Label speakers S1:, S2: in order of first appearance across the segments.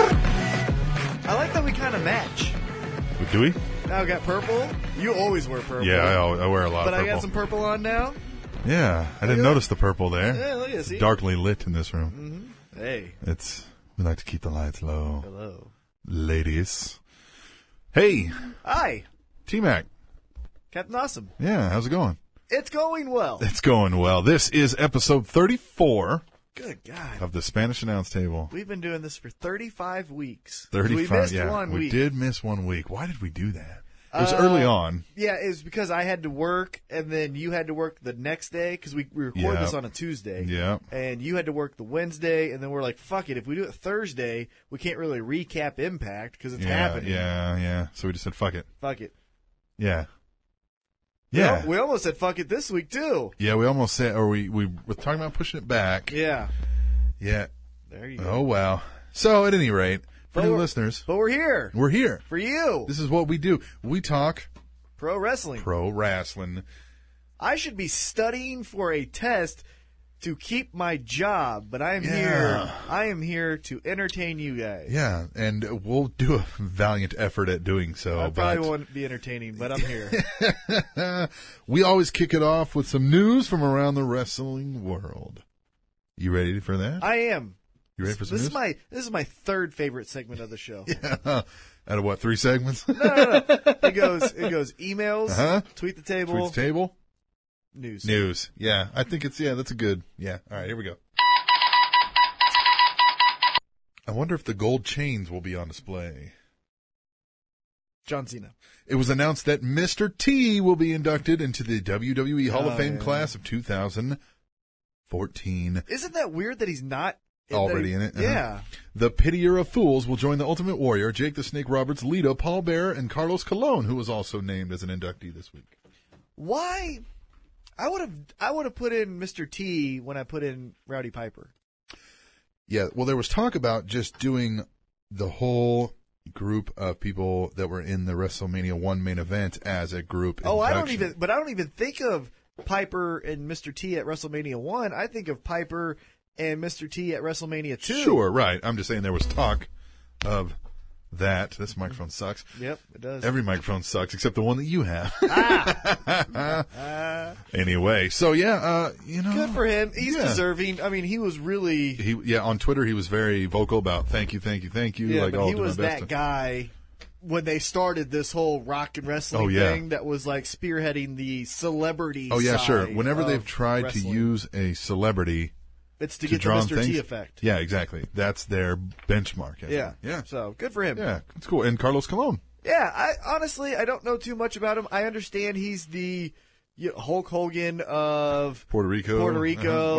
S1: I like that we kind of match.
S2: Do we?
S1: Now I got purple. You always wear purple.
S2: Yeah, I, al- I wear a lot
S1: But
S2: of
S1: I
S2: purple.
S1: got some purple on now.
S2: yeah, I didn't
S1: Yeah.
S2: notice the purple there.
S1: Yeah, look at it,
S2: It's
S1: see? Mm.
S2: darkly lit in this room.
S1: Hey,
S2: It's we like to keep the lights low,
S1: hello.
S2: ladies. Hey,
S1: Hi,
S2: T Mac.
S1: Captain Awesome.
S2: Yeah, how's it going?
S1: It's going well.
S2: It's going well. This is episode 34
S1: Good God.
S2: of the Spanish Announce Table.
S1: We've been doing this for 35 weeks.
S2: 35.
S1: We missed
S2: yeah,
S1: one
S2: we
S1: week. Uh,
S2: did miss one week. Why did we do that? It was early on.
S1: Yeah, it was because I had to work and then you had to work the next day because we, we record
S2: Yeah.
S1: this on a Tuesday.
S2: Yeah.
S1: And you had to work the Wednesday and then we're like, fuck it. If we do it Thursday, we can't really recap Impact because it's
S2: yeah,
S1: happening.
S2: yeah, yeah. So we just said fuck it.
S1: Fuck it.
S2: Yeah.
S1: We
S2: Yeah.
S1: al- We, almost said fuck it this week too.
S2: yeah, we almost said, or we, we were talking about pushing it back.
S1: Yeah.
S2: yeah.
S1: There you go.
S2: Oh wow! So at any rate, for
S1: But
S2: new
S1: we're-
S2: listeners,
S1: But we're here
S2: we're here.
S1: for you.
S2: This is what we do. We talk
S1: Pro wrestling.
S2: pro wrestling.
S1: I should be studying for a test to keep my job, but I am
S2: Yeah.
S1: here. I am here to entertain you guys.
S2: Yeah, and we'll do a valiant effort at doing so.
S1: I probably
S2: but
S1: won't be entertaining, but I'm here.
S2: we always kick it off with some news from around the wrestling world. You ready for that?
S1: I am.
S2: you ready for
S1: This
S2: some
S1: is
S2: news?
S1: my this is my third favorite segment of the show.
S2: Out of what three segments?
S1: It goes it goes emails,
S2: Uh-huh.
S1: tweet the table,
S2: Tweets table
S1: news.
S2: news. Yeah, I think it's yeah. That's a good yeah. All right, here we go. I wonder if the gold chains will be on display.
S1: John Cena.
S2: It was announced that Mr. T will be inducted into the WWE Hall
S1: Oh,
S2: of Fame
S1: yeah.
S2: class of 2014.
S1: Isn't that weird that he's not that
S2: Already
S1: he-
S2: in it, uh-huh.
S1: Yeah.
S2: The Pitier of Fools will join the Ultimate Warrior, Jake the Snake Roberts, Lito, Paul Bearer, and Carlos Colon, who was also named as an inductee this week.
S1: Why? I would have I would have put in Mr. T when I put in Rowdy Piper.
S2: Yeah, well, there was talk about just doing the whole group of people that were in the WrestleMania 1 main event as a group.
S1: Oh, I don't
S2: induction.
S1: even. But I don't even think of Piper and Mr. T at WrestleMania one. I think of Piper and Mr. T at WrestleMania two.
S2: Sure, right. I'm just saying there was talk of that. This microphone sucks.
S1: Yep, it does.
S2: Every microphone sucks except the one that you have. Ah.
S1: Uh,
S2: anyway, so yeah, uh, you know,
S1: good for him. He's
S2: yeah.
S1: deserving. I mean, he was really.
S2: He yeah, on Twitter he was very vocal about thank you, thank you, thank you.
S1: Yeah,
S2: like
S1: but
S2: I'll
S1: he
S2: do
S1: was
S2: my best.
S1: that
S2: to-"
S1: guy when they started this whole rock and wrestling
S2: Oh, yeah.
S1: thing that was like spearheading the celebrity.
S2: Oh yeah, sure.
S1: side
S2: Whenever
S1: of
S2: they've tried
S1: wrestling.
S2: to use a celebrity
S1: it's to,
S2: to
S1: get the
S2: draw on
S1: Mr. T
S2: things-
S1: effect.
S2: yeah, exactly. That's their benchmark. I
S1: Yeah.
S2: think. yeah,
S1: So good for him.
S2: yeah. It's cool. And Carlos Colon.
S1: Yeah, I honestly I don't know too much about him. I understand he's the you know, Hulk Hogan of
S2: Puerto Rico.
S1: Puerto Rico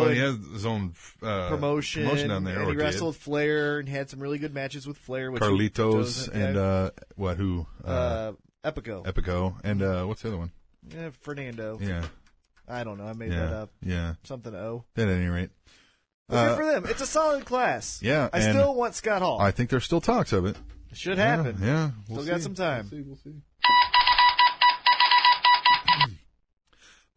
S2: Uh-huh. Well, he
S1: and
S2: has his own uh,
S1: promotion,
S2: promotion down there.
S1: and
S2: or
S1: he
S2: did.
S1: wrestled Flair and had some really good matches with Flair. Which
S2: Carlitos
S1: he-
S2: and uh, what? Who?
S1: uh,
S2: Uh,
S1: Epico,
S2: Epico and uh, what's the other one?
S1: Eh, Fernando.
S2: Yeah,
S1: I don't know. I made that
S2: yeah,
S1: up.
S2: yeah.
S1: Something O.
S2: At any rate,
S1: But
S2: Uh,
S1: good for them. It's a solid class.
S2: yeah,
S1: I
S2: and-
S1: still want Scott Hall.
S2: I think there's still talks of it.
S1: It Should happen.
S2: Yeah, yeah we'll
S1: Still got
S2: see.
S1: some time.
S2: We'll see, we'll see.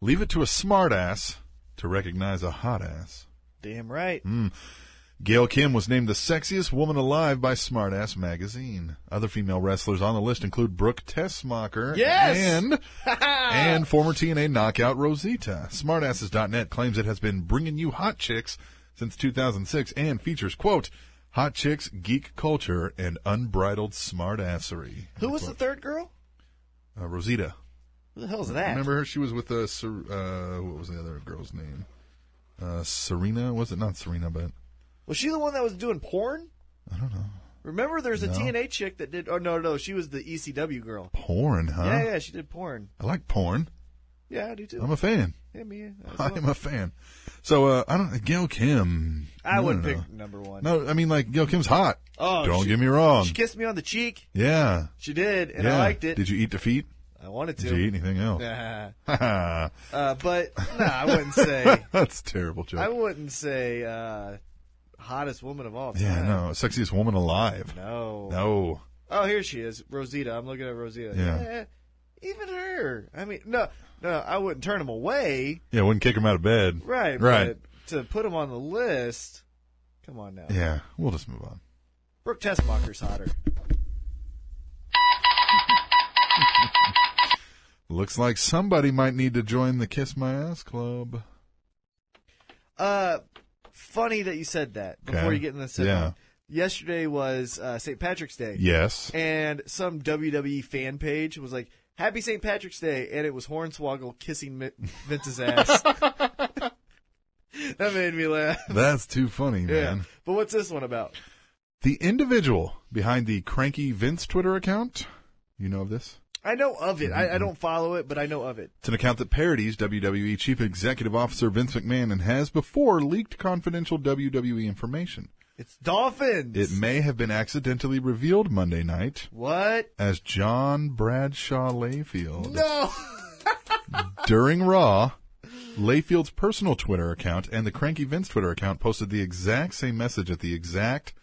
S2: Leave it to a smart ass to recognize a hot ass.
S1: Damn right.
S2: Mm. Gail Kim was named the sexiest woman alive by Smartass magazine. Other female wrestlers on the list include Brooke Tessmacher
S1: Yes! Ah.
S2: and and former TNA knockout Rosita. Smartasses.net claims it has been bringing you hot chicks since 2006 and features quote hot chicks, geek culture, and unbridled smartassery.
S1: Who was the third girl?
S2: Uh, Rosita.
S1: Who the hell is that?
S2: Remember her? She was with uh, Ser- uh what was the other girl's name? Uh, Serena was it not Serena? But
S1: Was she the one that was doing porn? Remember, there's a
S2: No.
S1: TNA chick that did. Oh no, no, she was the ECW girl.
S2: Porn, huh?
S1: Yeah, yeah, she did porn.
S2: I like porn.
S1: Yeah, I do too.
S2: I'm a fan.
S1: yeah, me. as
S2: I
S1: well.
S2: am a fan. So uh, I don't. Gail Kim.
S1: I
S2: no,
S1: wouldn't
S2: no, no.
S1: pick number one.
S2: No, I mean like Gail Kim's hot.
S1: Oh,
S2: don't
S1: she-
S2: get me wrong.
S1: She kissed me on the cheek.
S2: yeah,
S1: She did, and
S2: yeah.
S1: I liked it.
S2: Did you eat defeat?
S1: I wanted
S2: Did you
S1: to.
S2: eat anything else?
S1: Nah.
S2: Yeah.
S1: Uh, but nah, I wouldn't say.
S2: That's a terrible joke.
S1: I wouldn't say uh, hottest woman of all time.
S2: yeah, no, sexiest woman alive.
S1: No.
S2: No,
S1: Oh, here she is, Rosita. I'm looking at Rosita.
S2: Yeah.
S1: Eh, even her. I mean, no, no, I wouldn't turn them away.
S2: yeah, wouldn't kick him out of bed.
S1: Right,
S2: right.
S1: But to put them on the list, come on now.
S2: Yeah, we'll just move on.
S1: Brooke Tessmacher's hotter.
S2: Looks like somebody might need to join the Kiss My Ass Club.
S1: Uh, funny that you said that before
S2: Okay.
S1: you get in the sit
S2: Yeah.
S1: Yesterday was uh, St. Patrick's Day.
S2: Yes.
S1: and some WWE fan page was like, "Happy St. Patrick's Day," and it was Hornswoggle kissing Mi- Vince's ass. that made me laugh.
S2: That's too funny,
S1: Yeah,
S2: man.
S1: but what's this one about?
S2: The individual behind the Cranky Vince Twitter account, you know of this?
S1: I know of it.
S2: Mm-hmm.
S1: I, I don't follow it, but I know of it.
S2: It's an account that parodies WWE Chief Executive Officer Vince McMahon and has before leaked confidential WWE information.
S1: It's dolphins.
S2: It may have been accidentally revealed Monday night
S1: what?
S2: as John Bradshaw Layfield.
S1: No.
S2: During Raw, Layfield's personal Twitter account and the Cranky Vince Twitter account posted the exact same message at the exact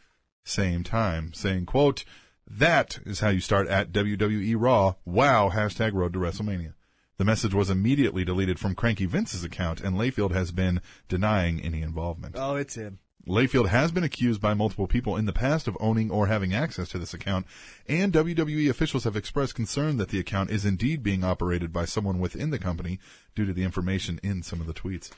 S2: same time, saying, quote, that is how you start at WWE Raw. Wow, hashtag road to WrestleMania. The message was immediately deleted from Cranky Vince's account, and Layfield has been denying any involvement.
S1: Oh, it's him.
S2: Layfield has been accused by multiple people in the past of owning or having access to this account, and WWE officials have expressed concern that the account is indeed being operated by someone within the company due to the information in some of the tweets.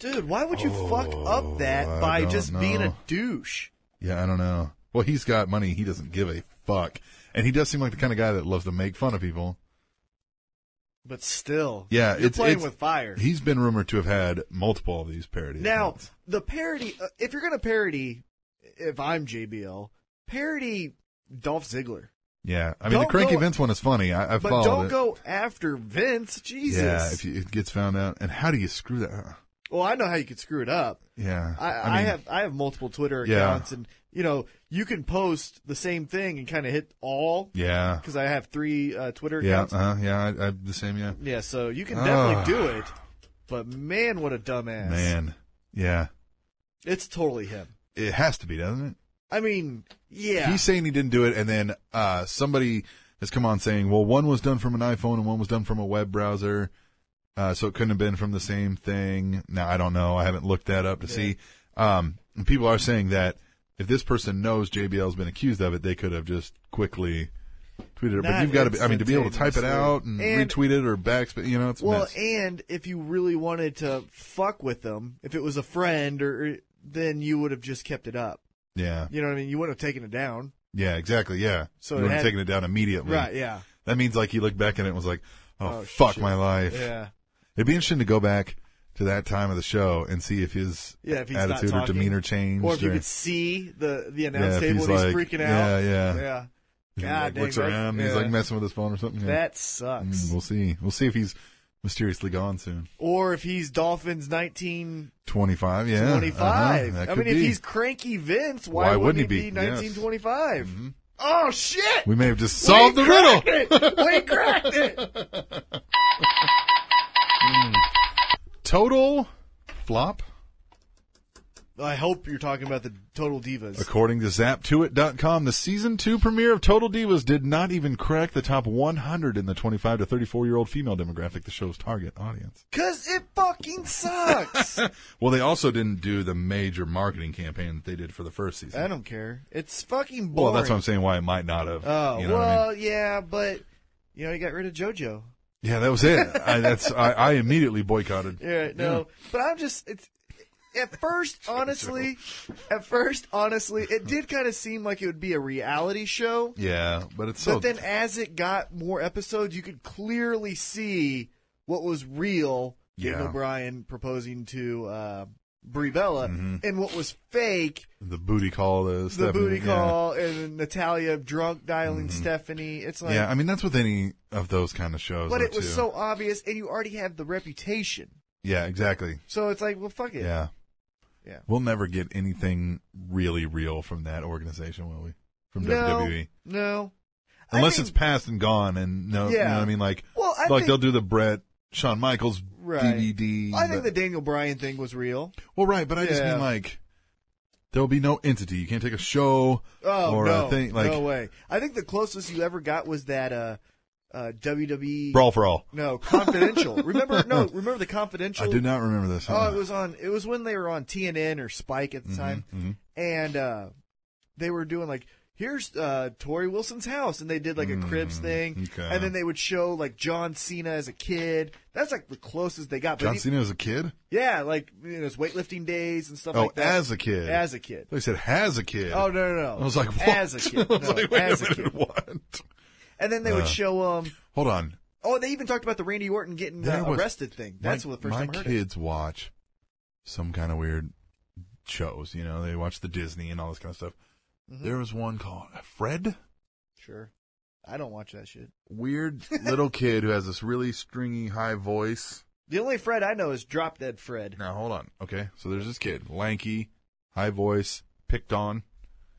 S1: Dude, why would you fuck up
S2: Oh, I
S1: that by
S2: don't
S1: just being
S2: know.
S1: a douche?
S2: Yeah, I don't know. Well, he's got money. He doesn't give a fuck. And he does seem like the kind of guy that loves to make fun of people.
S1: But still,
S2: Yeah,
S1: you're
S2: it's,
S1: playing
S2: it's-
S1: with fire.
S2: He's been rumored to have had multiple of these parodies.
S1: Now, the parody, uh, if you're going to parody, if I'm JBL, parody Dolph Ziggler.
S2: yeah, I mean the
S1: don't
S2: cranky
S1: go-
S2: Vince one is funny. I, I
S1: But
S2: followed
S1: don't
S2: it.
S1: go after Vince. Jesus.
S2: Yeah, if you, it gets found out, and how do you screw that? uh,
S1: well, I know how you could screw it up.
S2: Yeah,
S1: I, I,
S2: mean,
S1: have I have multiple Twitter
S2: Yeah.
S1: accounts, and you know you can post the same thing and kind of hit all
S2: Yeah.
S1: because I have three uh, Twitter
S2: Yeah,
S1: accounts.
S2: uh, yeah, I, I, the same, yeah.
S1: Yeah, so you can
S2: Ah.
S1: definitely do it. But man, what a dumbass!
S2: Man, yeah.
S1: It's totally him.
S2: It has to be, doesn't it?
S1: I mean, yeah,
S2: He's saying he didn't do it, and then uh, somebody has come on saying, well, one was done from an iPhone and one was done from a web browser, uh, so it couldn't have been from the same thing. Now, I don't know. I haven't looked that up to see. Um, and people are saying that if this person knows JBL's been accused of it, they could have just quickly tweeted it. But
S1: Not
S2: you've got to be, I mean, to be able to type it
S1: instantaneously.
S2: out and,
S1: And-
S2: retweet it or backspin, you know, it's a
S1: Well,
S2: mess.
S1: and if you really wanted to fuck with them, if it was a friend, or then you would have just kept it up.
S2: yeah.
S1: You know what I mean? You wouldn't have taken it down.
S2: Yeah, exactly. Yeah.
S1: So
S2: you
S1: it
S2: would have
S1: had-
S2: taken it down immediately.
S1: Right? Yeah.
S2: That means like he looked back at it and was like, "Oh,
S1: Oh,
S2: fuck
S1: shit.
S2: my life."
S1: Yeah.
S2: It'd be interesting to go back to that time of the show and see if his
S1: Yeah. If he's
S2: attitude
S1: not
S2: or
S1: talking,
S2: demeanor changed.
S1: or if you could see the the announce
S2: Yeah, if
S1: table
S2: he's
S1: and he's
S2: like-
S1: freaking
S2: yeah,
S1: out.
S2: yeah.
S1: Yeah.
S2: He,
S1: God
S2: like,
S1: dang,
S2: looks
S1: that-
S2: around, and he's
S1: yeah.
S2: like messing with his phone or something. Yeah.
S1: That
S2: Mm,
S1: sucks.
S2: we'll see. We'll see if he's mysteriously gone soon.
S1: Or if he's Dolphins nineteen
S2: Twenty five. Yeah.
S1: twenty five.
S2: Uh-huh. That
S1: I
S2: could
S1: mean, if
S2: be.
S1: he's cranky Vince, why,
S2: Why
S1: wouldn't,
S2: wouldn't he
S1: he
S2: be? Yes. Mm-hmm.
S1: nineteen twenty five? Oh shit!
S2: we may have just solved the riddle.
S1: riddle. we cracked it.
S2: Total flop.
S1: I hope you're talking about the Total Divas.
S2: According to ZapToIt.com, the season two premiere of Total Divas did not even crack the top 100 in the 25 to 34 year old female demographic, the show's target audience.
S1: Cause it fucking sucks.
S2: Well, they also didn't do the major marketing campaign that they did for the first season.
S1: I don't care. It's fucking
S2: well,
S1: boring.
S2: that's what I'm saying. Why it might not have.
S1: Oh
S2: you know what I mean?
S1: well, yeah, but you know, you got rid of JoJo.
S2: Yeah, that was it. I, that's I, I immediately boycotted.
S1: Yeah, no, but I'm just it's. At first, honestly, at first, honestly, it did kind of seem like it would be a reality show.
S2: Yeah, but it's so.
S1: But then, as it got more episodes, you could clearly see what was real. Daniel
S2: Yeah.
S1: Bryan proposing to uh, Brie Bella, and what was fake
S2: The booty call, the,
S1: the
S2: Mm-hmm. Stephanie-
S1: booty
S2: yeah. Mm-hmm.
S1: call and Natalia drunk dialing Stephanie. It's like,
S2: yeah, I mean that's with any of those kind of shows.
S1: but
S2: though,
S1: it was
S2: too.
S1: so obvious, and you already have the reputation.
S2: Yeah, exactly.
S1: So it's like, well, fuck it.
S2: Yeah.
S1: Yeah.
S2: We'll never get anything really real from that organization, will we? From
S1: no,
S2: WWE.
S1: no. I
S2: Unless
S1: think-
S2: it's past and gone and no you know
S1: Yeah.
S2: what I mean? Like
S1: Well, I
S2: like
S1: think-
S2: they'll do the Brett Shawn Michaels
S1: Right.
S2: DVD.
S1: I think the
S2: but-
S1: Daniel Bryan thing was real.
S2: Well right, but I just
S1: Yeah.
S2: mean like there'll be no entity. You can't take a show
S1: Oh
S2: or
S1: no,
S2: a thing like
S1: no way. I think the closest you ever got was that uh, uh, WWE.
S2: Brawl for All.
S1: No, Confidential. remember? No, remember the Confidential.
S2: I do not remember this. Mm-hmm,
S1: Oh,
S2: huh?
S1: it was on. It was when they were on TNN or Spike at the time, and uh, they were doing like here's uh, Tori Wilson's house, and they did like a cribs thing,
S2: Mm, okay.
S1: and then they would show like John Cena as a kid. That's like the closest they got. But
S2: John
S1: he-
S2: Cena as a kid?
S1: yeah, like you know, his weightlifting days and stuff
S2: Oh,
S1: like that.
S2: as a kid.
S1: as a kid.
S2: They said has a kid.
S1: Oh no, no, no!
S2: I was like, what?
S1: as a kid,
S2: I was
S1: No,
S2: like, wait
S1: as
S2: a,
S1: a,
S2: minute, Uh.
S1: kid.
S2: what?
S1: And then they would show um.
S2: Hold on.
S1: Oh, they even talked about the Randy Orton getting
S2: There
S1: uh,
S2: was-
S1: arrested thing. That's
S2: my,
S1: the first
S2: my
S1: time I heard it.
S2: kids watch some kind of weird shows. You know, they watch the Disney and all this kind of stuff.
S1: Mm-hmm.
S2: There was one called Fred,
S1: Sure, I don't watch that shit.
S2: weird little kid who has this really stringy high voice.
S1: The only Fred I know is Drop Dead Fred.
S2: Now hold on, okay. So there's this kid, lanky, high voice, picked on,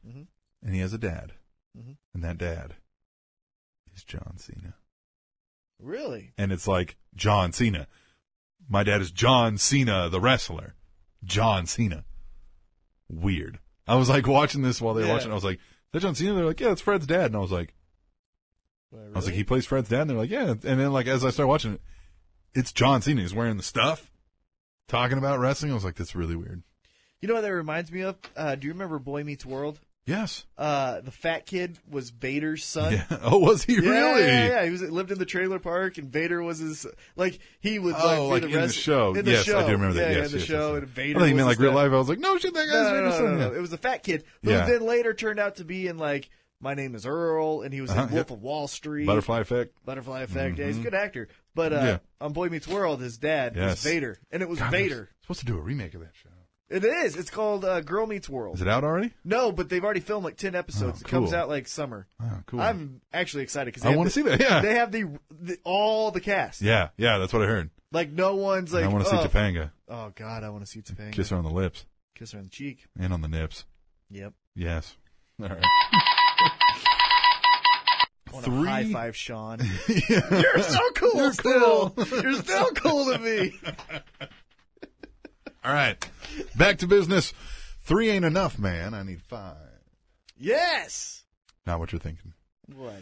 S1: Mhm.
S2: and he has a dad,
S1: Mhm.
S2: and that dad is John Cena.
S1: Really?
S2: and it's like John Cena. My dad is John Cena, the wrestler. John Cena. Weird. I was like watching this while they were
S1: Yeah.
S2: watching. I was like, "Is that John Cena?" They're like, "Yeah, that's Fred's dad." And I was like, "I was like, he plays Fred's dad." And they're like, "Yeah." And then like as I started watching it, it's John Cena. He's wearing the stuff, talking about wrestling. I was like, "That's really weird."
S1: you know what that reminds me of? Uh, do you remember Boy Meets World?
S2: Yes.
S1: Uh, the fat kid was Vader's son.
S2: Yeah. Oh, was he
S1: Yeah,
S2: really?
S1: Yeah, yeah. He was lived in the trailer park, and Vader was his like he would
S2: Oh,
S1: like,
S2: like
S1: be
S2: in
S1: the,
S2: the
S1: rest-
S2: show.
S1: In the
S2: yes,
S1: show.
S2: I do remember
S1: yeah,
S2: that.
S1: yeah,
S2: Yes,
S1: in the
S2: yes,
S1: show,
S2: yes, yes.
S1: and Vader.
S2: I thought you
S1: was
S2: meant like
S1: his
S2: real
S1: dad.
S2: life. I was like, no shit, that guy's
S1: No, no,
S2: Vader's
S1: no,
S2: son.
S1: no,
S2: Yeah.
S1: no. It was the fat kid who
S2: Yeah.
S1: then later turned out to be in like My Name Is Earl, and he was
S2: Uh-huh,
S1: in Wolf
S2: yep.
S1: of Wall Street,
S2: Butterfly effect.
S1: Butterfly Effect. Yeah, he's a good actor. But uh,
S2: Yeah.
S1: on Boy Meets World, his dad
S2: Yes.
S1: was Vader, and it was
S2: God,
S1: Vader.
S2: they're Supposed to do a remake of that show.
S1: It is. It's called uh, Girl Meets World.
S2: Is it out already?
S1: No, but they've already filmed like ten
S2: Oh,
S1: episodes. It comes
S2: cool.
S1: out like summer.
S2: Oh, cool.
S1: I'm actually excited because
S2: I want to see that. Yeah.
S1: They have the, the all the cast.
S2: yeah. Yeah. That's what I heard.
S1: Like no one's
S2: And
S1: like.
S2: I want to
S1: oh,
S2: see Topanga.
S1: Oh God, I want to see Topanga.
S2: Kiss her on the lips
S1: Kiss her on the cheek.
S2: and on the nips.
S1: Yep.
S2: Yes. All right.
S1: I want
S2: Three-
S1: to high five Sean.
S2: yeah.
S1: You're so cool.
S2: You're
S1: still.
S2: cool.
S1: You're still cool to me.
S2: All right. Back to business. Three ain't enough, man. I need five.
S1: Yes.
S2: Not what you're thinking.
S1: What?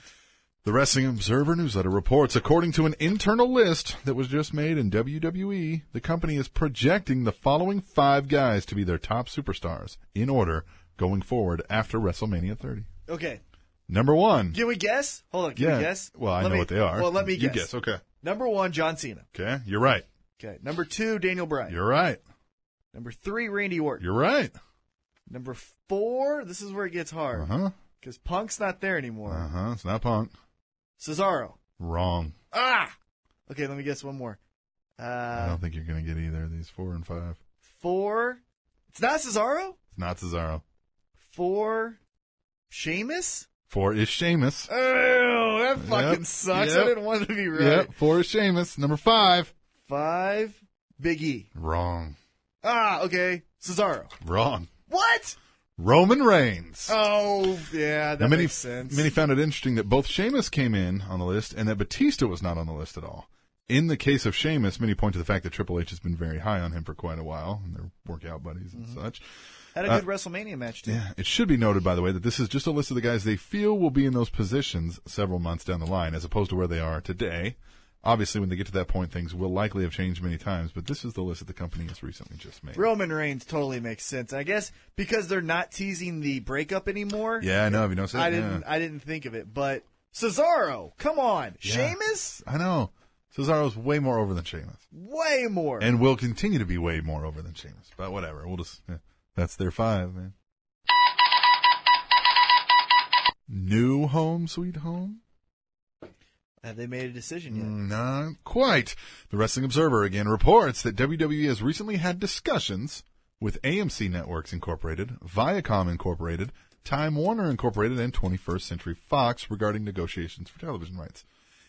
S2: The Wrestling Observer newsletter reports, according to an internal list that was just made in WWE, the company is projecting the following five guys to be their top superstars in order going forward after WrestleMania 30.
S1: Okay.
S2: Number one.
S1: Can we guess? Hold on. Can
S2: yeah.
S1: we guess?
S2: Well, I
S1: Let
S2: know
S1: me-
S2: what they are.
S1: Well, let me
S2: you
S1: guess.
S2: guess. Okay.
S1: Number one, John Cena.
S2: Okay. You're right.
S1: Okay. Number two, Daniel Bryan.
S2: You're right.
S1: Number three, Randy Orton.
S2: You're right.
S1: Number four, this is where it gets
S2: Uh
S1: hard
S2: huh.
S1: because Punk's not there anymore.
S2: Uh huh. It's not punk.
S1: Cesaro.
S2: Wrong.
S1: Ah. Okay, let me guess one more.
S2: I
S1: Uh,
S2: don't think you're gonna get either of these four and five.
S1: four. It's not Cesaro.
S2: It's not Cesaro.
S1: Four. Sheamus.
S2: Four is Sheamus.
S1: Oh, that fucking
S2: Yep,
S1: sucks.
S2: yep.
S1: I didn't want it to be right.
S2: Yep. Four is Sheamus. Number five.
S1: Five. Big E.
S2: Wrong.
S1: Ah, okay. Cesaro.
S2: Wrong.
S1: What?
S2: Roman Reigns.
S1: Oh, yeah, that
S2: Now, many,
S1: makes sense.
S2: many found it interesting that both Sheamus came in on the list and that Batista was not on the list at all. In the case of Sheamus, many point to the fact that Triple H has been very high on him for quite a while, and their workout buddies and
S1: Mm-hmm.
S2: such.
S1: Had a
S2: uh,
S1: good WrestleMania match too.
S2: Yeah, it should be noted, by the way, that this is just a list of the guys they feel will be in those positions several months down the line, as opposed to where they are today. Obviously, when they get to that point, things will likely have changed many times, but this is the list that the company has recently just made.
S1: Roman Reigns totally makes sense. I guess because they're not teasing the breakup anymore.
S2: Yeah, I know. Have you noticed that?
S1: I didn't
S2: Yeah.
S1: I didn't think of it, but Cesaro, come on.
S2: Yeah.
S1: Sheamus?
S2: I know. Cesaro's way more over than Sheamus.
S1: Way more.
S2: and will continue to be way more over than Sheamus. But whatever, we'll just yeah, that's their five, man. New home, sweet home.
S1: Have they made a decision yet?
S2: Mm. E Not quite. The Wrestling Observer again reports that WWE has recently had discussions with AMC Networks Incorporated, Viacom Incorporated, Time Warner Incorporated, and 21st Century Fox regarding negotiations for television rights.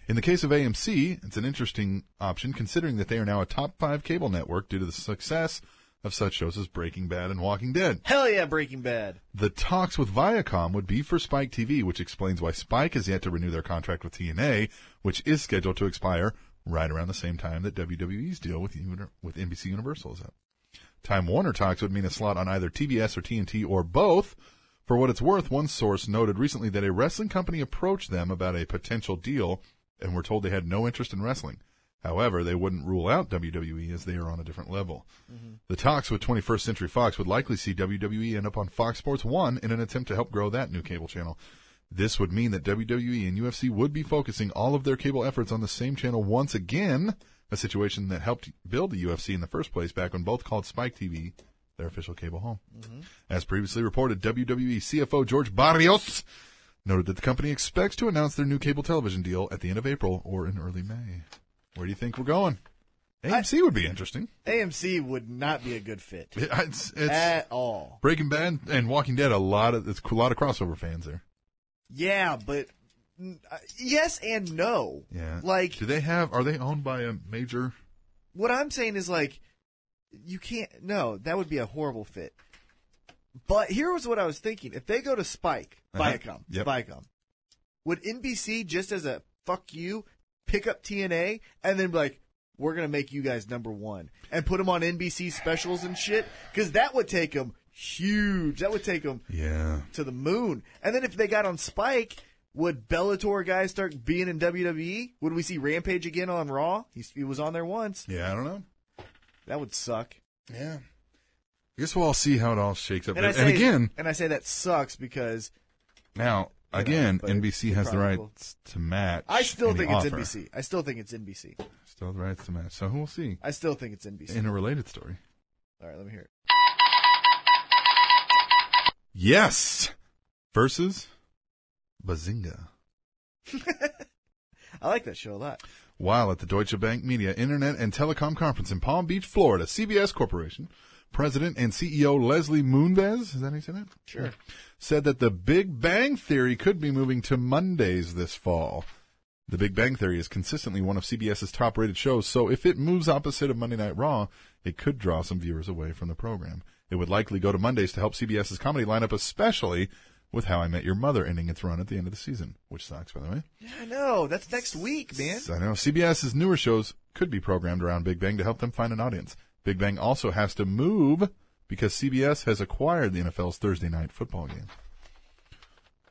S2: In the case of AMC, it's an interesting option considering that they are now a top five cable network due to the success of such shows as Breaking Bad and Walking Dead.
S1: Hell yeah, Breaking Bad.
S2: The talks with Viacom would be for Spike TV, which explains why Spike has yet to renew their contract with TNA, which is scheduled to expire right around the same time that WWE's deal with Uni- with NBC Universal is up. Time Warner talks would mean a slot on either TBS or TNT or both. For what it's worth, one source noted recently that a wrestling company approached them about a potential deal and were told they had no interest in wrestling. However, they wouldn't rule out WWE as they are on a different level. The talks with 21st Century Fox would likely see WWE end up on Fox Sports 1 in an attempt to help grow that new cable channel. This would mean that WWE and UFC would be focusing all of their cable efforts on the same channel once again, a situation that helped build the UFC in the first place back when both called Spike TV their official cable home. As previously reported, E WWE CFO George Barrios noted that the company expects to announce their new cable television deal at the end of April or in early May. Where do you think we're going? AMC would be interesting.
S1: AMC would not be a good fit
S2: It- It's, it's
S1: at all.
S2: Breaking Bad and Walking Dead. A lot of it's a lot of crossover fans there.
S1: Yeah, but mm, uh, yes and no.
S2: Yeah.
S1: Like
S2: do they have? Are they owned by a major?
S1: what I'm saying is like you can't no, that would be a horrible fit. But here was what I was thinking. If they go to Spike,
S2: Uh-huh.
S1: Viacom,
S2: Yep.
S1: Viacom, would NBC just as a fuck you pick up TNA and then be like, we're going to make you guys number one and put them on NBC specials and shit? Because that would take them huge. That would take them
S2: Yeah.
S1: to the moon. And then if they got on Spike, would Bellator guys start being in WWE? Would we see Rampage again on Raw? He, he was on there once.
S2: Yeah. I don't know.
S1: That would suck.
S2: Yeah. I guess we'll all see how it all shakes up.
S1: And I
S2: And
S1: say,
S2: again,
S1: and I say that sucks because
S2: now
S1: You know,
S2: again,
S1: but
S2: NBC has the
S1: probably
S2: rights
S1: will.
S2: to match.
S1: I still
S2: any
S1: think
S2: offer.
S1: it's NBC. I still think it's NBC.
S2: Still the rights to match. So we'll see.
S1: I still think it's NBC.
S2: In a related story.
S1: All right, let me hear it.
S2: Yes. Versus Bazinga.
S1: I like that show a lot.
S2: While at the Deutsche Bank Media Internet and Telecom Conference in Palm Beach, Florida, CBS Corporation President and CEO Leslie Moonves, is that how you say that?
S1: Sure.
S2: Said that the Big Bang Theory could be moving to Mondays this fall. The Big Bang Theory is consistently one of CBS's top rated shows, so if it moves opposite of Monday Night Raw, it could draw some viewers away from the program. It would likely go to Mondays to help CBS's comedy lineup, especially with How I Met Your Mother ending its run at the end of the season, which sucks, by the way.
S1: Yeah, I know. That's next week, man.
S2: I know. CBS's newer shows could be programmed around Big Bang to help them find an audience. Big Bang also has to move because CBS has acquired the NFL's Thursday night football game.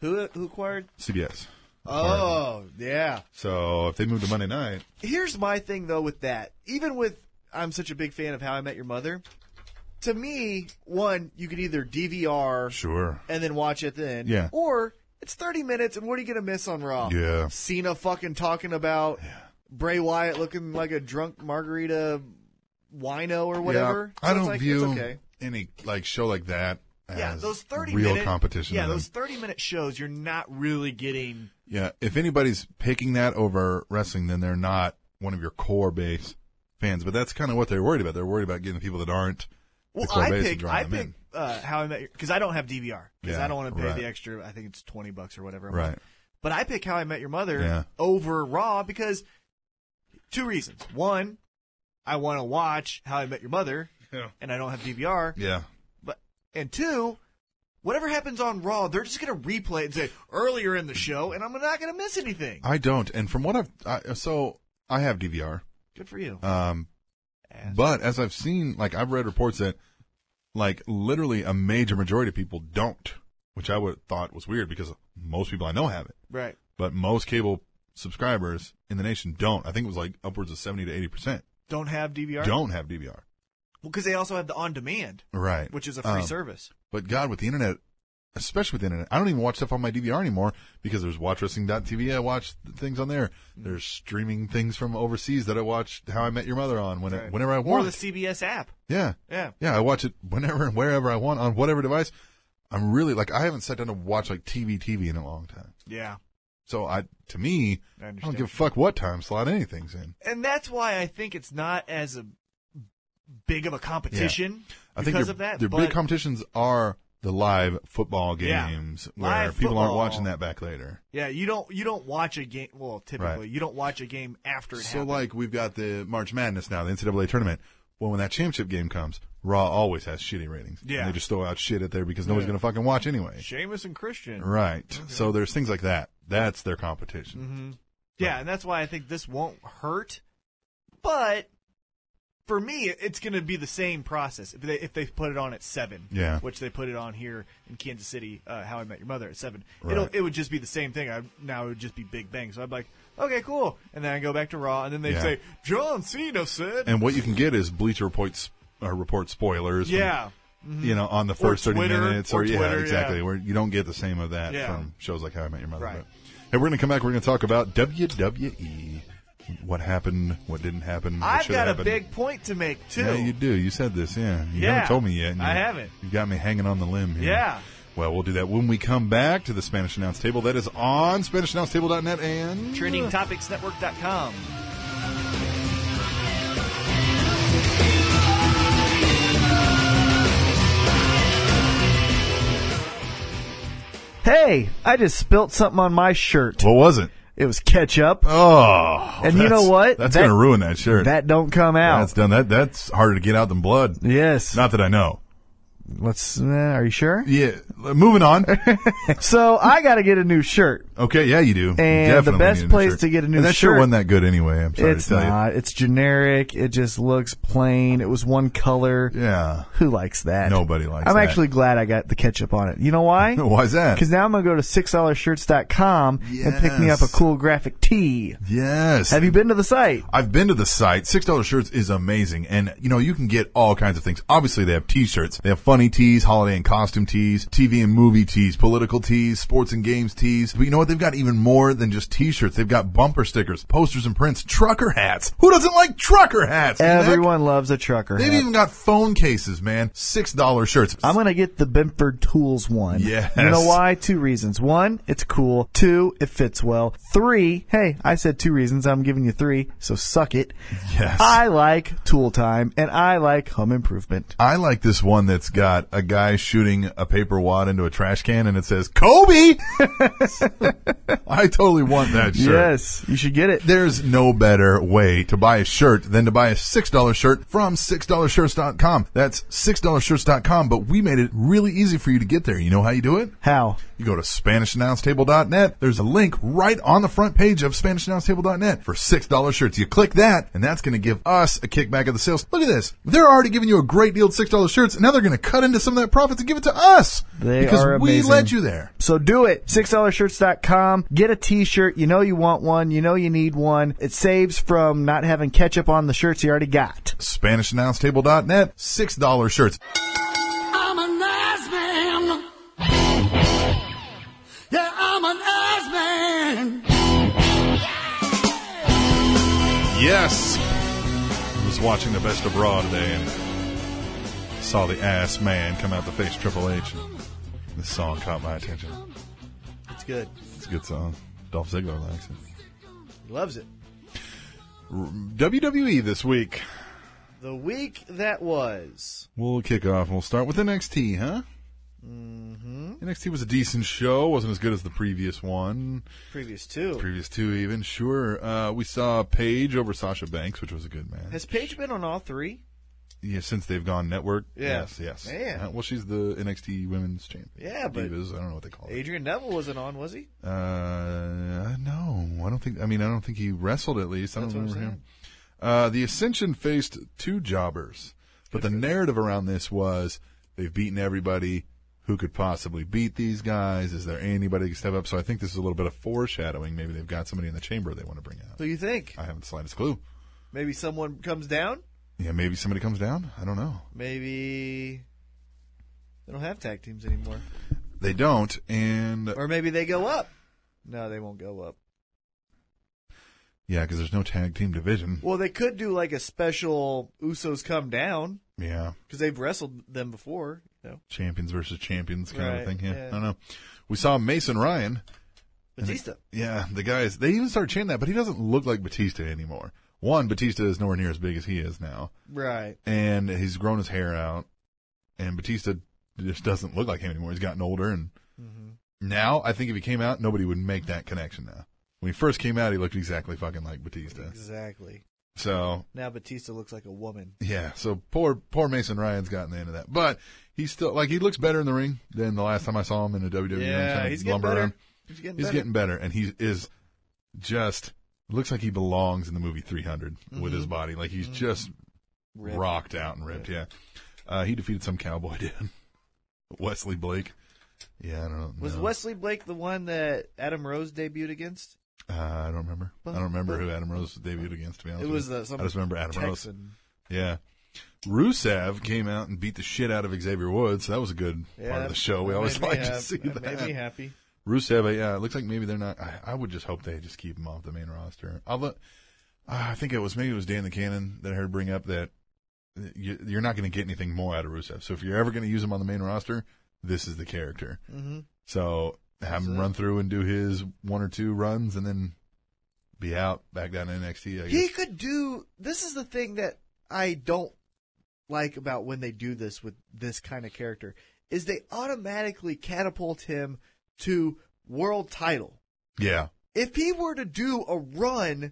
S1: Who who acquired?
S2: CBS.
S1: Oh, yeah.
S2: So if they move to Monday night,
S1: Here's my thing though with that. Even with I'm such a big fan of How I Met Your Mother. To me, one, you could either DVR
S2: sure.
S1: and then watch it then.
S2: Yeah.
S1: Or it's 30 minutes, and what are you going to miss on Raw?
S2: Yeah.
S1: Cena fucking talking about Bray Wyatt looking like a drunk margarita wino or whatever.
S2: Yeah, I
S1: So it's
S2: don't
S1: like,
S2: view
S1: It's okay.
S2: any like show like that. As
S1: Yeah, those 30
S2: real
S1: minute,
S2: competition.
S1: Yeah,
S2: to them.
S1: those 30 minute shows, you're not really getting.
S2: Yeah, if anybody's picking that over wrestling, then they're not one of your core base fans. But that's kind of what they're worried about. They're worried about getting the people that aren't.
S1: Well,
S2: the core
S1: I
S2: base and
S1: pick,
S2: drawing
S1: I
S2: them in.
S1: pick uh, How I Met because I don't have DVR because
S2: Yeah,
S1: I don't want to pay
S2: right.
S1: the extra. I think it's 20 bucks or whatever. a month.
S2: Right.
S1: But I pick How I Met Your Mother
S2: Yeah.
S1: over Raw because two reasons. One, I want to watch How I Met Your Mother,
S2: Yeah.
S1: and I don't have DVR.
S2: Yeah.
S1: But and two, whatever happens on Raw, they're just gonna replay it and say earlier in the show, and I'm not gonna miss anything.
S2: I don't. And from what I've, I, so I have DVR.
S1: Good for you.
S2: Um,
S1: Ass.
S2: but as I've seen, like I've read reports that, like literally a major majority of people don't, which I would thought was weird because most people I know have it,
S1: right.
S2: but most cable subscribers in the nation don't. I think it was like upwards of seventy to eighty percent
S1: Don't have DVR.
S2: don't have DVR.
S1: because they also have the on demand,
S2: Right.
S1: which is a free
S2: Um,
S1: service.
S2: But God, with the internet, especially with the internet, I don't even watch stuff on my DVR anymore because there's watchwrestling.tv. I watch th- things on there.
S1: Mm.
S2: There's streaming things from overseas that I watch How I Met Your Mother on when
S1: Right.
S2: whenever I
S1: Or
S2: want.
S1: the CBS app.
S2: yeah.
S1: Yeah.
S2: Yeah. I watch it whenever and wherever I want on whatever device. I'm really like, I haven't sat down to watch like TV TV in a long time.
S1: Yeah.
S2: So I, to me,
S1: I
S2: I,
S1: understand.
S2: don't give a fuck what time slot anything's in.
S1: and that's why I think it's not as a big of a competition
S2: I think
S1: because
S2: their,
S1: of that.
S2: their
S1: but
S2: big competitions are the live football
S1: Yeah.
S2: games where
S1: Live
S2: people aren't
S1: football.
S2: watching that back later.
S1: yeah, you don't you don't watch a game. Well, typically
S2: Right.
S1: you don't watch a game after it
S2: So,
S1: happens.
S2: like, we've got the March Madness now, the NCAA tournament. Well, when that championship game comes, Raw always has shitty ratings.
S1: Yeah.
S2: And they just throw out shit at there because nobody's going to fucking watch anyway.
S1: Sheamus and Christian.
S2: Right. So there's things like that. That's their competition.
S1: Mm-hmm. Yeah, and that's why I think this won't hurt. But for me, it's going to be the same process if they if they put it on at seven.
S2: Yeah.
S1: which they put it on here in Kansas City, uh, How I Met Your Mother at seven.
S2: Right.
S1: It'll, it would just be the same thing. I now it would just be Big Bang. So I'd be like, okay, cool, and then I go back to Raw, and then they
S2: Yeah.
S1: say John Cena said,
S2: And what you can get is Bleacher Report, s- uh, report spoilers. from,
S1: yeah,
S2: you know, on the first 30
S1: Twitter,
S2: minutes.
S1: or
S2: Or, yeah,
S1: Twitter, yeah.
S2: exactly. Where you don't get the same of that
S1: Yeah.
S2: from shows like How I Met Your Mother.
S1: Right.
S2: But, hey, we're going to come back. We're going to talk about WWE. What happened? What didn't happen? What
S1: I've
S2: should
S1: got
S2: happen.
S1: a big point to make too.
S2: Yeah, you do. You said this, yeah. You
S1: Yeah,
S2: haven't told me yet. and
S1: I
S2: you-
S1: haven't.
S2: You've got me hanging on the limb here.
S1: Yeah.
S2: Well, we'll do that when we come back to the Spanish Announce Table. That is on SpanishAnnounceTable.net and
S1: TrendingTopicsNetwork.com. Hey, I just spilt something on my shirt.
S2: What was it?
S1: It was ketchup.
S2: Oh,
S1: And you
S2: that's-
S1: know what?
S2: That's
S1: That-
S2: gonna ruin that shirt.
S1: That don't come out.
S2: that's done. That that's harder to get out than blood.
S1: yes.
S2: Not that I know.
S1: Let's. uh, are you sure?
S2: Yeah. Moving on.
S1: So I got to get a new shirt.
S2: Okay. Yeah, you do. You
S1: And the
S2: definitely
S1: best
S2: need a new
S1: place
S2: shirt.
S1: to get a new
S2: and that
S1: shirt-
S2: wasn't that good anyway. I'm sorry
S1: it's
S2: to tell
S1: not. It's generic. It just looks plain. It was one color.
S2: you. Yeah.
S1: Who likes that?
S2: Nobody likes
S1: I'm
S2: that.
S1: actually glad I got the ketchup on it. You know why?
S2: Why's that?
S1: Because now I'm going to go to $6shirts.com and pick me up a
S2: Yes.
S1: cool graphic tee.
S2: Yes.
S1: Have you been to the site?
S2: I've been to the site. Six dollar shirts is amazing, and you know you can get all kinds of things. Obviously, they have T-shirts. They have funny tees, holiday and costume tees, TV and movie tees, political tees, sports and games tees. But you know what? They've got even more than just T-shirts. They've got bumper stickers, posters and prints, trucker hats. Who doesn't like trucker hats? Nick?
S1: Everyone loves a trucker.
S2: They've
S1: hat.
S2: even got phone cases, man. Six dollar shirts.
S1: I'm going to get the Benford Tools one.
S2: Yes.
S1: You know why? Two reasons. One, it's cool. Two, it fits well. Three, hey, I said two reasons. I'm giving you three, so suck it.
S2: Yes.
S1: I like tool time and I like home improvement.
S2: I like this one that's got a guy shooting a paper wad into a trash can and it says Kobe. I totally want that shirt.
S1: Yes, you should get it.
S2: There's no better way to buy a shirt than to buy a $6 shirt from $6shirts.com. That's $6shirts.com, but we made it really easy for you to get there. You know how you do it?
S1: How?
S2: You go to SpanishAnnounceTable.net. There's a link right on the front page of SpanishAnnounceTable.net for $6 shirts. You click that, and that's going to give us a kickback of the sales. Look at this. They're already giving you a great deal at $6 shirts, and now they're going to cut into some of that profit to give it to us.
S1: They
S2: because
S1: are
S2: we
S1: amazing.
S2: led you there.
S1: So do it. $6shirts.com. Get a t-shirt. You know you want one. You know you need one. It saves from not having ketchup on the shirts you already got.
S2: SpanishAnnounceTable.net, $6 shirts.
S3: I'm an ass man. Yeah, I'm an ass man.
S2: Yes. I was watching the best of Raw today and saw the ass man come out to face Triple H. And this song caught my attention.
S1: It's good.
S2: It's a good song. Dolph Ziggler likes it.
S1: He loves it.
S2: WWE E this week.
S1: The week that was.
S2: We'll kick off. We'll start with NXT, huh? Mm-hmm. NXT was a decent show. wasn't as good as the previous one,
S1: Previous two.
S2: previous two even. Sure. Uh, we saw Paige over Sasha Banks, which was a good match.
S1: Has Paige been on all three?
S2: Yeah, since they've gone network.
S1: Yeah.
S2: Yes, yes.
S1: Man.
S2: Uh, well, she's the NXT Women's Champion.
S1: Yeah, but-
S2: Divas, I don't know what they call it.
S1: Adrian Neville wasn't on, was he?
S2: Uh, no, I don't think. I mean, I don't think he wrestled. At least I don't
S1: That's what I'm
S2: remember him. Uh, the Ascension faced two jobbers, but the narrative around this was they've beaten everybody who could possibly beat these guys. Is there anybody who can step up? So I think this is a little bit of foreshadowing. Maybe they've got somebody in the chamber they want to bring out.
S1: So you think?
S2: I haven't the slightest clue.
S1: Maybe someone comes down?
S2: Yeah, maybe somebody comes down. I don't know.
S1: Maybe they don't have tag teams anymore.
S2: They don't, and
S1: Or maybe they go up. No, they won't go up.
S2: yeah, because there's no tag team division.
S1: Well, they could do like a special Usos come down
S2: Yeah.
S1: because they've wrestled them before. You know,
S2: champions versus champions kind of a
S1: Right,
S2: thing. Yeah,
S1: yeah.
S2: I don't know. We saw Mason Ryan.
S1: Batista.
S2: Yeah, the guys. They even started chanting that, but he doesn't look like Batista anymore. One, Batista is nowhere near as big as he is now,
S1: Right.
S2: and he's grown his hair out, and Batista just doesn't look like him anymore. He's gotten older, and
S1: Mm-hmm.
S2: now I think if he came out, nobody would make that connection. Now, when he first came out, he looked exactly fucking like Batista.
S1: Exactly.
S2: So
S1: Now Batista looks like a woman.
S2: yeah, so poor poor Mason Ryan's gotten the end of that, but he's still like he looks better in the ring than the last time I saw him in a WWE ring.
S1: Yeah,
S2: kinda
S1: he's getting
S2: lumber
S1: better.
S2: around.
S1: He's getting
S2: He's
S1: better.
S2: getting better, and he is just looks like he belongs in the movie 300 with his body. Like he's just
S1: Mm-hmm. Ripped.
S2: rocked out and ripped. Yeah, Uh, he defeated some cowboy dude, Wesley Blake. Yeah, I don't know.
S1: Was Wesley Blake the one that Adam Rose debuted against?
S2: Uh, I don't remember. I don't remember who Adam Rose debuted against. To be honest,
S1: It
S2: with
S1: was
S2: you.
S1: the, some
S2: I just remember Adam Rose.
S1: Texan.
S2: Yeah. Rusev came out and beat the shit out of Xavier Woods. That was a good
S1: Yeah,
S2: part of the show. We
S1: that
S2: always
S1: made me
S2: like to
S1: hap-
S2: see that.
S1: Made me happy.
S2: Rusev, uh, yeah, it looks like maybe they're not. I, I would just hope they just keep him off the main roster. Although, uh, I think it was maybe it was Dan the Cannon that I heard bring up that uh, you, you're not going to get anything more out of Rusev. So if you're ever going to use him on the main roster, this is the character.
S1: Mhm.
S2: So have him
S1: it.
S2: run through and do his one or two runs, and then be out back down to NXT. I guess.
S1: He could do. This is the thing that I don't like about when they do this with this kind of character is they automatically catapult him to world title.
S2: yeah,
S1: If he were to do a run,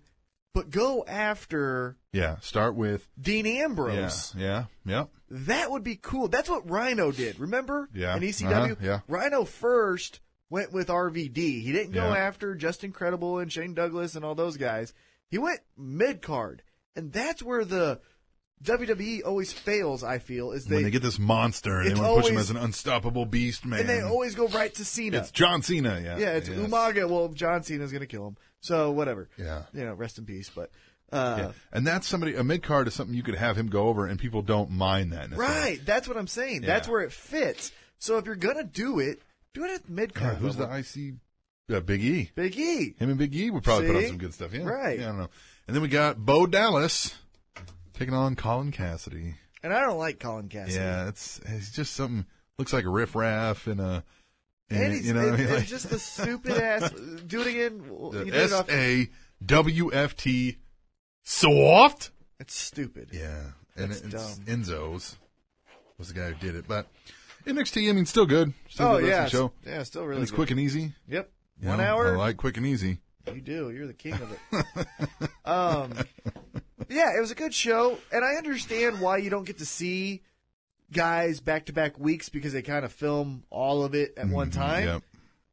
S1: but go after
S2: yeah. Start with
S1: Dean Ambrose,
S2: Yeah, yeah, yeah.
S1: that would be cool. That's what Rhino did. Remember?
S2: Yeah.
S1: In ECW,
S2: Uh-huh, yeah.
S1: Rhino first went with RVD. He didn't go
S2: Yeah.
S1: after Justin Credible and Shane Douglas and all those guys. He went mid card, and that's where the WWE always fails. I feel is they,
S2: when they get this monster, they
S1: It's
S2: want to push him
S1: always-
S2: as an unstoppable beast, man.
S1: and they always go right to Cena.
S2: it's John Cena. Yeah,
S1: yeah, it's
S2: Yes.
S1: Umaga. Well, John Cena's gonna kill him, so whatever.
S2: Yeah.
S1: you know, rest in peace. But uh,
S2: Yeah. And that's somebody a mid card is something you could have him go over and people don't mind that necessarily.
S1: Right. That's what I'm saying. That's
S2: Yeah.
S1: where it fits. So if you're gonna do it, do it at mid
S2: Yeah,
S1: card.
S2: who's the IC uh, Big E?
S1: Big E?
S2: Him and Big E would probably put on
S1: See?
S2: some good stuff. Yeah.
S1: Right.
S2: Yeah, I don't know. And then we got Bo Dallas taking on Colin Cassidy.
S1: And I don't like Colin Cassidy.
S2: Yeah, it's it's just something looks like a riff raff and a and,
S1: And he's,
S2: you know
S1: and,
S2: what I mean?
S1: and
S2: Like,
S1: just the stupid ass. Do it again. Well, you did it
S2: S
S1: off-
S2: A W F T soft.
S1: It's stupid.
S2: Yeah, and
S1: That's
S2: it- it's
S1: dumb.
S2: Enzo's was the guy who did it, but NXT. I mean, still good. Still
S1: Oh
S2: good
S1: yeah.
S2: wrestling show.
S1: it's- Yeah. Still really.
S2: and it's
S1: good.
S2: quick and easy.
S1: Yep.
S2: You
S1: One
S2: know,
S1: hour.
S2: I like quick and easy.
S1: You do. You're the king of it. um, yeah, it was a good show, and I understand why you don't get to see guys back to back weeks because they kind of film all of it at
S2: Mm-hmm.
S1: one time.
S2: Yep.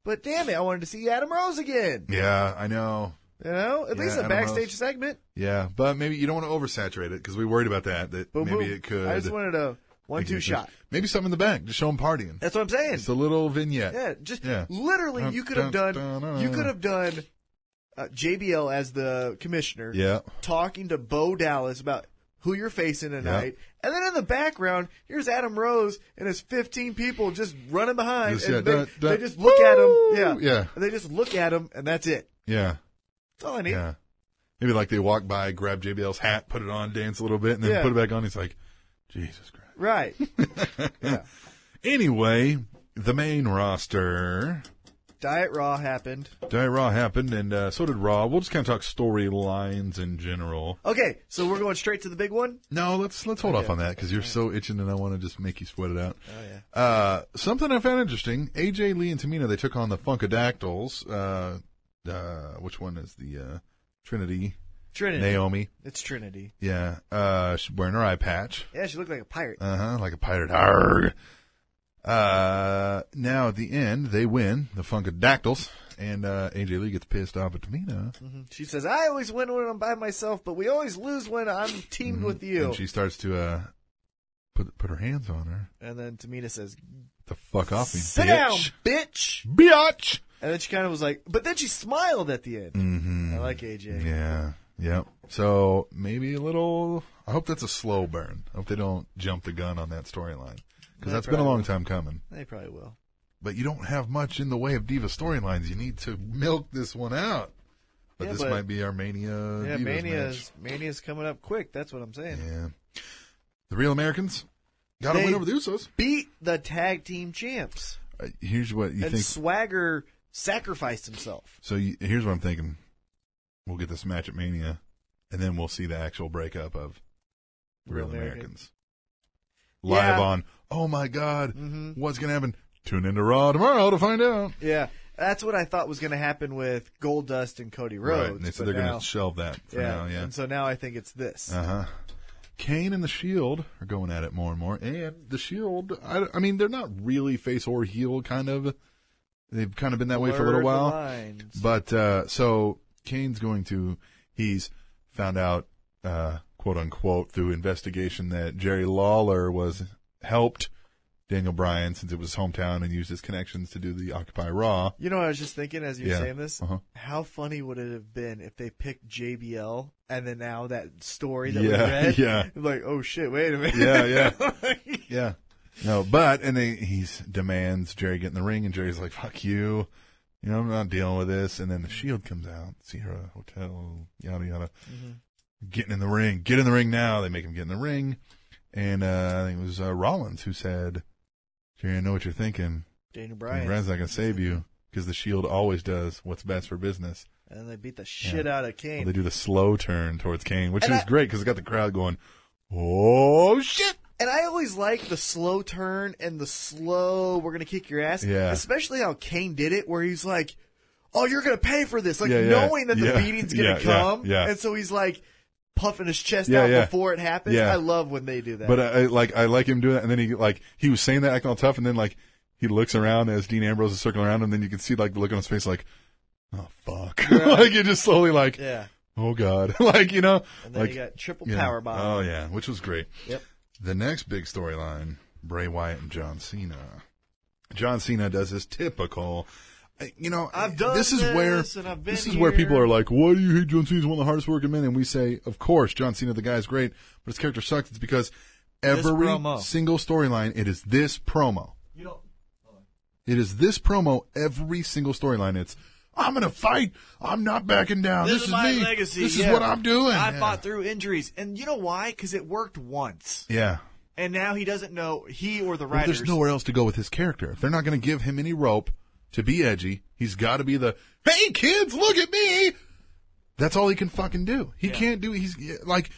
S1: But damn it, I wanted to see Adam Rose again.
S2: Yeah, I know.
S1: You know, at
S2: Yeah,
S1: least a
S2: Adam
S1: backstage
S2: Rose.
S1: segment.
S2: Yeah, but maybe you don't want to oversaturate it because we worried about that. That
S1: Boom,
S2: maybe
S1: boom.
S2: it could.
S1: I just wanted a one
S2: make
S1: two
S2: it-
S1: shot.
S2: Maybe something in the back. Just show them partying.
S1: That's what I'm saying.
S2: It's a little vignette.
S1: Yeah, just
S2: Yeah.
S1: literally,
S2: Dun,
S1: you could have
S2: dun,
S1: done.
S2: dun,
S1: you
S2: dun.
S1: could have done uh, JBL as the commissioner,
S2: Yeah.
S1: talking to Bo Dallas about who you're facing tonight, and then in the background, here's Adam Rose and his 15 people just running behind,
S2: Just,
S1: and
S2: yeah,
S1: they,
S2: dun, dun.
S1: they just look at
S2: Woo!
S1: him, yeah,
S2: Yeah.
S1: and they just look at him, and that's it.
S2: Yeah.
S1: That's all I need.
S2: Yeah. Maybe like they walk by, grab JBL's hat, put it on, dance a little bit, and then
S1: Yeah.
S2: put it back on. He's like, Jesus Christ.
S1: Right?
S2: Anyway, the main roster.
S1: Diet Raw happened.
S2: Diet Raw happened, and uh, so did Raw. We'll just kind of talk storylines in general.
S1: Okay, so we're going straight to the big one.
S2: No, let's let's hold off on that because you're so itching, and I want to just make you sweat it out.
S1: Oh yeah.
S2: Uh, something I found interesting: AJ Lee and Tamina they took on the Funkadactyls. Uh, uh, which one is the uh, Trinity?
S1: Trinity.
S2: Naomi.
S1: It's Trinity.
S2: Yeah. Uh, she's wearing her eye patch.
S1: Yeah, she looked like a pirate.
S2: Uh huh. Like a pirate. Arrgh. Uh, now at the end they win the Funkadactyls, and uh, AJ Lee gets pissed off at Tamina,
S1: She says, "I always win when I'm by myself, but we always lose when I'm teamed with you."
S2: Mm-hmm. and she starts to uh put put her hands on her.
S1: And then Tamina says,
S2: The fuck off me,
S1: "Sit down,
S2: bitch.
S1: bitch."
S2: Biatch.
S1: And then she kind of was like, but then she smiled at the end.
S2: Mm-hmm.
S1: I like AJ.
S2: Yeah. Yep. So maybe a little. I hope that's a slow burn. I hope they don't jump the gun on that storyline because
S1: They
S2: that's been a
S1: probably
S2: long
S1: will.
S2: time coming.
S1: They probably will.
S2: But you don't have much in the way of diva storylines. You need to milk this one out. But
S1: Yeah,
S2: this
S1: but-
S2: might be our mania.
S1: yeah,
S2: Divas
S1: Mania's Mania's coming up quick. That's what I'm saying.
S2: match. Yeah. The real Americans got to
S1: They-
S2: win over the Usos.
S1: Beat the tag team champs,
S2: Uh, here's what you
S1: and
S2: think.
S1: Swagger sacrificed himself.
S2: So you, here's what I'm thinking. We'll get this match at Mania, and then we'll see the actual breakup of Real,
S1: Real
S2: Americans.
S1: Americans.
S2: Live
S1: Yeah. Mm-hmm.
S2: on. Oh my God, what's gonna happen? Tune into Raw tomorrow to find out.
S1: Yeah, that's what I thought was going to happen with Gold Dust and Cody Rhodes.
S2: Right, and they said
S1: but
S2: they're
S1: now,
S2: gonna shelve that for
S1: yeah,
S2: now. Yeah.
S1: and so now I think it's this.
S2: Uh huh. Kane and the Shield are going at it more and more, and the Shield. I, I mean, they're not really face or heel, kind of. They've kind of been that way for a
S1: Blur
S2: little
S1: the
S2: while.
S1: lines.
S2: But uh, so Kane's going to he's found out uh, quote unquote through investigation that Jerry Lawler was helped Daniel Bryan since it was his hometown and used his connections to do the Occupy Raw.
S1: You know what I was just thinking as you were
S2: Yeah.
S1: saying this?
S2: Uh-huh.
S1: How funny would it have been if they picked JBL and then now that story that
S2: Yeah,
S1: we read?
S2: yeah.
S1: Like, oh shit, wait a minute.
S2: Yeah, yeah. yeah. No, but and they he demands Jerry get in the ring and Jerry's like, Fuck you. You know, I'm not dealing with this and then the shield comes out, Sierra Hotel, yada yada.
S1: Mm-hmm.
S2: Getting in the ring. Get in the ring now. They make him get in the ring. And uh, I think it was uh, Rollins who said, Jerry, I know what you're thinking.
S1: Daniel
S2: Brian's
S1: Bryan.
S2: not going to save you because the Shield always does what's best for business.
S1: And then they beat the shit out of Kane.
S2: Well, they do the slow turn towards Kane, which
S1: And
S2: is
S1: I-
S2: great because it got the crowd going, oh, shit.
S1: And I always like the slow turn and the slow "we're gonna kick your ass."
S2: Yeah.
S1: Especially how Kane did it, where he's like, "Oh, you're gonna pay for this," like
S2: Yeah, yeah,
S1: knowing that the
S2: yeah,
S1: beating's gonna
S2: yeah, yeah,
S1: come.
S2: yeah.
S1: And so he's like puffing his chest
S2: Yeah,
S1: out
S2: yeah.
S1: before it happens.
S2: Yeah.
S1: I love when they do that.
S2: But uh, I, I like I like him doing that, and then he like he was saying that acting all tough, and then like he looks around as Dean Ambrose is circling around, and then you can see like the look on his face, like oh fuck, like you just slowly like
S1: yeah.
S2: oh god, like you know,
S1: And then
S2: like
S1: you got triple
S2: yeah.
S1: power bomb.
S2: Oh yeah, which was great.
S1: Yep.
S2: The next big storyline Bray Wyatt and John Cena. John Cena does his typical. I- You know,
S1: I've done
S2: this is where
S1: this and I've been
S2: this is where people
S1: here.
S2: are like, "Why do you hate John Cena? He's one of the hardest working men." And we say, "Of course, John Cena, the guy is great, but his character sucks." It's because every
S1: promo.
S2: single storyline, it is this promo.
S1: You don't.
S2: It is this promo every single storyline. It's I'm gonna fight. I'm not backing down. This,
S1: my
S2: me.
S1: legacy.
S2: This
S1: yeah.
S2: is what I'm doing.
S1: I
S2: yeah.
S1: fought through injuries, and you know why? Because it worked once,
S2: Yeah.
S1: and now he doesn't know he or the
S2: Well,
S1: writers.
S2: there's nowhere else to go with his character. If they're not going to give him any rope to be edgy, he's got to be the "Hey kids, look at me." That's all he can fucking do. He can't do. He's like,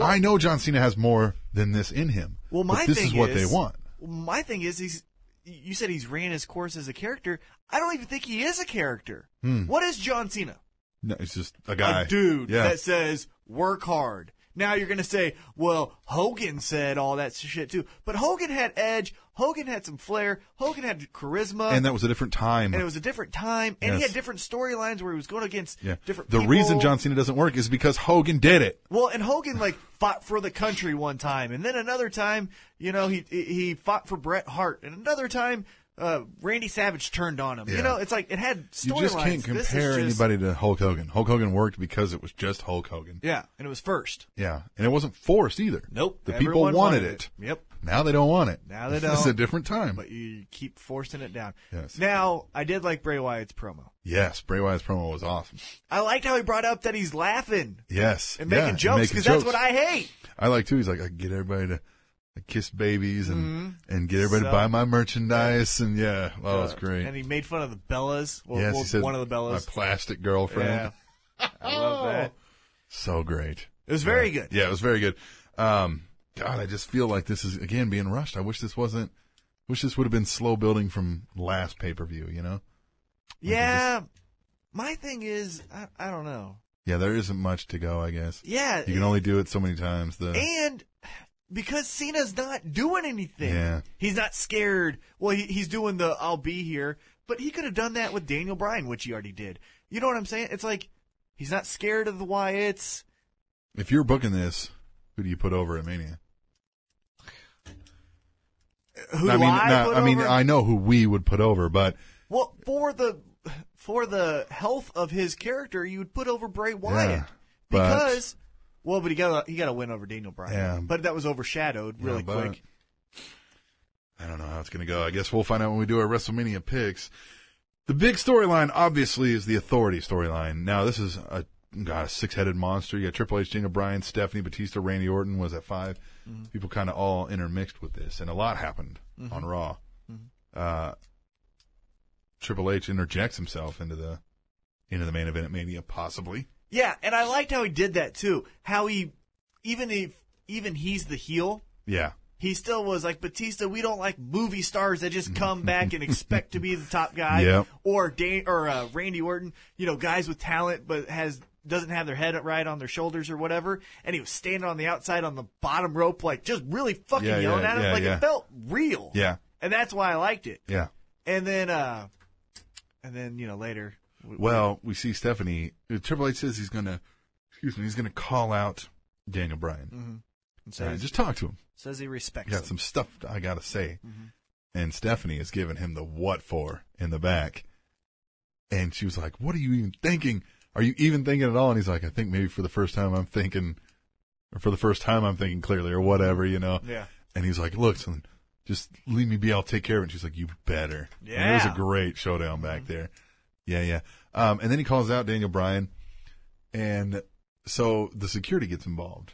S2: I know John Cena has more than this in him.
S1: Well,
S2: but
S1: my
S2: this
S1: thing
S2: is what they want.
S1: Well, My thing is, he's. You said he's ran his course as a character. I don't even think he is a character. What is John Cena?
S2: No, it's just a Hmm. guy,
S1: A dude
S2: Yeah,
S1: that says work hard. Now you're gonna say, well, Hogan said all that shit too, but Hogan had edge. Hogan had some flair. Hogan had charisma.
S2: and that was a different time.
S1: and it was a different time, and
S2: Yes.
S1: he had different storylines where he was going against
S2: yeah,
S1: different.
S2: the
S1: people.
S2: reason John Cena doesn't work is because Hogan did it.
S1: well, and Hogan like fought for the country one time, and then another time, you know, he he fought for Bret Hart, and another time, uh, Randy Savage turned on him.
S2: Yeah.
S1: You know, it's like it had storylines.
S2: You just can't
S1: This is
S2: compare
S1: just-
S2: anybody to Hulk Hogan. Hulk Hogan worked because it was just Hulk Hogan.
S1: Yeah, and it was first.
S2: Yeah, and it wasn't forced either.
S1: Nope,
S2: the
S1: everyone
S2: people wanted, it.
S1: Yep.
S2: Now they don't want it.
S1: Now they
S2: It's
S1: don't.
S2: a different time.
S1: But you keep forcing it down.
S2: Yes.
S1: Now, I did like Bray Wyatt's promo.
S2: yes, Bray Wyatt's promo was awesome.
S1: I liked how he brought up that he's laughing
S2: Yes,
S1: and making
S2: yeah,
S1: jokes
S2: making
S1: because that's
S2: jokes.
S1: what I hate.
S2: I like too. He's like, I can get everybody to like, kiss babies and and get everybody to
S1: Mm-hmm. So-
S2: buy my merchandise and yeah, oh, it's great.
S1: And he made fun of the Bellas. Well,
S2: yes,
S1: well,
S2: he said
S1: one of the Bellas.
S2: my plastic girlfriend.
S1: Yeah. I love that.
S2: So great.
S1: It was very good.
S2: Yeah, it was very good. Um, God, I just feel like this is again being rushed. I wish this wasn't. Wish this would have been slow building from last pay per view. You know.
S1: Yeah. My thing is, I, I don't know.
S2: Yeah, there isn't much to go. I guess
S1: Yeah.
S2: you can only do it so many times. The
S1: and because Cena's not doing anything,
S2: Yeah.
S1: he's not scared. Well, he, he's doing the I'll be here, but he could have done that with Daniel Bryan, which he already did. You know what I'm saying? It's like he's not scared of the Wyatts.
S2: If you're booking this, who do you put over at Mania?
S1: Who
S2: I mean,
S1: do I
S2: not-
S1: put
S2: I mean,
S1: over?
S2: I know who we would put over, but
S1: well, for the for the health of his character, you would put over Bray Wyatt
S2: Yeah, but-
S1: because. Well, but he got a, he got a win over Daniel Bryan,
S2: Yeah.
S1: but that was overshadowed really
S2: Yeah, but-
S1: quick.
S2: I don't know how it's going to go. I guess we'll find out when we do our WrestleMania picks. The big storyline, obviously, is the Authority storyline. Now, this is a God, a six-headed monster. You got Triple H, Daniel Bryan, Stephanie, Batista, Randy Orton was at 5
S1: Mm-hmm.
S2: People kind of all intermixed with this, and a lot happened on Raw.
S1: Mm-hmm.
S2: Uh, Triple H interjects himself into the into the main event at Mania, possibly.
S1: Yeah, and I liked how he did that too. How he, even if even he's the heel,
S2: Yeah.
S1: he still was like Batista. We don't like movie stars that just come back and expect to be the top guy,
S2: Yep.
S1: or Dan- or uh, Randy Orton. You know, guys with talent but has doesn't have their head right on their shoulders or whatever. And he was standing on the outside on the bottom rope, like just really fucking
S2: Yeah,
S1: yelling
S2: yeah,
S1: at him.
S2: yeah,
S1: like
S2: yeah.
S1: it felt real.
S2: Yeah.
S1: and that's why I liked it.
S2: Yeah.
S1: And then, uh and then you know later, w-
S2: Well, we see Stephanie. uh, Triple H says he's gonna, excuse me, he's gonna call out Daniel Bryan. Uh,
S1: says,
S2: just talk to him.
S1: says he respects.
S2: got
S1: him.
S2: some stuff I gotta say. And Stephanie is giving him the what for in the back. And she was like, What are you even thinking? Are you even thinking at all? And he's like, I think maybe for the first time I'm thinking or for the first time I'm thinking clearly or whatever, you know.
S1: Yeah.
S2: And he's like, Look, son, just leave me be, I'll take care of it. And she's like, You better. And it was
S1: Yeah.
S2: a great showdown back there. Yeah, yeah. Um, and then he calls out Daniel Bryan and so the security gets involved.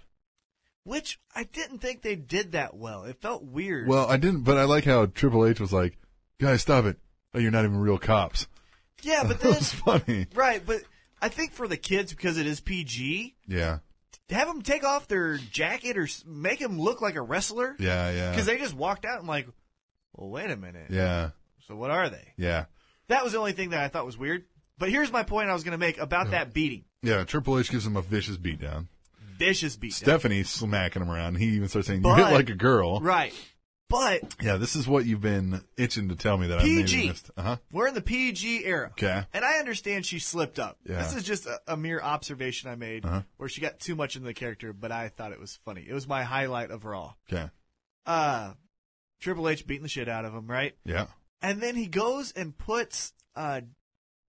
S1: Which I didn't think they did that well. It felt weird.
S2: Well, I didn't, but I like how Triple H was like, "Guys, stop it! Oh, you're not even real cops."
S1: yeah, but
S2: that
S1: then
S2: was funny.
S1: right, but I think for the kids because it is PG,
S2: Yeah,
S1: have them take off their jacket or s- make them look like a wrestler
S2: yeah, yeah.
S1: because they just walked out and like, well, wait a minute.
S2: yeah,
S1: So what are they?
S2: yeah,
S1: That was the only thing that I thought was weird. But here's my point I was going to make about that beating,
S2: yeah. Triple H gives him a vicious beatdown.
S1: vicious beating,
S2: Stephanie's smacking him around. He even starts saying, "You
S1: But-
S2: hit like a girl."
S1: right? But
S2: Yeah, this is what you've been itching to tell me that I
S1: PG.
S2: maybe missed. Uh huh.
S1: We're in the PG era.
S2: Okay.
S1: And I understand she slipped up.
S2: Yeah.
S1: This is just a, a mere observation I made
S2: Uh-huh.
S1: where she got too much into the character, but I thought it was funny. It was my highlight of Raw.
S2: Okay.
S1: Uh, Triple H beating the shit out of him, right?
S2: Yeah.
S1: And then he goes and puts uh,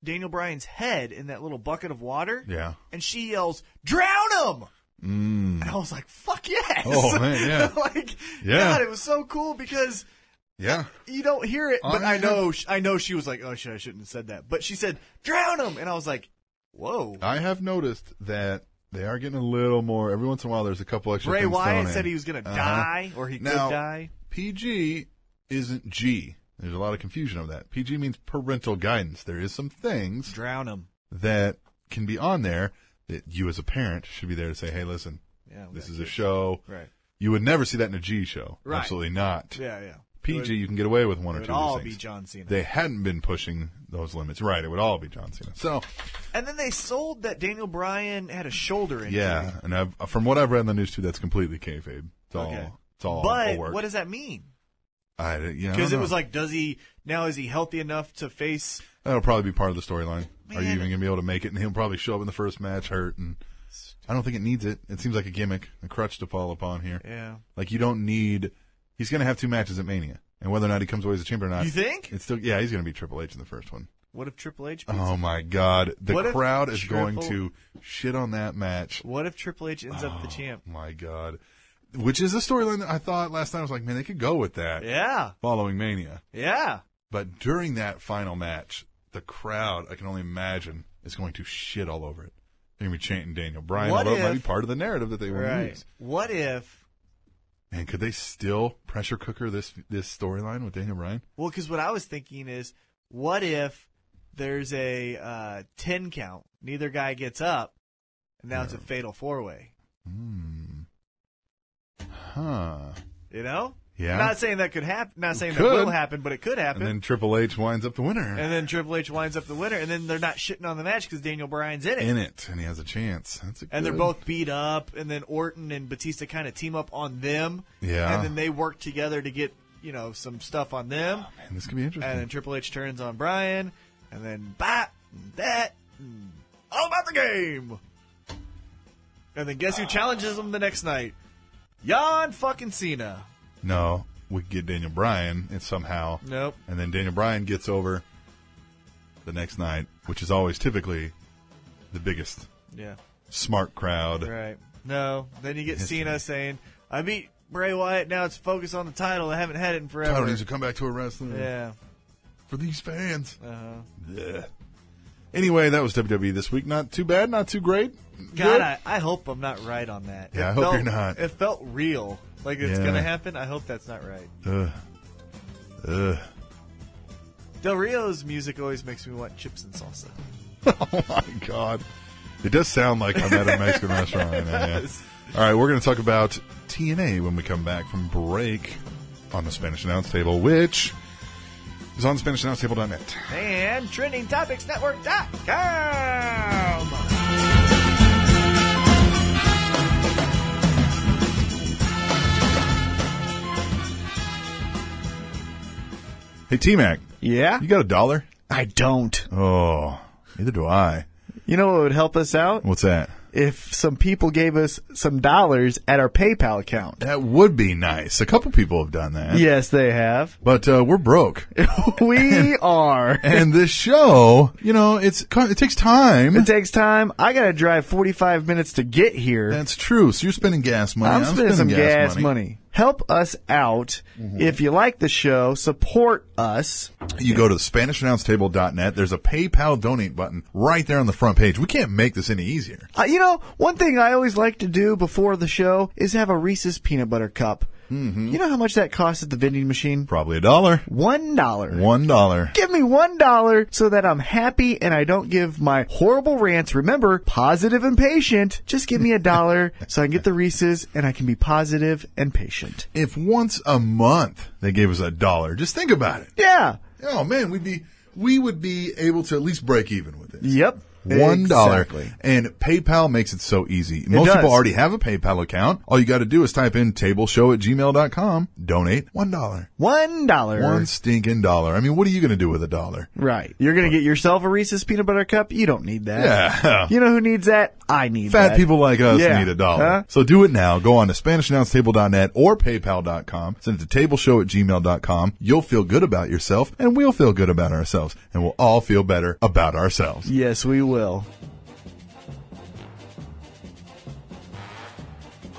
S1: Daniel Bryan's head in that little bucket of water.
S2: Yeah.
S1: And she yells, drown him!
S2: Mm.
S1: And I was like, fuck yes!
S2: Oh, man, yeah.
S1: like,
S2: Yeah.
S1: God, it was so cool because
S2: Yeah.
S1: you don't hear it, but
S2: Oh,
S1: I
S2: yeah.
S1: know, sh- I know she was like, "Oh shit, I shouldn't have said that." But she said, "Drown him," and I was like, "Whoa!"
S2: I have noticed that they are getting a little more. Every once in a while, there's a couple extra.
S1: Bray
S2: things thrown
S1: Wyatt
S2: in.
S1: said he was gonna
S2: Uh-huh.
S1: die, or he
S2: Now-
S1: could die.
S2: PG isn't G. There's a lot of confusion of that. PG means parental guidance. There is some things
S1: Drown him.
S2: that can be on there that you as a parent should be there to say, hey, listen,
S1: Yeah, we
S2: this
S1: got
S2: is a
S1: kids.
S2: show.
S1: right.
S2: You would never see that in a G show.
S1: Right.
S2: Absolutely not.
S1: Yeah, yeah.
S2: PG,
S1: It
S2: you can get away with one
S1: would,
S2: or
S1: it would
S2: two
S1: all
S2: of these
S1: be
S2: things.
S1: John Cena.
S2: They hadn't been pushing those limits. Right, it would all be John Cena. So,
S1: and then they sold that Daniel Bryan had a shoulder injury.
S2: yeah, and I've, from what I've read in the news, too, that's completely kayfabe. It's all,
S1: Okay.
S2: it's all
S1: But
S2: work.
S1: what does that mean?
S2: I, yeah, I
S1: Because it
S2: don't
S1: was
S2: know.
S1: like, does he now is he healthy enough to face?
S2: That'll probably be part of the storyline. Are you
S1: Man.
S2: even gonna be able to make it? And he'll probably show up in the first match hurt. And I don't think it needs it. It seems like a gimmick, a crutch to fall upon here.
S1: Yeah.
S2: Like you don't need. He's gonna have two matches at Mania, and whether or not he comes away as a champion or not,
S1: You think?
S2: It's still yeah. He's gonna be Triple H in the first one.
S1: What if Triple H? Beats
S2: Oh my God, the
S1: What if
S2: crowd is going
S1: Triple-
S2: to shit on that match.
S1: What if Triple H ends up the
S2: Oh.
S1: champ?
S2: My God, which is a storyline that I thought last night. I was like, man, they could go with that
S1: Yeah,
S2: following Mania.
S1: yeah.
S2: But during that final match, the crowd, I can only imagine, is going to shit all over it. They're going to be chanting Daniel Bryan,
S1: What
S2: although it might
S1: if-
S2: be part of the narrative that they want to
S1: Right.
S2: use.
S1: What if
S2: And could they still pressure cooker this this storyline with Daniel Bryan?
S1: Well, because what I was thinking is, what if there's a uh, ten count? Neither guy gets up, and now it's a fatal four way.
S2: Huh.
S1: You know?
S2: Yeah.
S1: Not saying that could happen. Not saying
S2: Could.
S1: that will happen, but it could happen.
S2: And then Triple H winds up the winner
S1: Triple H winds up the winner, and then they're not shitting on the match because Daniel Bryan's in it.
S2: in it, and he has a chance. That's a
S1: and they're
S2: good-
S1: both beat up, and then Orton and Batista kind of team up on them.
S2: Yeah.
S1: And then they work together to get, you know, some stuff on them.
S2: Man, this could be interesting.
S1: And then Triple H turns on Brian, and then bop, and that, and all about the game. And then guess who challenges him the next night? Jan fucking Cena.
S2: no, we could get Daniel Bryan, and somehow.
S1: Nope.
S2: And then Daniel Bryan gets over the next night, which is always typically the biggest
S1: Yeah.
S2: smart crowd.
S1: Right. No. Then you get Cena saying, "I beat Bray Wyatt. Now it's focus on the title. I haven't had it in forever."
S2: Title needs to come back to a wrestling
S1: yeah.
S2: for these fans.
S1: Uh-huh.
S2: Blech. Anyway, that was WWE this week. Not too bad, not too great.
S1: God,
S2: Good.
S1: I, I hope I'm not right on that.
S2: Yeah,
S1: It
S2: I hope
S1: felt-
S2: you're not.
S1: It felt real. Like it's
S2: Yeah.
S1: gonna happen. I hope that's not right.
S2: Ugh. Ugh.
S1: Del Rio's music always makes me want chips and salsa.
S2: Oh my God. It does sound like I'm at a Mexican restaurant right now. yeah. All right, we're going to talk about TNA when we come back from break on the Spanish Announce Table, which is on SpanishAnnounceTable.net.
S1: And TrendingTopicsNetwork.com.
S2: Hey, T Mac,
S1: Yeah?
S2: you got a dollar?
S1: I don't.
S2: Oh, neither do I.
S1: You know what would help us out?
S2: What's that?
S1: If some people gave us some dollars at our PayPal account.
S2: That would be nice. A couple people have done that.
S1: Yes, they have.
S2: But uh, we're broke.
S1: we are.
S2: and this show, you know, it's it takes time.
S1: It takes time. I got to drive 45 minutes to get here.
S2: That's true. So you're spending gas money.
S1: I'm spending, some gas, money. Mm-hmm. Help us out. If you like the show, support us.
S2: You go to SpanishAnnounceTable.net. There's a PayPal donate button right there on the front page. We can't make this any easier.
S1: Uh, you know, one thing I always like to do before the show is have a Reese's peanut butter cup.
S2: Mm-hmm.
S1: You know how much that costs at the vending machine?
S2: Probably a dollar.
S1: One dollar.
S2: One dollar.
S1: Give me one dollar so that I'm happy and I don't give my horrible rants. Remember, positive and patient. Just give me a dollar so I can get the Reese's and I can be positive and patient.
S2: If once a month they gave us a dollar, just think about it.
S1: Yeah.
S2: Oh man, we'd be we would be able to at least break even with it.
S1: Yep.
S2: One dollar.
S1: Exactly.
S2: And PayPal makes it so easy. Most
S1: does.
S2: people already have a PayPal account. All you got to do is type in tableshow at gmail.com, donate one dollar.
S1: One dollar.
S2: One stinking dollar. I mean, what are you going to do with a dollar?
S1: Right. You're gonna get yourself a Reese's peanut butter cup. You don't need that.
S2: Yeah.
S1: You know who needs that? I need
S2: Fat
S1: that.
S2: people like us
S1: Yeah.
S2: need a dollar.
S1: Huh?
S2: So do it now. Go on to SpanishAnnounceTable.net or PayPal.com. Send it to tableshow at gmail.com. You'll feel good about yourself, and we'll feel good about ourselves, and we'll all feel better about ourselves.
S1: Yes, we will.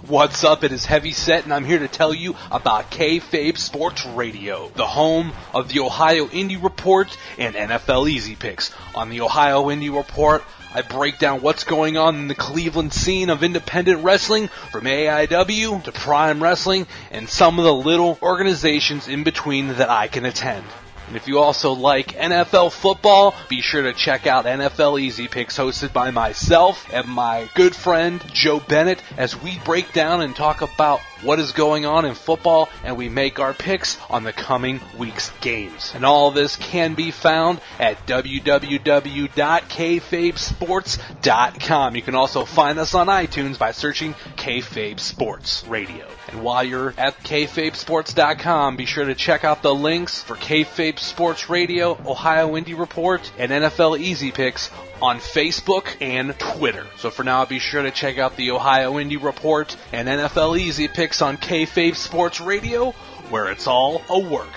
S4: What's up? It is Heavy Set, and I'm here to tell you about Kayfabe Sports Radio, the home of the Ohio Indie Report and NFL Easy Picks. On the Ohio Indie Report, I break down what's going on in the Cleveland scene of independent wrestling, from AIW to Prime Wrestling, and some of the little organizations in between that I can attend. And if you also like NFL football, be sure to check out NFL Easy Picks hosted by myself and my good friend Joe Bennett as we break down and talk about what is going on in football and we make our picks on the coming week's games. And all this can be found at www.kfabesports.com. You can also find us on iTunes by searching Kayfabe Sports Radio. And while you're at kfabesports.com, be sure to check out the links for Kayfabe Sports Radio, Ohio Indie Report, and NFL Easy Picks on Facebook and Twitter. So for now, be sure to check out the Ohio Indie Report and NFL Easy Picks on Kayfabe Sports Radio, where it's all a work.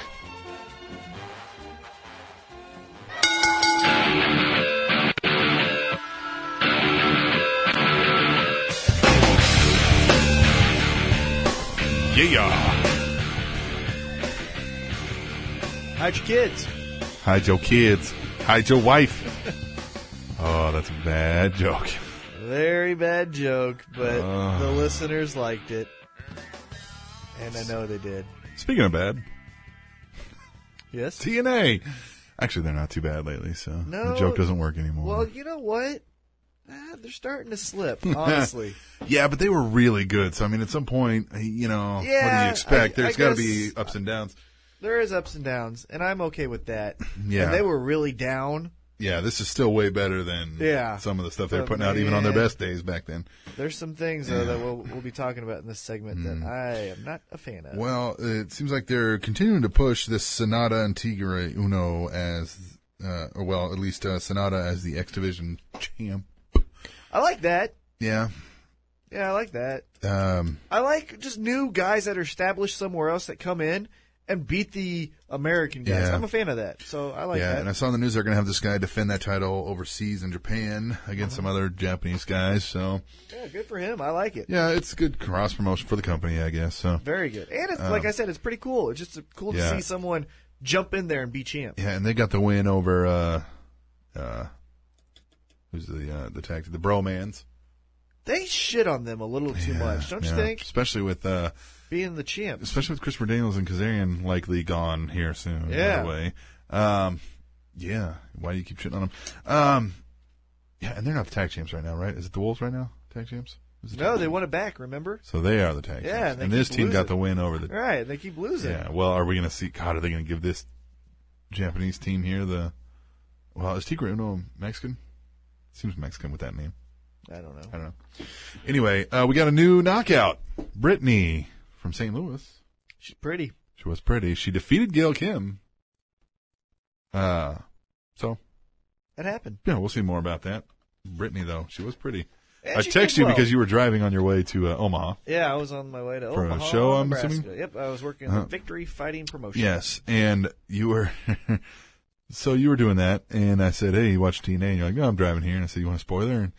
S2: Yeah.
S1: How'd your kids?
S2: Hide your kids. Hide your wife. oh, that's a bad joke.
S1: Very bad joke, but the listeners liked it. And I know they did.
S2: Speaking of bad,
S1: Yes?
S2: TNA. Actually, they're not too bad lately, so
S1: No.
S2: the joke doesn't work anymore.
S1: Well, you know what? Ah, they're starting to slip, honestly.
S2: yeah, but they were really good. So I mean, at some point, you know, what do
S1: Yeah,
S2: you expect?
S1: I- I
S2: There's got to be
S1: guess-
S2: ups and downs.
S1: there is ups and downs, and I'm okay with that.
S2: Yeah.
S1: And they were really down.
S2: Yeah, this is still way better than
S1: Yeah.
S2: some of the stuff they were
S1: Oh,
S2: putting out, even on their
S1: man.
S2: best days back then.
S1: There's some things, though, that we'll, we'll be talking about in this segment
S2: Mm.
S1: that I am not a fan of.
S2: Well, it seems like they're continuing to push this Sonata and Tigre Uno as, uh, or well, at least uh, Sonata as the X Division champ.
S1: I like that.
S2: Yeah.
S1: Yeah, I like that.
S2: Um,
S1: I like just new guys that are established somewhere else that come in and beat the American guys.
S2: Yeah.
S1: I'm a fan of that, so I like
S2: yeah,
S1: that.
S2: and I saw in the news they're going to have this guy defend that title overseas in Japan against some other Japanese guys. So
S1: Yeah, good for him. I like it.
S2: yeah, it's good cross promotion for the company, I guess. So
S1: Very good. And it's like I said, it's pretty cool. It's just cool
S2: Um, yeah.
S1: to see someone jump in there and be champ.
S2: yeah, and they got the win over uh, uh, who's the uh, the tag the Bromans.
S1: They shit on them a little too much, don't
S2: Yeah,
S1: you think?
S2: Especially with uh,
S1: Being the champ.
S2: especially with Christopher Daniels and Kazarian likely gone here soon. By
S1: Yeah.
S2: the way, um, yeah. Why do you keep shitting on them? Um, Yeah, and they're not the tag champs right now, right? Is it the Wolves right now? Tag champs? Is it
S1: No,
S2: tag-
S1: they won it back. Remember?
S2: So they are the tag
S1: Yeah,
S2: champs.
S1: and they
S2: And this
S1: keep
S2: team got
S1: losing.
S2: the win over the
S1: Right. and They keep losing.
S2: Yeah. Well, are we going to see? God, are they going to give this Japanese team here the? Well, is Tigre Uno Mexican? Seems Mexican with that name.
S1: I don't know.
S2: I don't know. Anyway, uh, we got a new knockout. Brittany from St. Louis.
S1: She's pretty.
S2: She was pretty. She defeated Gail Kim. Uh, so
S1: That happened.
S2: yeah, we'll see more about that. Brittany though, she was pretty.
S1: And
S2: I
S1: she
S2: text
S1: did
S2: you
S1: well.
S2: because you were driving on your way to uh, Omaha.
S1: Yeah, I was on my way to
S2: For a
S1: Omaha,
S2: show, I'm
S1: Nebraska.
S2: assuming?
S1: Yep, I was working
S2: Uh-huh.
S1: the Victory Fighting Promotion.
S2: Yes, and you were, so you were doing that, and I said, "Hey, you watch TNA?" And you're like, "No, I'm driving here." And I said, "You want a spoiler?" And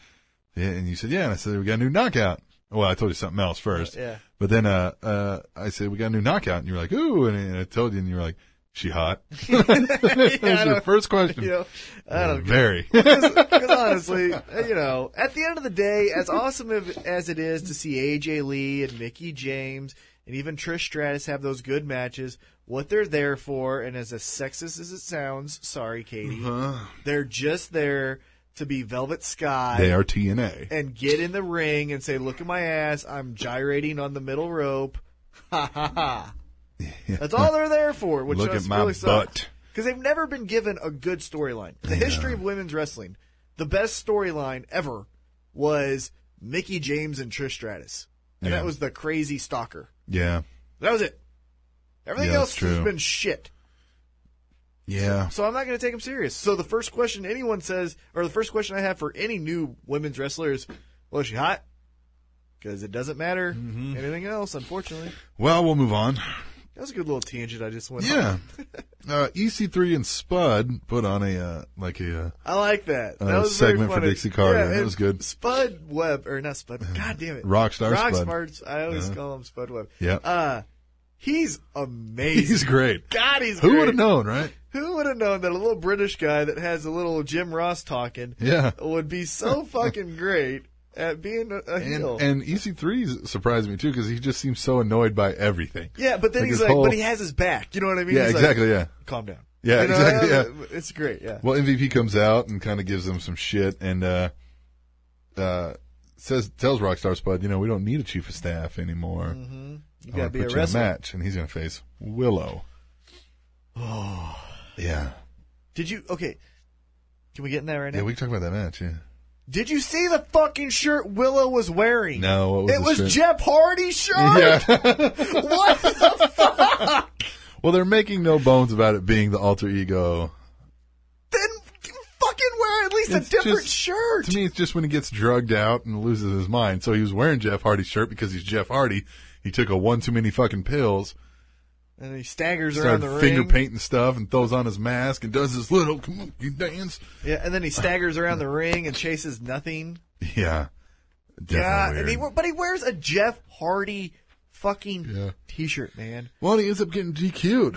S2: yeah, and you said, "Yeah." And I said, "We got a new knockout." Well, I told you something else first,
S1: yeah.
S2: But then, uh, uh, I said, "We got a new knockout," and you were like, "Ooh!" And, and I told you, and you were like, "She hot." that
S1: I
S2: was your
S1: don't-
S2: first question.
S1: You know, I don't
S2: Very.
S1: Because honestly, you know, at the end of the day, as awesome of- as it is to see AJ Lee and Mickey James and even Trish Stratus have those good matches, what they're there for, and as sexist as it sounds, sorry, Katie,
S2: Uh-huh.
S1: they're just there to be Velvet Sky
S2: they are TNA.
S1: and get in the ring and say, "Look at my ass! I'm gyrating on the middle rope." Ha ha ha! That's all they're there for. Which
S2: Look at my butt.
S1: because they've never been given a good storyline. The history of women's wrestling, the best storyline ever was Mickey James and Trish Stratus, and
S2: Yeah.
S1: that was the crazy stalker.
S2: Yeah.
S1: That was it. Everything
S2: Yeah,
S1: else
S2: that's
S1: has
S2: true.
S1: been shit.
S2: Yeah.
S1: So I'm not going to take them serious. So the first question anyone says, or the first question I have for any new women's wrestler is, "Well, is she hot?" Because it doesn't matter
S2: Mm-hmm.
S1: anything else, unfortunately.
S2: Well, we'll move on.
S1: That was a good little tangent I just went.
S2: Yeah.
S1: on.
S2: Uh, EC3 and Spud put on a, uh, like a, uh,
S1: I like that. That
S2: Uh,
S1: was very
S2: segment for
S1: funny.
S2: Dixie Carter. That
S1: and
S2: was good.
S1: Spud Webb, or not Spud? God damn it,
S2: Rockstar
S1: Rock
S2: Spud.
S1: Smarts, I always
S2: Uh-huh.
S1: call him Spud Webb.
S2: Yeah.
S1: Uh, he's amazing.
S2: he's great.
S1: God, he's
S2: Who
S1: great.
S2: would have known, right?
S1: Who would have known that a little British guy that has a little Jim Ross talking
S2: Yeah.
S1: would be so fucking great at being a, a
S2: And,
S1: heel?
S2: and EC3 surprised me too because he just seems so annoyed by everything.
S1: yeah, but then
S2: like
S1: he's
S2: his
S1: like,
S2: whole-
S1: but he has his back. You know what I mean?
S2: Yeah,
S1: He's like,
S2: exactly. yeah.
S1: Calm down.
S2: Yeah,
S1: You know,
S2: exactly,
S1: uh,
S2: yeah.
S1: It's great. Yeah.
S2: Well, MVP comes out and kind of gives them some shit and uh, uh, says tells Rockstar Spud, you know, we don't need a chief of staff anymore.
S1: Mm-hmm. You
S2: I
S1: gotta
S2: want
S1: be
S2: to
S1: a
S2: put you in a
S1: wrestler.
S2: match, and he's going to face Willow. Oh, yeah,
S1: Did you? Okay. Can we get in that right now?
S2: yeah. We can talk about that match. Yeah,
S1: Did you see the fucking shirt Willow was wearing?
S2: no, what was
S1: it
S2: the
S1: was
S2: shit?
S1: Jeff Hardy's shirt.
S2: Yeah.
S1: What the fuck?
S2: well, they're making no bones about it being the alter ego.
S1: Then fucking wear at least
S2: It's
S1: a different
S2: just-
S1: shirt.
S2: To me, it's just when he gets drugged out and loses his mind. So he was wearing Jeff Hardy's shirt because he's Jeff Hardy. He took a one too many fucking pills,
S1: and he staggers around the
S2: started finger
S1: ring.
S2: painting stuff, and throws on his mask and does his little come on, you dance.
S1: Yeah, and then he staggers around the ring and chases nothing.
S2: Yeah, definitely
S1: Yeah,
S2: weird.
S1: and he, but he wears a Jeff Hardy fucking
S2: Yeah.
S1: t-shirt, man.
S2: Well, he ends up getting DQ'd.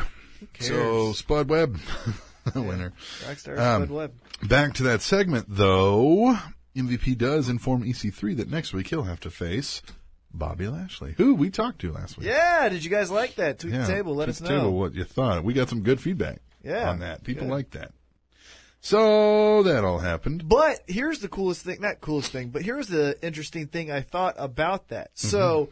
S2: So
S1: cares?
S2: Spud Webb, the winner.
S1: Rockstar
S2: Um,
S1: Spud Webb.
S2: Back to that segment, though. MVP does inform EC3 that next week he'll have to face Bobby Lashley, who we talked to last week.
S1: Yeah, did you guys like that? Tweet the table, let
S2: tweet
S1: us
S2: the
S1: know.
S2: Table what you thought. We got some good feedback
S1: Yeah,
S2: on that. People
S1: good.
S2: like that. So that all happened.
S1: But here's the coolest thing, not coolest thing, but here's the interesting thing I thought about that.
S2: Mm-hmm.
S1: So,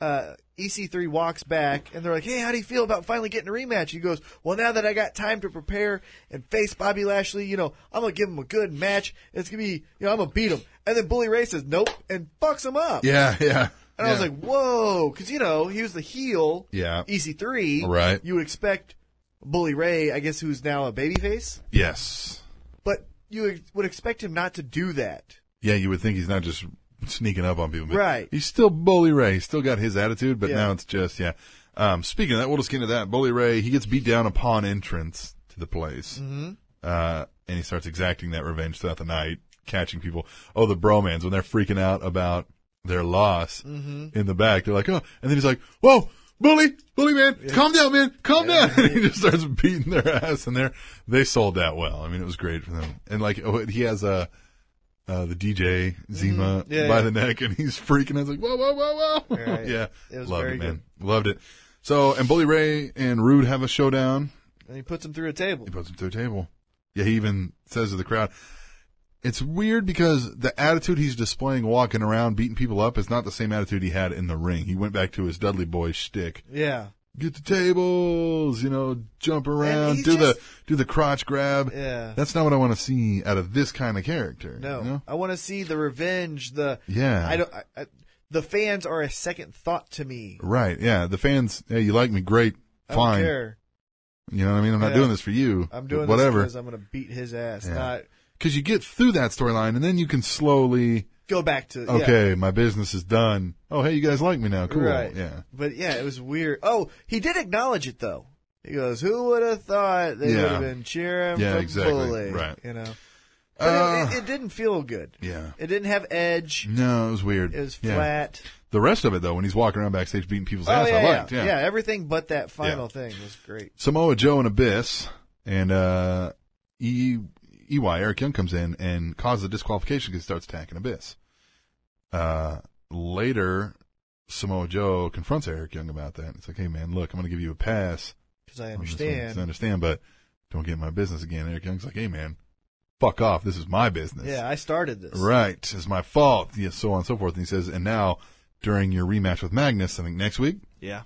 S1: uh, EC3 walks back and they're like, Hey, how do you feel about finally getting a rematch? He goes, Well, now that I got time to prepare and face Bobby Lashley, you know, I'm going to give him a good match. It's going to be, you know, I'm going to beat him. And then Bully Ray says, Nope, and fucks him up.
S2: Yeah, yeah.
S1: And I was
S2: yeah.
S1: like, Whoa, because, you know, he was the heel.
S2: Yeah.
S1: EC3.
S2: Right.
S1: You would expect Bully Ray, I guess, who's now a babyface,
S2: yes.
S1: but you ex- would expect him not to do that.
S2: Yeah, you would think he's not just sneaking up on people. but
S1: Right.
S2: He's still Bully Ray. He's still got his attitude, but
S1: Yeah.
S2: now it's just, yeah. Um, speaking of that, we'll just get into that. Bully Ray, he gets beat down upon entrance to the place. Mm-hmm. Uh, and he starts exacting that revenge throughout the night, catching people. Oh, the bromans, when they're freaking out about their loss
S1: Mm-hmm.
S2: in the back, they're like, oh, and then he's like, whoa, bully, bully man, calm down, man, calm down. And he just starts beating their ass in there. They sold that well. I mean, it was great for them. And like, oh, he has a, uh, the DJ Zima
S1: Mm-hmm. yeah,
S2: by
S1: yeah.
S2: the neck, and he's freaking. I was like, whoa, whoa, whoa, whoa!
S1: Right.
S2: yeah,
S1: It was
S2: loved
S1: very
S2: it, man. Loved it. So, and Bully Ray and Rude have a showdown.
S1: and he puts him through a table.
S2: He puts him to a table. Yeah, he even says to the crowd, It's weird because the attitude he's displaying walking around beating people up is not the same attitude he had in the ring. He went back to his Dudley Boy shtick.
S1: Yeah.
S2: Get the tables, you know, jump around,
S1: he's
S2: do the
S1: just-
S2: do the crotch grab.
S1: Yeah.
S2: That's not what I want to see out of this kind of character.
S1: No,
S2: you know?
S1: I want to see the revenge. The
S2: Yeah.
S1: I don't. I, I, the fans are a second thought to me.
S2: Right. Yeah. The fans, hey, you like me, great,
S1: I
S2: fine.
S1: don't care.
S2: You know what I mean? I'm not
S1: Yeah.
S2: doing this for you.
S1: I'm
S2: but
S1: doing
S2: whatever.
S1: because I'm going to beat his ass.
S2: Yeah.
S1: Not
S2: Because you get through that storyline and then you can slowly,
S1: go back to yeah.
S2: okay, my business is done. Oh, hey, you guys like me now. Cool.
S1: Right.
S2: Yeah.
S1: But yeah, it was weird. Oh, he did acknowledge it though. He goes, "Who would have thought they
S2: Yeah.
S1: would have been cheering
S2: Yeah,
S1: for
S2: exactly.
S1: Bully?"
S2: Right.
S1: You know. But
S2: Uh,
S1: it, it, it didn't feel good.
S2: yeah.
S1: It didn't have edge.
S2: No, it was weird.
S1: It was
S2: Yeah.
S1: flat.
S2: The rest of it, though, when he's walking around backstage beating people's
S1: oh
S2: ass,
S1: yeah,
S2: I liked.
S1: yeah, yeah. Everything but that final thing was great.
S2: Samoa Joe and Abyss and uh, e- EY, Eric Young comes in and causes a disqualification because he starts attacking Abyss. Uh, later, Samoa Joe confronts Eric Young about that. It's like, hey, man, look, I'm going to give you a pass.
S1: Because I
S2: on this one. I
S1: understand.
S2: understand, but don't get in my business again. Eric Young's like, hey, man, fuck off. This is my business.
S1: Yeah, I started this.
S2: Right. It's my fault. Yes, so on and so forth. And he says, and now during your rematch with Magnus, I think next week,
S1: Yeah.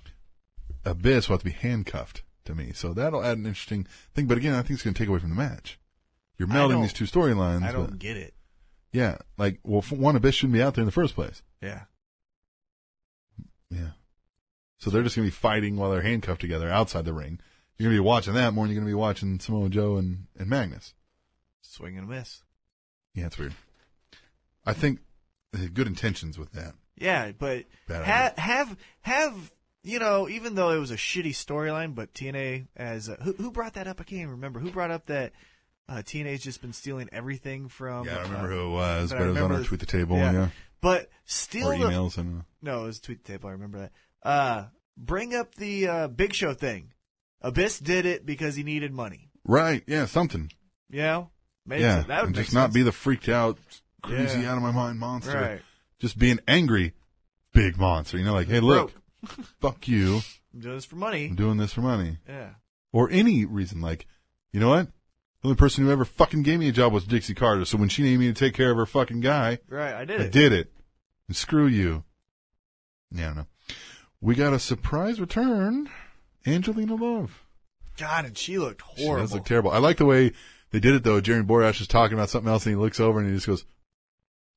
S2: Abyss will have to be handcuffed to me. So that'll add an interesting thing. But again, I think it's going to take away from the match. You're
S1: I
S2: melding
S1: don't-
S2: these two storylines.
S1: I don't
S2: but-
S1: get it.
S2: Yeah. Like, well, for one Abyss shouldn't be out there in the first place.
S1: Yeah.
S2: Yeah. So they're just going to be fighting while they're handcuffed together outside the ring. You're going to be watching that more than you're going to be watching Samoa Joe and, and Magnus.
S1: Swing and a miss.
S2: Yeah, it's weird. I think they had good intentions with that.
S1: Yeah, but
S2: Bad
S1: ha- have have you know? Even though it was a shitty storyline, but TNA as uh, who who brought that up? I can't even remember who brought up that uh, TNA's just been stealing everything from.
S2: yeah, I
S1: uh,
S2: remember who it was,
S1: but I
S2: but, it was on
S1: remember
S2: our
S1: the-
S2: tweet the table,
S1: yeah.
S2: yeah,
S1: But
S2: or
S1: steal the
S2: emails and
S1: no, it was tweet the table. I remember that. Uh, bring up the uh, Big Show thing. Abyss did it because he needed money.
S2: right, yeah, something,
S1: You know, Maybe
S2: yeah,
S1: that would
S2: and
S1: make
S2: just not
S1: sense.
S2: be the freaked out, crazy
S1: Yeah.
S2: out of my mind monster,
S1: right.
S2: just being angry, big monster, you know, like hey, look, fuck you,
S1: I'm doing this for money.
S2: I'm doing this for money,
S1: Yeah.
S2: or any reason, like, you know what, the only person who ever fucking gave me a job was Dixie Carter, so when she named me to take care of her fucking guy,
S1: Right. I did
S2: I
S1: it.
S2: did it. And screw you. Yeah, I don't know. We got a surprise return. Angelina Love.
S1: God, and she looked horrible.
S2: She does look terrible. I like the way they did it though. Jerry Borash is talking about something else and he looks over and he just goes,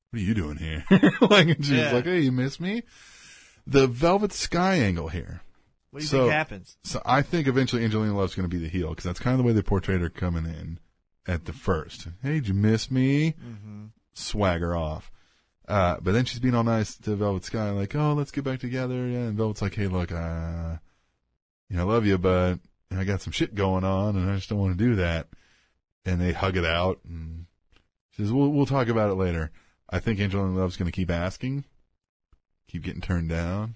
S2: What are you doing here? like and she's
S1: Yeah.
S2: like, Hey, you miss me? The Velvet Sky angle here.
S1: what do you
S2: So-
S1: think happens?
S2: So I think eventually Angelina Love's going to be the heel because that's kind of the way they portrayed her coming in at the first. Hey, did you miss me?
S1: Mm-hmm.
S2: Swagger off. Uh, but then she's being all nice to Velvet Sky, like, oh, let's get back together. Yeah, and Velvet's like, hey, look, uh, you know, I love you, but I got some shit going on and I just don't want to do that. And they hug it out and she says, we'll, we'll talk about it later. I think Angelina Love's going to keep asking, keep getting turned down.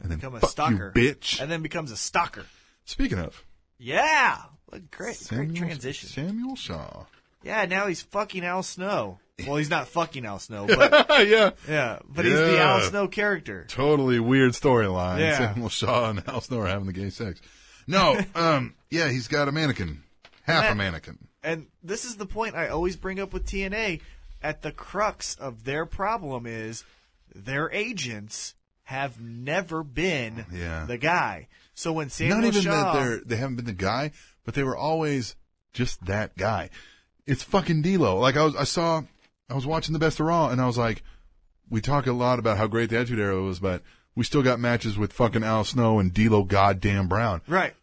S2: And then
S1: Become a
S2: fuck
S1: stalker.
S2: you, bitch.
S1: and then becomes a stalker.
S2: Speaking of,
S1: Yeah, Look, great,
S2: Samuel-
S1: great transition.
S2: Samuel Shaw.
S1: Yeah, now he's fucking Al Snow. Well, he's not fucking Al Snow, but
S2: yeah,
S1: yeah, but he's the
S2: Yeah.
S1: Al Snow character.
S2: totally weird storyline.
S1: Yeah.
S2: Samuel Shaw and Al Snow are having the gay sex. No, um, yeah, he's got a mannequin, half a
S1: That-
S2: mannequin.
S1: And this is the point I always bring up with TNA. At the crux of their problem is their agents have never been
S2: Yeah.
S1: the guy. So when Samuel
S2: Not even
S1: Shaw,
S2: that they're they haven't been the guy, but they were always just that guy. It's fucking D'Lo. Like I was, I saw, I was watching the best of Raw, and I was like, we talk a lot about how great the Attitude Era was, but we still got matches with fucking Al Snow and D'Lo, goddamn Brown.
S1: right,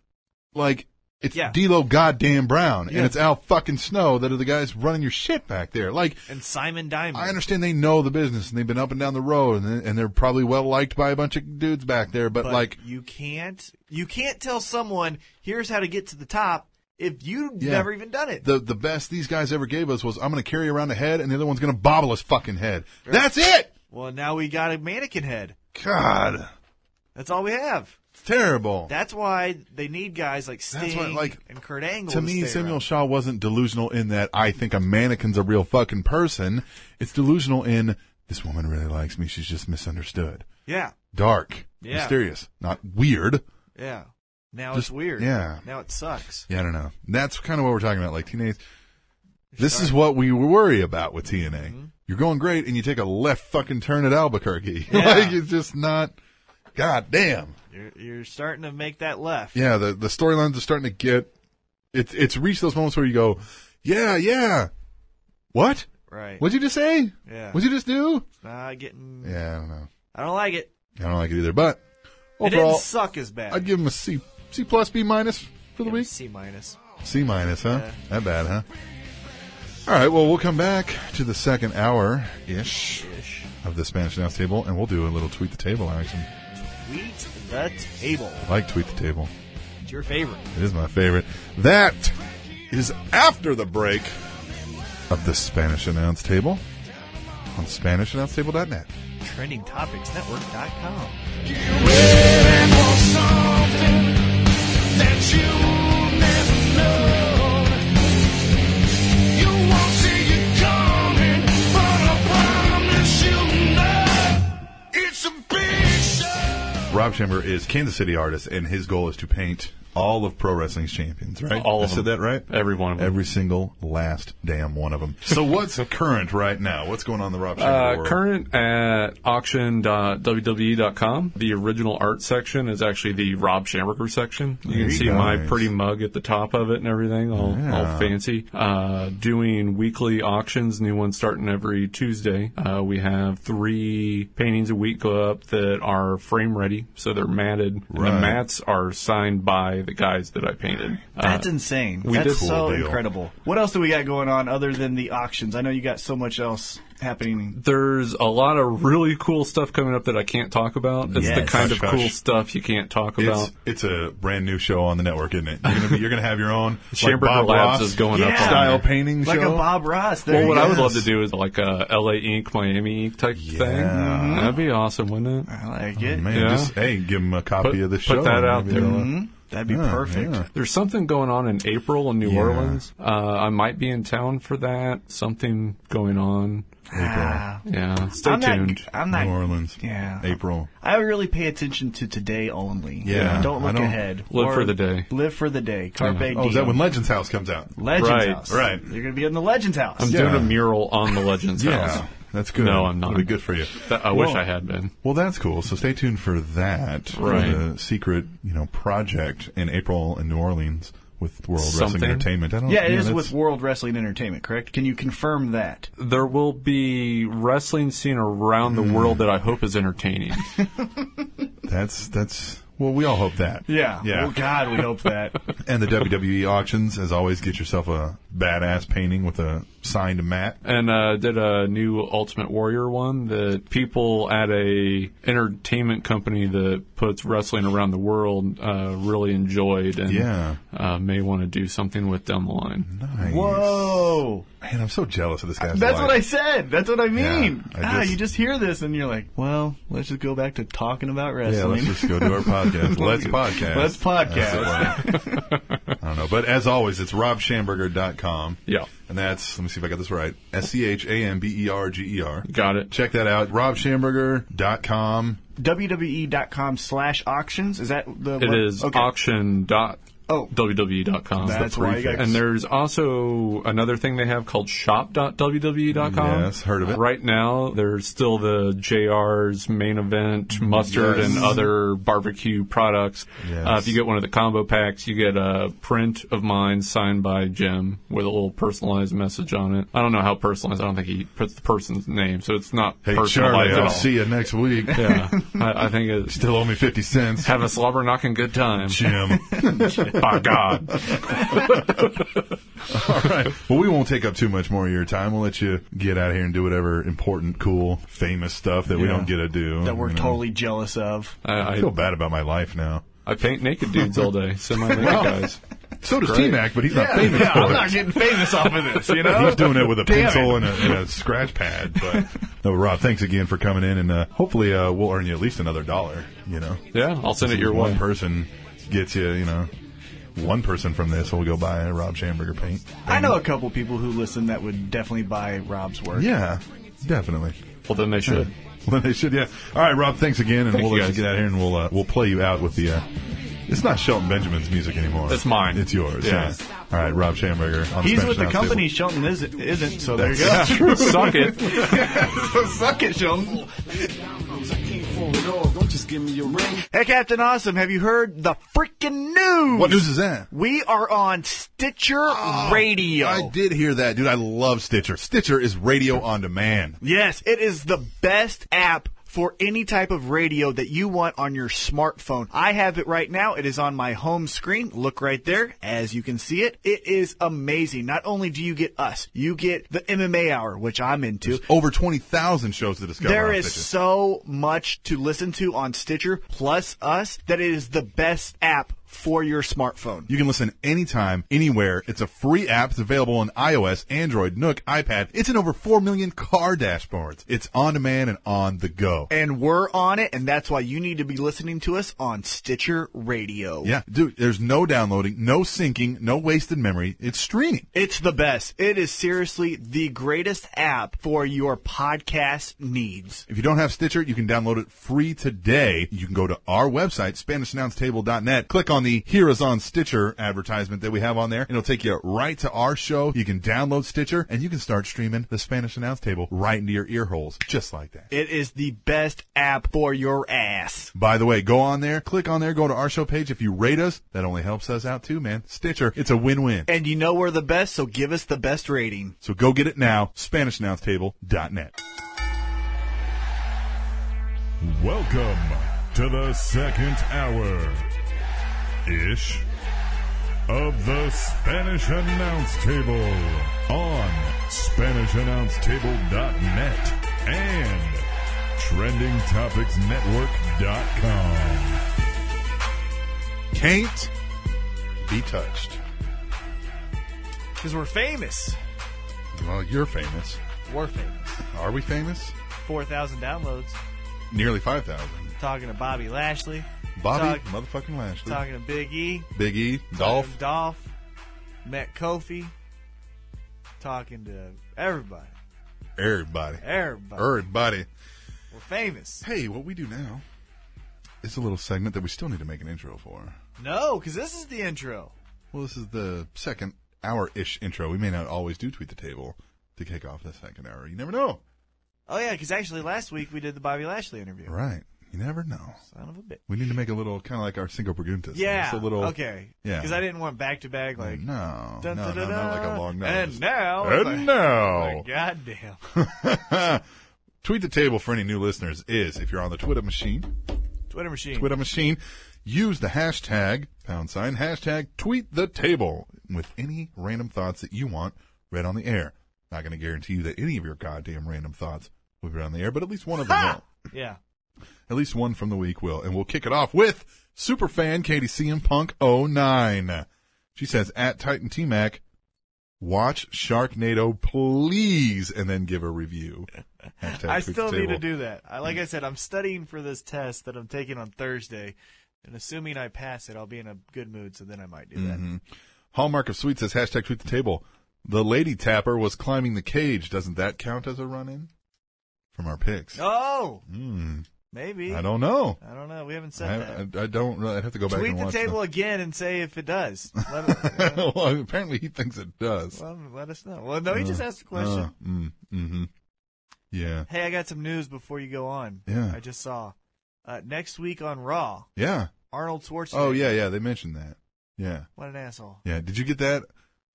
S2: like it's
S1: Yeah.
S2: D'Lo goddamn Brown
S1: Yeah.
S2: and it's Al fucking Snow that are the guys running your shit back there. Like
S1: and Simon Diamond,
S2: I understand they know the business and they've been up and down the road and, and they're probably well liked by a bunch of dudes back there, but, like
S1: you can't, you can't tell someone here's how to get to the top if you've
S2: Yeah.
S1: never even done it.
S2: the the best these guys ever gave us was I'm gonna carry around a head and the other one's gonna bobble his fucking head. That's it.
S1: Well, now we got a mannequin head.
S2: God,
S1: That's all we have.
S2: it's terrible.
S1: That's why they need guys like Sting
S2: That's why, like,
S1: and Kurt Angle.
S2: to me,
S1: stay
S2: Samuel
S1: around.
S2: Shaw wasn't delusional in that I think a mannequin's a real fucking person. It's delusional in this woman really likes me. She's just misunderstood.
S1: yeah,
S2: dark,
S1: Yeah.
S2: mysterious, not weird.
S1: yeah. Now
S2: Just-
S1: it's weird.
S2: yeah.
S1: Now it sucks.
S2: Yeah, I don't know. That's kind of what we're talking about. Like teenage, This is what we worry about with TNA.
S1: Mm-hmm.
S2: You're going great and you take a left fucking turn at Albuquerque. like it's just not God damn.
S1: You're, you're starting to make that left.
S2: Yeah, the the storylines are starting to get it's it's reached those moments where you go, Yeah, yeah. What?
S1: Right.
S2: What'd you just say?
S1: Yeah.
S2: What'd you just do?
S1: Not getting.
S2: Yeah, I don't know.
S1: I don't like it.
S2: I don't like it either. But
S1: It didn't
S2: overall
S1: suck as bad.
S2: I'd give him a C C plus B minus for the
S1: Give it a
S2: week.
S1: C minus.
S2: C minus, huh? That bad, huh? All right, well, we'll come back to the second hour ish
S1: Ish.
S2: of the Spanish Announce Table, and we'll do a little Tweet the Table action.
S1: Tweet the table.
S2: I like Tweet the Table,
S1: It's your favorite.
S2: it is my favorite. That is after the break of the Spanish Announce Table on SpanishAnnounceTable.net.
S1: TrendingTopicsNetwork.com.
S2: Rob Chamber is Kansas City artist, and his goal is to paint all of pro wrestling's champions, right?
S5: All
S2: I
S5: of them.
S2: said that right?
S5: Every one of them.
S2: Every single last damn one of them. So what's current right now? What's going on in the Rob Chamber
S5: Uh,
S2: world?
S5: current at auction.wwe.com. E The original art section is actually the Rob Shamberger section. You can
S2: Very
S5: see my
S2: nice.
S5: pretty mug at the top of it and everything, all,
S2: Yeah.
S5: all fancy. Uh, doing weekly auctions, new ones starting every Tuesday. Uh, we have three paintings a week go up that are frame ready, so they're matted. And
S2: Right.
S5: the mats are signed by the guys that I painted. Uh,
S6: That's insane.
S5: we
S6: That's
S5: did-
S6: so
S2: Cool deal.
S6: incredible. What else do we got going on other than the auctions? I know you got so much else happening.
S5: there's a lot of really cool stuff coming up that I can't talk about. It's the
S6: Yes.
S5: kind
S2: Hush,
S5: of cool
S2: hush.
S5: stuff you can't talk about.
S2: It's, it's a brand new show on the network, isn't it? You're gonna, be, you're gonna have your own like
S5: Chamber
S2: Bob
S5: Labs
S2: Ross
S5: is going up
S6: Yeah.
S5: on
S2: style
S5: there.
S2: painting
S6: Like
S2: show.
S6: a Bob Ross. There
S5: Well,
S6: you
S5: what
S6: go.
S5: I would love to do is like a LA Ink, Miami Ink type thing. Mm-hmm.
S2: Yeah.
S5: That'd be awesome, wouldn't it?
S6: I like it.
S2: Oh, Man,
S5: Yeah.
S2: just hey, give him a copy
S5: Put-
S2: of the
S5: put
S2: show.
S5: that
S2: and
S5: out
S2: maybe
S5: there.
S2: they'll, uh,
S6: That'd be
S2: yeah,
S6: perfect.
S2: yeah.
S5: There's something going on in April in New
S2: Yeah.
S5: Orleans. Uh, I might be in town for that. Something going on.
S6: Ah,
S5: Yeah, stay
S6: I'm not-
S5: tuned.
S6: I'm not.
S2: New Orleans,
S6: Yeah.
S2: April.
S6: I really pay attention to today only.
S2: Yeah.
S6: Don't
S2: I
S6: look
S2: don't-
S6: ahead.
S5: Live
S6: Or
S5: for the day.
S6: Live for the day. Carpe
S5: Yeah.
S6: diem.
S2: Oh, is that when Legends House comes out?
S6: Legends
S5: Right,
S6: House.
S2: right.
S6: You're going to be in the Legends House.
S5: I'm
S2: Yeah.
S5: doing a mural on the Legends
S2: Yeah,
S5: House.
S2: that's good.
S5: No, I'm not.
S2: That'd be good for you.
S5: That- I wish
S2: Well,
S5: I had been.
S2: Well, that's cool. So stay tuned for that. for
S5: Right.
S2: the secret, you know, project in April in New Orleans with World
S5: Something.
S2: Wrestling Entertainment. I don't.
S6: yeah, it
S2: yeah,
S6: is
S2: that's-
S6: with World Wrestling Entertainment, correct? Can you confirm that?
S5: There will be wrestling scene around
S2: Hmm.
S5: the world that I hope is entertaining.
S2: That's that's. Well, we all hope that. Yeah.
S6: Oh, God, we hope that.
S2: And the WWE auctions, as always, get yourself a badass painting with a signed mat.
S5: and uh, did a new Ultimate Warrior one that people at a entertainment company that puts wrestling around the world uh, really enjoyed and
S2: Yeah.
S5: uh, may want to do something with down the line.
S2: Nice.
S6: Whoa.
S2: Man, I'm so jealous of this guy's
S6: That's
S2: life.
S6: what I said. That's what I mean.
S2: I
S6: ah,
S2: just-
S6: you just hear this and you're like, well, let's just go back to talking about
S2: Yeah,
S6: wrestling.
S2: let's just go do our podcast. Let's podcast.
S6: Let's podcast.
S2: That's the plan. I don't know. But as always, it's robshamberger.com.
S5: Yeah,
S2: And that's, let me see if I got this right, E S-C-H-A-M-B-E-R-G-E-R.
S5: got it.
S2: Check that out, robshamberger.com.
S6: WWE.com E slash auctions. Is that the
S5: It is
S6: Okay.
S5: auction dot E
S6: Oh.
S5: www.com.
S6: That's why you got-
S5: And there's also another thing they have called shop.wwe.com.
S2: Yes, heard of it.
S5: E Right now, there's still the JR's main event, mustard,
S2: Yes.
S5: and other barbecue products.
S2: Yes.
S5: Uh, if you get one of the combo packs, you get a print of mine signed by Jim with a little personalized message on it. I don't know how personalized. I don't think he puts the person's name, so it's not
S2: Hey,
S5: personalized
S2: Charlie,
S5: at all.
S2: I'll see you next week.
S5: Yeah, I, I think it's
S2: Still owe me 50 cents.
S5: have a slobber knocking good time.
S2: Jim.
S5: By God.
S2: All right. Well, we won't take up too much more of your time. We'll let you get out of here and do whatever important, cool, famous stuff that we
S5: Yeah.
S2: don't get to do.
S6: that we're
S2: you know.
S6: totally jealous of.
S5: I,
S2: I
S5: I,
S2: feel bad about my life now.
S5: I paint naked dudes all day, semi naked guys.
S2: So does T Mac, but he's not famous for it.
S6: getting famous off of this, you
S2: He's doing it with a
S6: Damn
S2: pencil and a, and a scratch pad. But no, Rob, thanks again for coming in, and uh, hopefully uh, we'll earn you at least another dollar. You know,
S5: Yeah, I'll send it your
S2: one
S5: way.
S2: person gets you. You know, one person from this will go buy a Rob Schamberger paint.
S6: I know a couple people who listen that would definitely buy Rob's work.
S2: Yeah, definitely.
S5: Well, then they should.
S2: Well, they should. Yeah. All right, Rob. Thanks again, and
S5: Thank
S2: we'll
S5: you
S2: let you
S5: guys.
S2: get out here, and we'll uh, we'll play you out with the uh, It's not Shelton Benjamin's music anymore.
S5: That's mine.
S2: It's yours.
S5: Yeah.
S2: Yeah. All right, Rob Schamberger. On
S6: He's
S2: Spanish
S6: with the
S2: Announce
S6: company Shelton isn't, isn't so there you go.
S2: Table.
S5: Suck it.
S6: so suck it, Shelton. Hey, Captain Awesome, have you heard the freaking news?
S2: what news is that?
S6: We are on Stitcher Radio.
S2: I did hear that, dude. I love Stitcher. Stitcher is radio on demand.
S6: Yes, it is the best app for any type of radio that you want on your smartphone. I have it right now. It is on my home screen. Look right there as you can see it. It is amazing. Not only do you get us, you get the MMA hour, which I'm into.
S2: Over 20,000 shows to discover.
S6: There
S2: on
S6: is
S2: Stitcher.
S6: so much to listen to on Stitcher plus us that it is the best app for your smartphone.
S2: You can listen anytime, anywhere. It's a free app. It's available on iOS, Android, Nook, iPad. It's in over 4 million car dashboards. It's on demand and on the go.
S6: And we're on it, and that's why you need to be listening to us on Stitcher Radio.
S2: Yeah, dude, there's no downloading, no syncing, no wasted memory. It's streaming.
S6: It's the best. It is seriously the greatest app for your podcast needs.
S2: If you don't have Stitcher, you can download it free today. You can go to our website, SpanishAnnounceTable.net, click on the Here is on Stitcher advertisement that we have on there, and it'll take you right to our show. You can download Stitcher, and you can start streaming the Spanish Announce Table right into your ear holes, just like that.
S6: It is the best app for your ass.
S2: By the way, go on there, click on there, go to our show page. If you rate us, that only helps us out too, man. Stitcher, it's a win-win.
S6: And you know we're the best, so give us the best rating.
S2: So go get it now, SpanishAnnounceTable.net.
S7: Welcome to the second hour ish of the Spanish Announce Table on SpanishAnnounceTable.net and TrendingTopicsNetwork.com.
S2: Can't be touched.
S1: Because we're famous.
S2: Well, you're famous.
S1: We're famous.
S2: Are we famous?
S1: 4,000 downloads.
S2: Nearly 5,000.
S1: Talking to Bobby Lashley.
S2: Bobby,
S1: Talk-
S2: motherfucking Lashley.
S1: Talking to Big E.
S2: Big E, Dolph.
S1: Dolph. Met Kofi. Talking to everybody.
S2: Everybody.
S1: Everybody.
S2: Er. Everybody.
S1: We're famous.
S2: Hey, what we do now is a little segment that we still need to make an intro for.
S1: No, because this is the intro.
S2: Well, this is the second hour ish intro. We may not always do tweet the table to kick off the second hour. You never know.
S1: Oh, yeah, because actually last week we did the Bobby Lashley interview.
S2: Right. You never know.
S1: Son of a bitch.
S2: We need to make a little kind of like our Cinco Preguntas.
S1: Yeah.
S2: Just a little.
S1: okay.
S2: Yeah.
S1: Because I didn't want back to back like.
S2: no,
S1: dun,
S2: no,
S1: dun,
S2: no,
S1: dun,
S2: not like
S1: dun.
S2: a long no.
S1: And
S2: just-
S1: now-
S2: and now,
S1: Oh, Like, goddamn.
S2: tweet the table for any new listeners is if you're on the Twitter machine,
S1: Twitter machine.
S2: Twitter machine, use the hashtag pound sign hashtag tweet the table with any random thoughts that you want read on the air. Not going to guarantee you that any of your goddamn random thoughts will be read on the air, but at least one of them will.
S1: Yeah.
S2: At least one from the week will. And we'll kick it off with superfan Katie CM Punk 09. She says, at Titan T Mac, watch Sharknado, please, and then give a review. Hashtag
S1: I
S2: tweet the
S1: still need
S2: table. Mm.
S1: to do that. I, like I said, I'm studying for this test that I'm taking on Thursday, and assuming I pass it, I'll be in a good mood. So then I might do
S2: Mm-hmm.
S1: that.
S2: Hallmark of Sweet says, hashtag tweet the table. The lady tapper was climbing the cage. Doesn't that count as a run in? From our picks.
S1: Oh,
S2: Hmm.
S1: maybe.
S2: I don't know.
S1: I don't know. We haven't
S2: I,
S1: said
S2: I,
S1: that.
S2: I don't really. I'd have to go back
S1: Tweet
S2: and
S1: the
S2: watch
S1: table again and say if it does. Let, uh,
S2: them. well, apparently he thinks it does.
S1: well, let us know. Well, no, he just asked a question.
S2: Uh, mm, hmm Yeah.
S1: hey, I got some news before you go on.
S2: Yeah.
S1: I just saw uh, next week on Raw,
S2: Yeah.
S1: Arnold Schwarzenegger.
S2: Oh, yeah, yeah. They mentioned that. Yeah.
S1: What an asshole!
S2: Yeah. Did you get that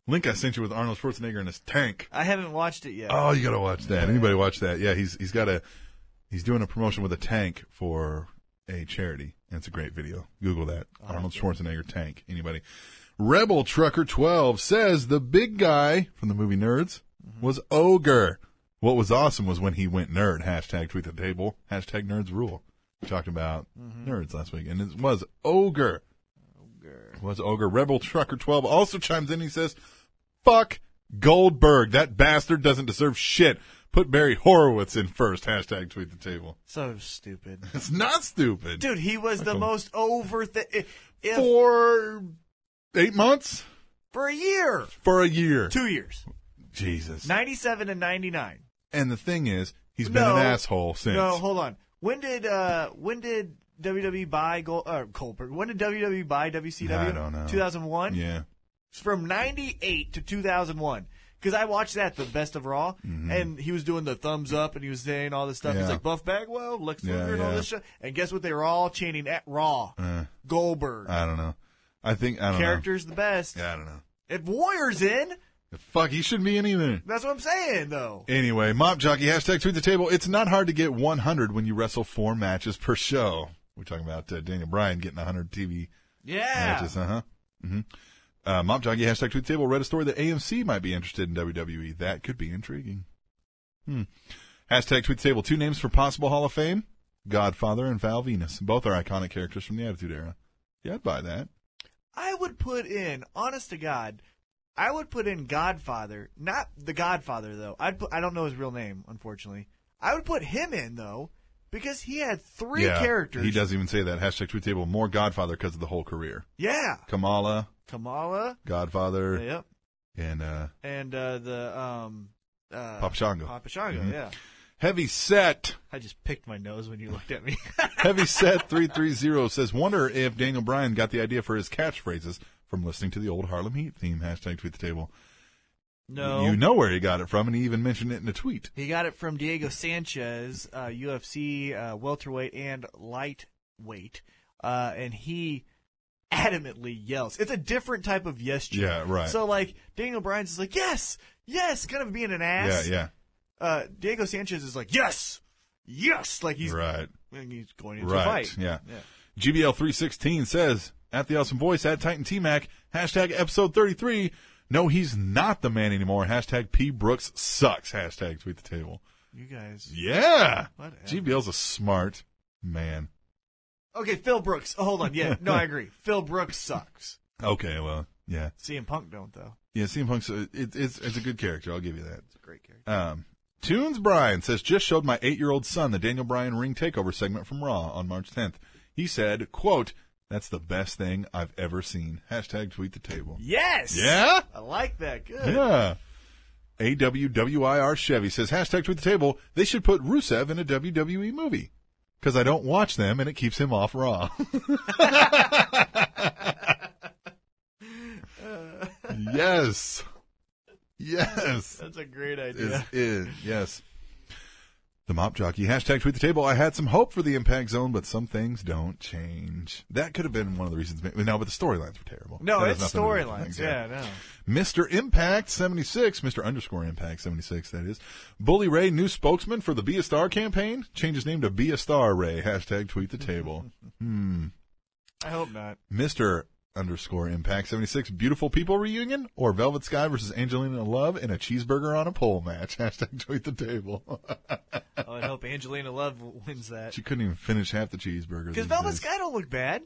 S2: link I sent you with Arnold Schwarzenegger in his tank?
S1: I haven't watched it yet.
S2: Oh, you gotta watch that. Anybody watch that? Yeah. He's he's got a he's doing a promotion with a tank for a charity. And it's a great video. Google that. Arnold Schwarzenegger tank. Anybody? Rebel Trucker Twelve says the big guy from the movie Nerds was ogre. What was awesome was when he went nerd. Hashtag tweet the table. Hashtag nerds rule. We talked about nerds last week, and it was ogre. was Ogre. Rebel Trucker 12 also chimes in. He says, fuck Goldberg. That bastard doesn't deserve shit. Put Barry Horowitz in first. Hashtag tweet the table.
S1: So stupid,
S2: It's not stupid.
S1: dude. He was the
S2: Michael.
S1: most over. Thi- if,
S2: For eight months?
S1: for a year.
S2: For a year.
S1: Two years.
S2: Jesus.
S1: 97 and 99.
S2: And the thing is, he's been an asshole since.
S1: No, hold on. When did uh when did WWE buy Gol- uh, Goldberg? When did WWE buy WCW?
S2: I don't know.
S1: 2001?
S2: Yeah.
S1: It's from 98 to 2001. Because I watched that, the best of Raw, and he was doing the thumbs up and he was saying all this stuff. He's
S2: Mm-hmm. Yeah.
S1: like Buff Bagwell, Lex Luger,
S2: Yeah,
S1: and all
S2: yeah. Uh,
S1: this shit. And guess what? They were all chanting at Raw Goldberg.
S2: I don't know. I think I don't
S1: Character's the best.
S2: know. Yeah, I don't know.
S1: If Warrior's in,
S2: Fuck, he shouldn't be in either.
S1: that's what I'm saying, though.
S2: Anyway, Mop Jockey hashtag tweet the table. It's not hard to get 100 when you wrestle four matches per show. We're talking about uh, Daniel Bryan getting 100 TV
S1: Yeah.
S2: matches. Uh huh. hmm Uh, Mop Jockey hashtag tweet the table read a story that AMC might be interested in WWE. That could be intriguing. Hmm. Hashtag tweet the table. Two names for possible Hall of Fame: Godfather and Val Venus. Both are iconic characters from the Attitude Era. Yeah, I'd buy that.
S1: I would put in, honest to God, I would put in Godfather, not the Godfather though. I'd put, I don't know his real name, unfortunately. I would put him in though, because he had three
S2: yeah,
S1: characters.
S2: He doesn't even say that. Hashtag tweet the table. More Godfather because of the whole career.
S1: Yeah,
S2: Kamala,
S1: Kamala.
S2: Godfather,
S1: Yep,
S2: and uh,
S1: and uh, the um, uh,
S2: Papa Shango.
S1: Papa Shango.
S2: Mhm.
S1: Yeah,
S2: Heavy set.
S1: I just picked my nose when you looked at me.
S2: Heavy set 330 says, wonder if Daniel Bryan got the idea for his catchphrases from listening to the old Harlem Heat theme. Hashtag tweet the table.
S1: no,
S2: You know where he got it from, and he even mentioned it in a tweet.
S1: he got it from Diego Sanchez, uh, UFC uh, welterweight and lightweight, uh, and he adamantly yells. It's a different type of yes. chant.
S2: Yeah, right.
S1: So like Daniel Bryan's is like yes, yes, kind of being an
S2: yeah,
S1: ass.
S2: yeah.
S1: Uh, Diego Sanchez is like yes, yes, like he's
S2: right.
S1: and he's going into a
S2: Right.
S1: fight.
S2: Yeah.
S1: Yeah.
S2: GBL316 says, at the awesome voice, at Titan T Mac, hashtag episode 33. No, he's not the man anymore. Hashtag P Brooks sucks. Hashtag tweet the table.
S1: You guys.
S2: Yeah.
S1: Whatever.
S2: GBL's a smart man.
S1: Okay, Phil Brooks. Oh, hold on. Yeah, no, I agree. Phil Brooks sucks.
S2: Okay, well, yeah.
S1: CM Punk don't though.
S2: Yeah, CM Punk's a, it, it's it's a good character. I'll give you that.
S1: It's a great character.
S2: Um, Tunes Bryan says just showed my eight year old son the Daniel Bryan ring takeover segment from Raw on March 10th. He said, "quote That's the best thing I've ever seen." Hashtag tweet the table.
S1: Yes.
S2: Yeah,
S1: I like that. Good.
S2: yeah. AWWIR Chevy says hashtag tweet the table. They should put Rusev in a WWE movie because I don't watch them and it keeps him off Raw. yes, yes.
S1: That's a great idea.
S2: is in. Yes. The mop jockey hashtag tweet the table. I had some hope for the impact zone, but some things don't change. That could have been one of the reasons. ma- No, but the storylines were terrible.
S1: No,
S2: That has
S1: it's
S2: nothing to do with the
S1: storylines.
S2: things,
S1: Yeah, no.
S2: Mr. Impact 76, Mr. underscore Impact 76, that is. Bully Ray, new spokesman for the Be a Star campaign. Change his name to Be a Star Ray. Hashtag tweet the table. hmm.
S1: I hope not.
S2: Mr. underscore Impact 76, beautiful people reunion or Velvet Sky versus Angelina Love in a cheeseburger on a pole match. Hashtag tweet the table.
S1: I would hope Angelina Love wins that.
S2: She couldn't even finish half the cheeseburger.
S1: Because
S2: these
S1: Velvet
S2: days.
S1: Sky don't look bad.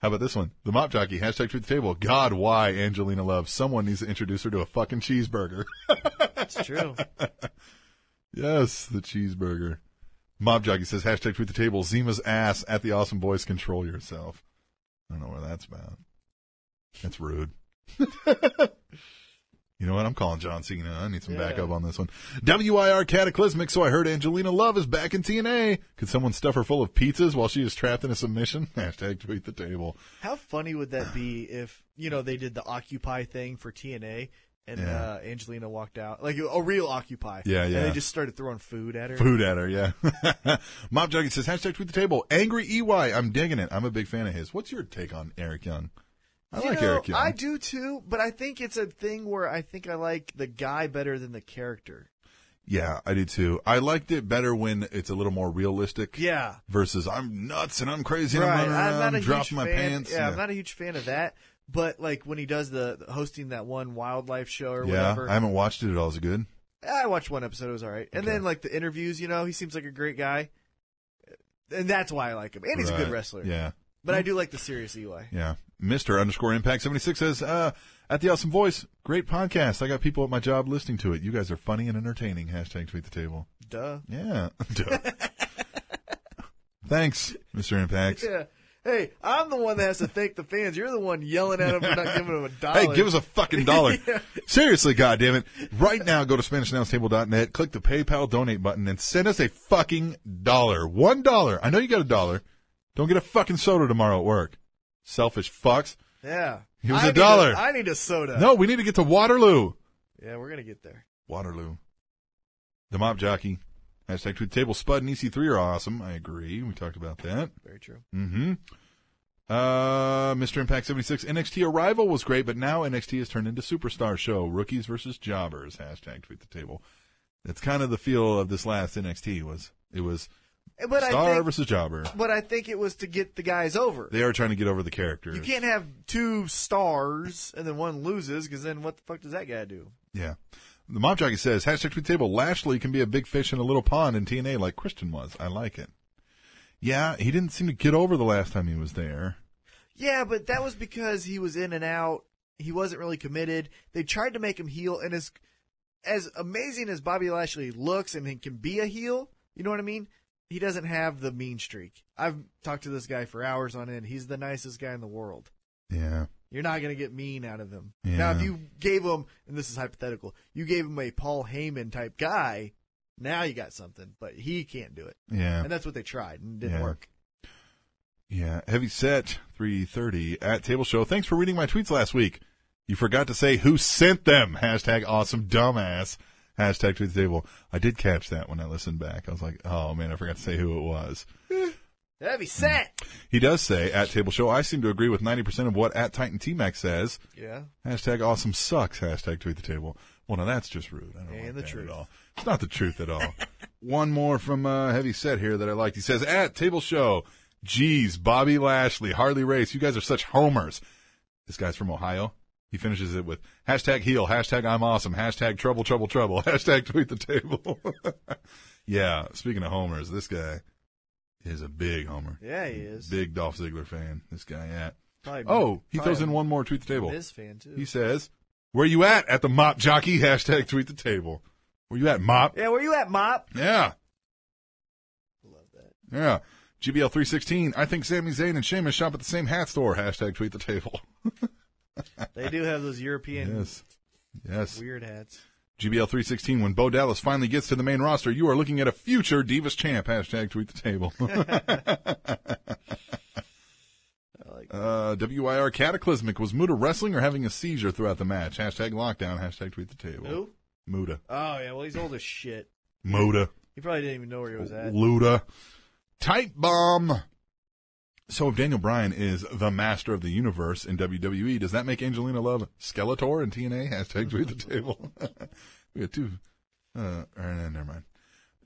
S2: How about this one? The mop jockey, hashtag tweet the table. God, why Angelina Love? Someone needs to introduce her to a fucking cheeseburger.
S1: That's true.
S2: yes, the cheeseburger. Mop jockey says, hashtag tweet the table. Zima's ass at the awesome boys. Control yourself. I don't know where that's about. That's rude. You know what? I'm calling John Cena. I need some backup on this one. WIR Cataclysmic. So I heard Angelina Love is back in TNA. Could someone stuff her full of pizzas while she is trapped in a submission? Hashtag tweet the table.
S1: How funny would that be if you know they did the Occupy thing for TNA and
S2: Yeah.
S1: uh, Angelina walked out like a real Occupy?
S2: Yeah,
S1: And
S2: yeah.
S1: they just started throwing food at her.
S2: Food at her, yeah. Mop Jockey says, hashtag tweet the table. Angry EY, I'm digging it. I'm a big fan of his. What's your take on Eric Young? I
S1: You
S2: like
S1: know,
S2: Eric Young.
S1: I do too, but I think it's a thing where I think I like the guy better than the character.
S2: Yeah, I do too. I liked it better when it's a little more realistic
S1: Yeah.
S2: versus I'm nuts and I'm crazy and
S1: Right.
S2: I'm running
S1: I'm
S2: around,
S1: not a
S2: drop
S1: huge
S2: my
S1: fan.
S2: pants.
S1: Yeah, I'm not a huge fan of that. But like when he does the the hosting that one wildlife show or
S2: Yeah,
S1: whatever,
S2: I haven't watched it at all. Is it good?
S1: I watched one episode. It was all right. And
S2: Okay.
S1: then like the interviews, you know, he seems like a great guy, and that's why I like him. And he's a good
S2: Right.
S1: wrestler.
S2: Yeah.
S1: But I do like the serious E Eli.
S2: Yeah. Mr. underscore impact 76 says, uh, at the awesome voice, great podcast. I got people at my job listening to it. You guys are funny and entertaining. Hashtag tweet the table.
S1: Duh.
S2: Yeah. Duh. Thanks, Mr. Impact.
S1: Yeah. Hey, I'm the one that has to thank the fans. You're the one yelling at them for not giving them a dollar.
S2: Hey, give us a fucking dollar. Seriously, goddammit. Right now, go to SpanishAnnounceTable.net, click the PayPal donate button, and send us a fucking dollar. One dollar. I know you got a dollar. Don't get a fucking soda tomorrow at work. Selfish fucks.
S1: Yeah.
S2: Here's
S1: I
S2: a
S1: need
S2: dollar.
S1: I need a soda.
S2: No, we need to get to Waterloo.
S1: Yeah, we're gonna get there.
S2: Waterloo. The Mop Jockey. Hashtag Tweet the Table. Spud and EC3 are awesome. I agree. We talked about that.
S1: Very true.
S2: Mm-hmm. Uh, Mr. Impact 76. NXT Arrival was great, but now NXT has turned into Superstar Show. Rookies versus Jobbers. Hashtag Tweet the Table. It's kind of the feel of this last NXT was, it was
S1: Eh, But
S2: Star
S1: I think,
S2: versus Jobber.
S1: but I think it was to get the guys over.
S2: They are trying to get over the characters.
S1: You can't have two stars and then one loses because then what the fuck does that guy do?
S2: Yeah. The Mop Jockey says, hashtag tweet the table, Lashley can be a big fish in a little pond in TNA like Christian was. I like it. Yeah, he didn't seem to get over the last time he was there.
S1: Yeah, but that was because he was in and out. He wasn't really committed. They tried to make him heel, and as as amazing as Bobby Lashley looks and he can be a heel, you know what I mean? He doesn't have the mean streak. I've talked to this guy for hours on end. He's the nicest guy in the world.
S2: Yeah.
S1: You're not going to get mean out of him.
S2: Yeah.
S1: Now, if you gave him, and this is hypothetical, you gave him a Paul Heyman type guy, now you got something, but he can't do it.
S2: Yeah.
S1: And that's what they tried and it didn't
S2: Yeah.
S1: work.
S2: Yeah. Heavy set 330 at table show. Thanks for reading my tweets last week. You forgot to say who sent them. Hashtag awesome dumbass. Hashtag tweet the table. I did catch that when I listened back. I was like, oh man, I forgot to say who it was.
S1: That'd
S2: Hmm.
S1: be set.
S2: He does say at table show, I seem to agree with 90% of what at Titan T Mac says.
S1: Yeah.
S2: Hashtag awesome sucks. Hashtag tweet the table. Well, now that's just rude. I don't
S1: And
S2: like
S1: the
S2: that
S1: truth.
S2: at all. It's not the truth at all. One more from uh, Heavy Set here that I liked. He says, at table show, geez, Bobby Lashley, Harley Race, you guys are such homers. This guy's from Ohio. He finishes it with hashtag heal, hashtag I'm awesome, hashtag trouble, trouble, trouble, hashtag tweet the table. yeah, speaking of homers, this guy is a big homer.
S1: Yeah, he is.
S2: Big Dolph Ziggler fan, this guy at.
S1: Probably-
S2: Oh, he
S1: probably
S2: throws in one more tweet the
S1: a
S2: table.
S1: Miz fan, too.
S2: He says, "Where you at?" At the mop jockey hashtag tweet the table. Where you at, mop?
S1: yeah, where you at, Mop?
S2: Yeah,
S1: Love that.
S2: yeah. GBL three sixteen. I think Sami Zayn and Sheamus shop at the same hat store. Hashtag tweet the table.
S1: They do have those European
S2: Yes, yes.
S1: weird hats.
S2: GBL three sixteen. When Bo Dallas finally gets to the main roster, you are looking at a future Divas champ. Hashtag tweet the table.
S1: I like
S2: Uh, WIR Cataclysmic was Muda wrestling or having a seizure throughout the match. Hashtag lockdown. Hashtag tweet the table.
S1: Who?
S2: Muda.
S1: Oh, yeah, well, he's old as shit.
S2: Muda.
S1: He probably didn't even know where he was at.
S2: Luda. Type bomb. So if Daniel Bryan is the master of the universe in WWE, does that make Angelina Love Skeletor in TNA? Hashtag tweet the table. we got two. Uh, or, no, never mind.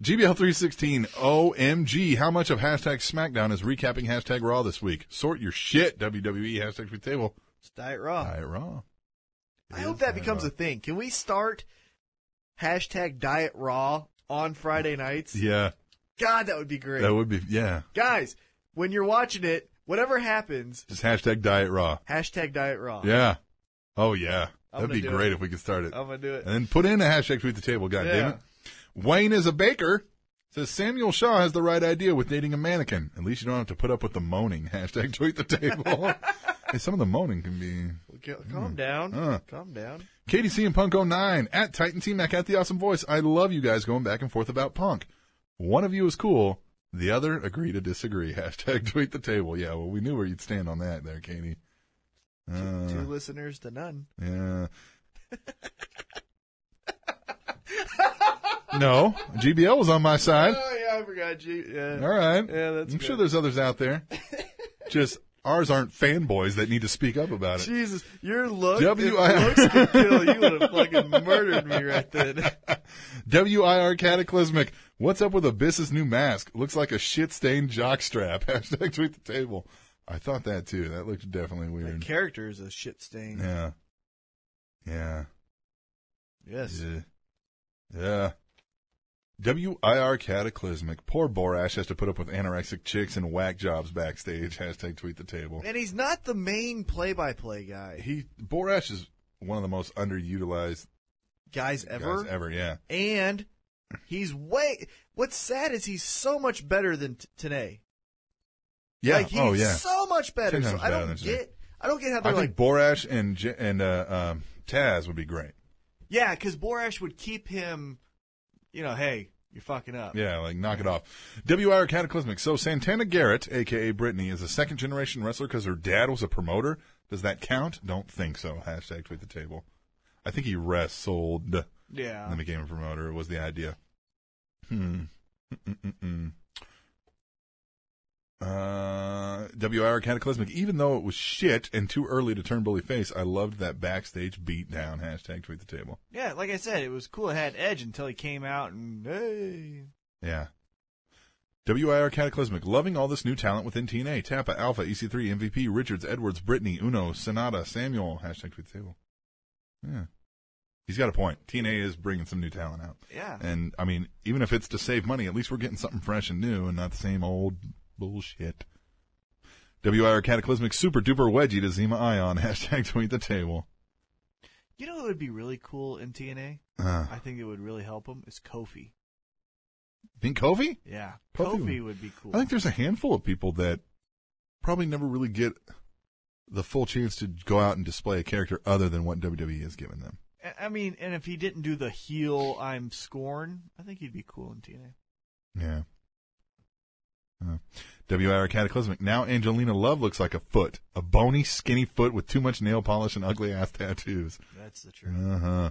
S2: GBL 316. OMG. How much of hashtag SmackDown is recapping hashtag Raw this week? Sort your shit, WWE. Hashtag tweet the table.
S1: It's Diet Raw.
S2: Diet Raw.
S1: I hope that
S2: Diet
S1: becomes
S2: Raw.
S1: a thing. Can we start hashtag Diet Raw on Friday nights?
S2: Yeah.
S1: God, that would be great.
S2: That would be, yeah.
S1: Guys, when you're watching it, whatever happens,
S2: Just hashtag Diet Raw.
S1: hashtag Diet Raw.
S2: Yeah. Oh, yeah.
S1: I'm
S2: That'd
S1: gonna
S2: be
S1: do
S2: great
S1: it.
S2: if we could start it.
S1: I'm going to do it.
S2: And then put in a hashtag tweet the table, god damn it. Wayne is a baker. Says Samuel Shaw has the right idea with dating a mannequin. At least you don't have to put up with the moaning. Hashtag tweet the table. hey, some of the moaning can be.
S1: Okay, Calm down.
S2: Uh.
S1: Calm down.
S2: KDC and Punk 09 at Titan T Mac at the Awesome Voice. I love you guys going back and forth about Punk. One of you is cool. The other agree to disagree. Hashtag tweet the table. Yeah, well, we knew where you'd stand on that there, Katie. Uh,
S1: Two listeners to none.
S2: Yeah. no, GBL was on my side.
S1: Oh, yeah, I forgot you. Yeah.
S2: All right.
S1: Yeah, that's
S2: I'm
S1: good.
S2: sure there's others out there. Just ours aren't fanboys that need to speak up about it.
S1: Jesus, your look,
S2: WIR.
S1: if looks could kill. You would have fucking murdered me right then.
S2: WIR Cataclysmic. What's up with Abyss's new mask? Looks like a shit stained jockstrap. Hashtag tweet the table. I thought that too. That looked definitely
S1: The
S2: weird.
S1: character is a shit stain.
S2: Yeah. Yeah.
S1: Yes.
S2: Yeah. Yeah. WIR cataclysmic. Poor Borash has to put up with anorexic chicks and whack jobs backstage. Hashtag tweet the table.
S1: And he's not the main play-by-play guy,
S2: He Borash is one of the most underutilized
S1: guys ever.
S2: guys ever. Yeah.
S1: And he's way. What's sad is he's so much better than t- today.
S2: Yeah.
S1: Like, he's
S2: oh yeah.
S1: so much better.
S2: Ten
S1: So
S2: times
S1: I
S2: better
S1: don't
S2: than today.
S1: get. I don't get how
S2: I
S1: they're
S2: think
S1: like.
S2: Borash and J- and uh, um, Taz would be great.
S1: yeah, because Borash would keep him. You know, hey, You're fucking up.
S2: Yeah, like knock it off. WIR Cataclysmic. So Santana Garrett, aka Brittany, is a second generation wrestler because her dad was a promoter. Does that count? Don't think so. Hashtag tweet the table. I think he wrestled, and
S1: Yeah.
S2: then became a promoter. Was the idea? Hmm. Mm-mm-mm-mm. Uh, WIR Cataclysmic. Even though it was shit and too early to turn bully face, I loved that backstage beatdown. Hashtag tweet the table.
S1: Yeah, like I said, it was cool. It had Edge until he came out and hey.
S2: Yeah. WIR Cataclysmic, loving all this new talent within TNA. Tappa, Alpha, E EC3, MVP, Richards, Edwards, Brittany, Uno, Sonata, Samuel. Hashtag tweet the table. Yeah. He's got a point. TNA is bringing some new talent out.
S1: Yeah.
S2: And, I mean, even if it's to save money, at least we're getting something fresh and new and not the same old bullshit. WIR Cataclysmic, super duper wedgie to Zima Ion. Hashtag tweet the table.
S1: You know what would be really cool in TNA?
S2: Uh,
S1: I think it would really help him is Kofi.
S2: think Kofi?
S1: Yeah.
S2: Kofi
S1: Kofi,
S2: would-
S1: would be cool.
S2: I think there's a handful of people that probably never really get the full chance to go out and display a character other than what WWE has given them.
S1: I- I mean, and if he didn't do the heel I'm scorn, I think he'd be cool in TNA.
S2: Yeah. Uh, WIR Cataclysmic. Now Angelina Love looks like a foot. A bony, skinny foot with too much nail polish and ugly ass tattoos.
S1: That's the truth.
S2: Uh huh.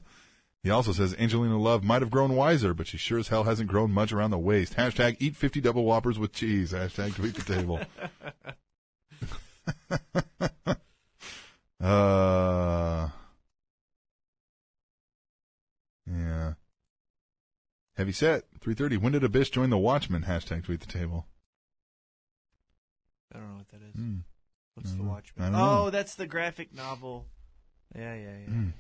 S2: He also says Angelina Love might have grown wiser, but she sure as hell hasn't grown much around the waist. Hashtag eat 50 double whoppers with cheese. Hashtag tweet the table. uh, yeah. Heavy set. 3.30. When did Abyss join the Watchmen? Hashtag tweet the table.
S1: I don't know what that is.
S2: Hmm.
S1: What's
S2: I
S1: the
S2: don't- I
S1: Watchmen?
S2: don't
S1: Oh,
S2: know.
S1: that's the graphic novel. Yeah, yeah, yeah.
S2: Mm.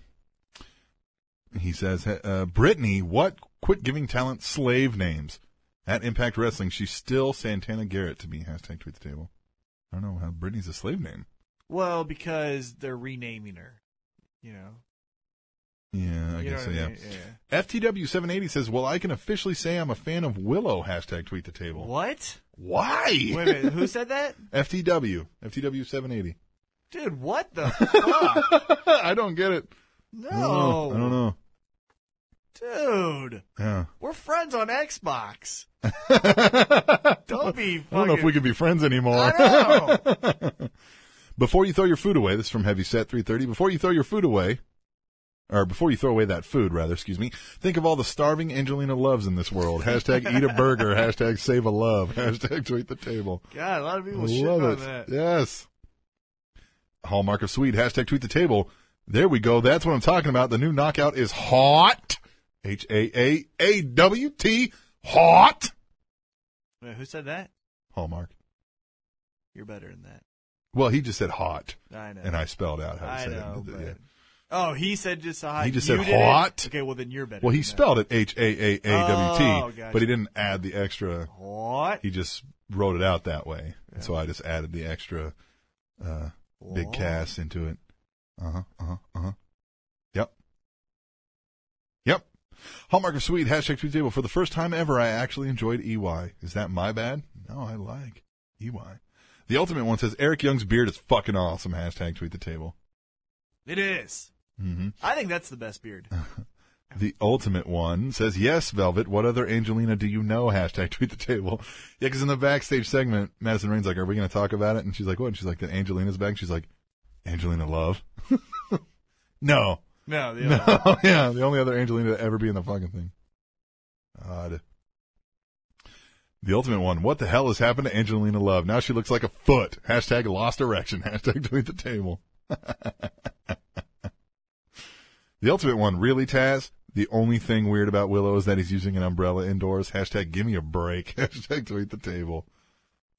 S2: He says, uh, Brittany, what? Quit giving talent slave names. At Impact Wrestling, she's still Santana Garrett to me. Hashtag tweet the table. I don't know how Brittany's a slave name.
S1: Well, because they're renaming her. You know.
S2: Yeah, I
S1: You know
S2: guess so,
S1: what
S2: yeah.
S1: mean? yeah.
S2: FTW780 says, well, I can officially say I'm a fan of Willow. Hashtag tweet the table.
S1: What?
S2: Why?
S1: Wait a minute. Who said that?
S2: FTW. FTW780.
S1: Dude, what the fuck?
S2: I don't get it.
S1: No.
S2: I don't know. I don't know.
S1: Dude,
S2: Yeah.
S1: we're friends on Xbox. Don't be fucking.
S2: I don't know if we could be friends anymore.
S1: I know.
S2: Before you throw your food away, this is from Heavy Set 330. Before you throw your food away, or before you throw away that food, rather, excuse me, think of all the starving Angelina loves in this world. Hashtag eat a burger. Hashtag save a love. Hashtag tweet the table.
S1: God, a lot of
S2: I
S1: people shit
S2: love
S1: on
S2: it.
S1: that.
S2: Yes. Hallmark of Sweet. Hashtag tweet the table. There we go. That's what I'm talking about. The new knockout is hot. H A A A W T. Hot.
S1: Wait, who said that?
S2: Hallmark.
S1: You're better than that.
S2: Well, he just said hot,
S1: I know.
S2: and I spelled out how to
S1: I
S2: say
S1: know.
S2: it.
S1: But...
S2: Yeah.
S1: Oh, he said just a hot.
S2: He just
S1: you
S2: said
S1: did it?
S2: hot.
S1: Okay, well then you're better.
S2: Well, he
S1: than that.
S2: spelled it H A A A W T,
S1: Oh, gotcha.
S2: but he didn't add the extra.
S1: What?
S2: He just wrote it out that way, and so I just added the extra uh, big
S1: What?
S2: cast into it. Uh huh. Uh huh. Uh huh. Yep. Yep. Hallmark of Sweet hashtag tweet table. For the first time ever, I actually enjoyed EY. Is that my bad? No, I like EY. The ultimate one says Eric Young's beard is fucking awesome. Hashtag tweet the table.
S1: It is.
S2: Mm-hmm.
S1: I think that's the best beard.
S2: The ultimate one says, yes, Velvet, what other Angelina do you know? Hashtag tweet the table. Yeah, because in the backstage segment, Madison Rain's like, are we going to talk about it? And she's like, what? And she's like, that Angelina's back. And she's like, Angelina Love? no.
S1: No, the other.
S2: No. yeah, the only other Angelina to ever be in the fucking thing. Odd. The ultimate one. What the hell has happened to Angelina Love? Now she looks like a foot. Hashtag lost erection. Hashtag tweet the table. The ultimate one, really, Taz? The only thing weird about Willow is that he's using an umbrella indoors. Hashtag give me a break. Hashtag tweet the table.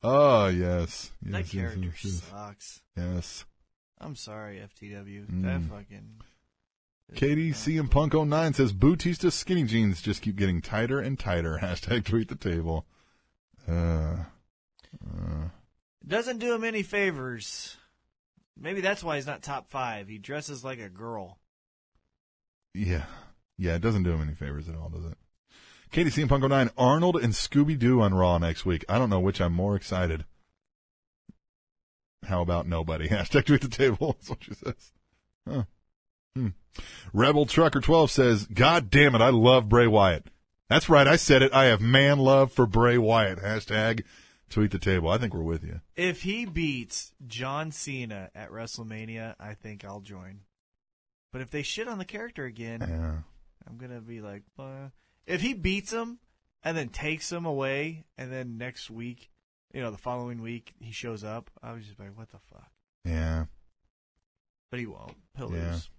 S2: Oh, yes. yes
S1: That
S2: yes, yes,
S1: character
S2: yes,
S1: sucks.
S2: yes.
S1: I'm sorry, FTW. That
S2: Mm.
S1: fucking.
S2: Katie CM Punk 09 says Bautista skinny jeans just keep getting tighter and tighter. Hashtag tweet the table. Uh, uh,
S1: Doesn't do him any favors. Maybe that's why he's not top five. He dresses like a girl.
S2: yeah. Yeah, it doesn't do him any favors at all, does it? Katie CM Punk 09, Arnold and Scooby Doo on Raw next week. I don't know which I'm more excited. How about nobody? Hashtag tweet the table. That's what she says. Huh. Hmm. Rebel Trucker 12 says, God damn it, I love Bray Wyatt. That's right. I said it. I have man love for Bray Wyatt. Hashtag tweet the table. I think we're with you.
S1: If he beats John Cena at WrestleMania, I think I'll join. But if they shit on the character again,
S2: Yeah.
S1: I'm gonna be like, "Bah." if he beats him and then takes him away, and then next week, you know, the following week he shows up, I was just like, what the fuck?
S2: Yeah.
S1: But he won't. He'll
S2: Yeah.
S1: lose.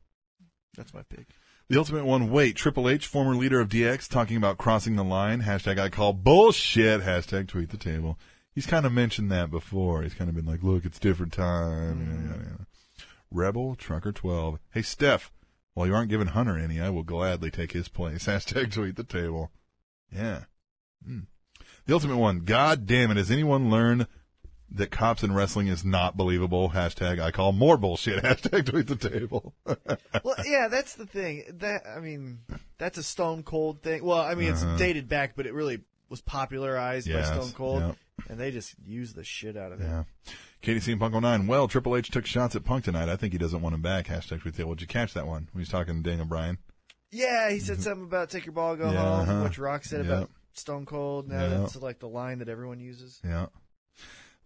S1: That's my pick.
S2: The ultimate one, wait, Triple H, former leader of DX, talking about crossing the line. Hashtag I call bullshit. Hashtag tweet the table. He's kind of mentioned that before. He's kind of been like, look, it's different time. Yeah, yeah, yeah. Rebel Trucker 12. Hey, Steph, while you aren't giving Hunter any, I will gladly take his place. Hashtag tweet the table. Yeah. Hmm. The ultimate one, God damn it, has anyone learned that cops in wrestling is not believable? Hashtag I call more bullshit. Hashtag tweet the table.
S1: well, yeah, that's the thing. That I mean, that's a Stone Cold thing. Well, I mean,
S2: Uh-huh.
S1: it's dated back, but it really was popularized
S2: Yes,
S1: by Stone Cold,
S2: yep.
S1: and they just used the shit out of it.
S2: Yeah. KDC and Punk 09. Well, Triple H took shots at Punk tonight. I think he doesn't want him back. Hashtag with Would you catch that one? When he's talking to Daniel Bryan.
S1: Yeah, he said something about take your ball, go
S2: Mm-hmm. Yeah,
S1: home,
S2: uh-huh.
S1: which Rock said
S2: Yep.
S1: about Stone Cold. Now
S2: Yep.
S1: that's like the line that everyone uses.
S2: Yeah.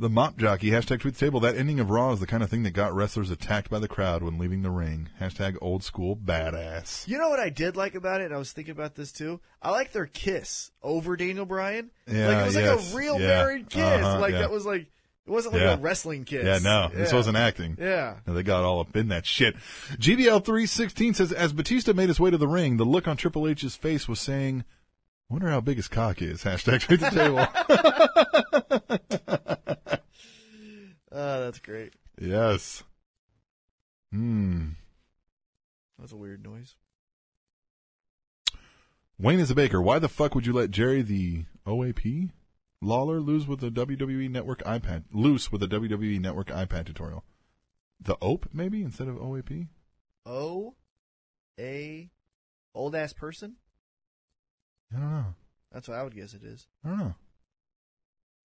S2: The mop jockey. Hashtag tweet the table. That ending of Raw is the kind of thing that got wrestlers attacked by the crowd when leaving the ring. Hashtag old school badass.
S1: You know what I did like about it, and I was thinking about this too. I like their kiss over Daniel Bryan.
S2: Yeah,
S1: like it was
S2: yes,
S1: like a real
S2: yeah,
S1: married kiss.
S2: uh-huh,
S1: like
S2: yeah.
S1: that was like it wasn't like
S2: Yeah.
S1: a wrestling kiss.
S2: Yeah, no, this wasn't acting.
S1: Yeah.
S2: No, they got all up in that shit. GBL three sixteen says, as Batista made his way to the ring, the look on Triple H's face was saying, "Wonder how big his cock is." Hashtag tweet the table.
S1: Oh, that's great.
S2: yes. Hmm.
S1: That's a weird noise.
S2: Wayne is a baker. Why the fuck would you let Jerry the OAP Lawler lose with the WWE E Network iPad loose with a WWE Network iPad tutorial? The OAP maybe instead of OAP.
S1: O, Oh, a, old ass person.
S2: I don't know.
S1: That's what I would guess it is.
S2: I don't know.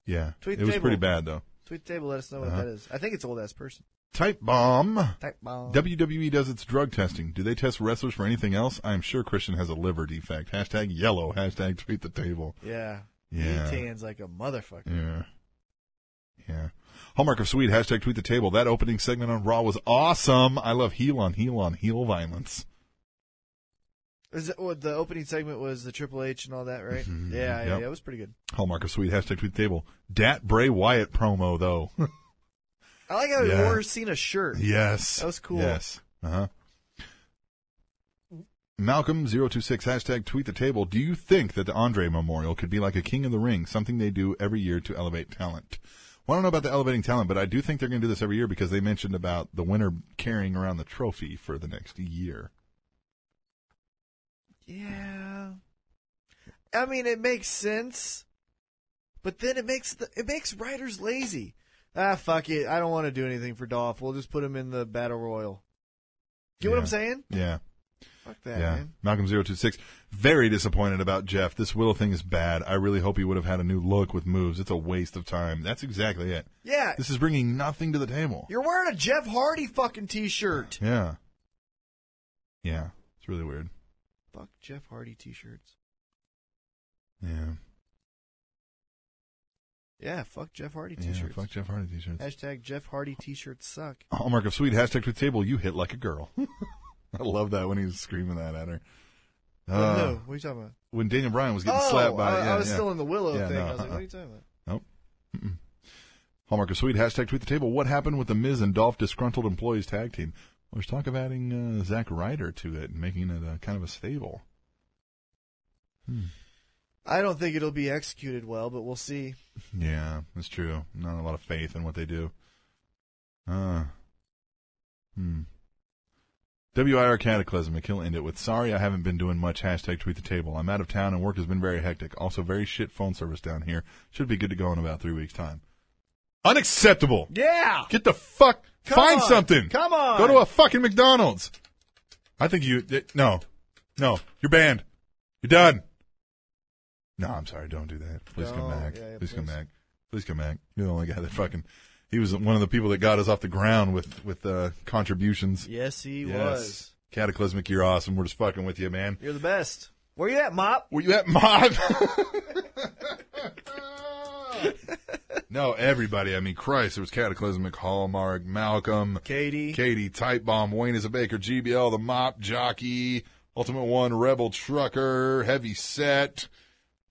S2: Yeah,
S1: Tweet
S2: it
S1: the
S2: was
S1: table.
S2: pretty bad though.
S1: Tweet the table. Let us know what
S2: Uh-huh.
S1: that is. I think it's old ass person.
S2: Type bomb.
S1: Type bomb.
S2: WWE does its drug testing. Do they test wrestlers for anything else? I am sure Christian has a liver defect. Hashtag yellow. Hashtag tweet the table.
S1: yeah.
S2: Yeah.
S1: He tans like a motherfucker.
S2: Yeah. Yeah. Hallmark of Sweet. Hashtag tweet the table. That opening segment on Raw was awesome. I love heel on heel on heel violence.
S1: Is it, well, the opening segment was the Triple H and all that, right? Yeah, yeah,
S2: Yep.
S1: yeah, it was pretty good.
S2: Hallmark of Sweet. Hashtag tweet the table. Dat Bray Wyatt promo though.
S1: I like how
S2: Yeah.
S1: he wore Cena's shirt.
S2: yes.
S1: That was cool.
S2: Yes. Uh huh. Malcolm026 hashtag tweet the table. Do you think that the Andre Memorial could be like a King of the Ring, something they do every year to elevate talent? Well, I don't know about the elevating talent, but I do think they're going to do this every year because they mentioned about the winner carrying around the trophy for the next year.
S1: Yeah. I mean, it makes sense, but then it makes the, it makes writers lazy. Ah, fuck it. I don't want to do anything for Dolph. We'll just put him in the battle royal. Get what
S2: Yeah.
S1: I'm saying?
S2: Yeah.
S1: Fuck that,
S2: yeah.
S1: man.
S2: Malcolm026, very disappointed about Jeff. This Willow thing is bad. I really hope he would have had a new look with moves. It's a waste of time. That's exactly it.
S1: Yeah,
S2: This is bringing nothing to the table.
S1: you're wearing a Jeff Hardy fucking t-shirt.
S2: Yeah. Yeah. It's really weird.
S1: Fuck Jeff Hardy t-shirts.
S2: Yeah.
S1: Yeah, fuck Jeff Hardy
S2: Yeah,
S1: t-shirts.
S2: fuck Jeff Hardy t-shirts.
S1: Hashtag Jeff Hardy t-shirts suck.
S2: Hallmark of Sweet, hashtag to the table, you hit like a girl. I love that when he was screaming that at her. Uh,
S1: Oh, no, what are you talking about?
S2: When Daniel Bryan was getting
S1: oh,
S2: slapped by
S1: I,
S2: it. Yeah,
S1: I was
S2: yeah.
S1: still in the Willow
S2: Yeah,
S1: thing.
S2: no,
S1: I was like,
S2: uh-uh.
S1: what are you talking about?
S2: Hallmark of Sweet, hashtag tweet the table. What happened with the Miz and Dolph disgruntled employees tag team? Well, there's talk of adding uh, Zack Ryder to it and making it a, kind of a stable.
S1: I don't think it'll be executed well, but we'll see.
S2: Yeah, that's true. Not a lot of faith in what they do. Uh, hmm. WIR Cataclysm. and He'll end it with, sorry I haven't been doing much. Hashtag tweet the table. I'm out of town and work has been very hectic. Also very shit phone service down here. Should be good to go in about three weeks time. Unacceptable.
S1: Yeah.
S2: Get the fuck,
S1: Come
S2: find
S1: on.
S2: something.
S1: Come on.
S2: Go to a fucking McDonald's. I think you, th- no, no, you're banned. You're done. No, I'm sorry. Don't do that. Please come
S1: Don't.
S2: back.
S1: Yeah, yeah,
S2: please, come
S1: please.
S2: back. Please come back. You're the only guy that fucking, he was one of the people that got us off the ground with, with, uh, contributions.
S1: Yes, he was.
S2: Cataclysmic, you're awesome. We're just fucking with you, man.
S1: You're the best. Where you at, Mop?
S2: Were you at Mob? no, everybody. I mean, Christ, there was Cataclysmic, Hallmark, Malcolm,
S1: Katie.
S2: Katie, Type Bomb, Wayne is a Baker, GBL, The Mop, Jockey, Ultimate One, Rebel Trucker, Heavy Set.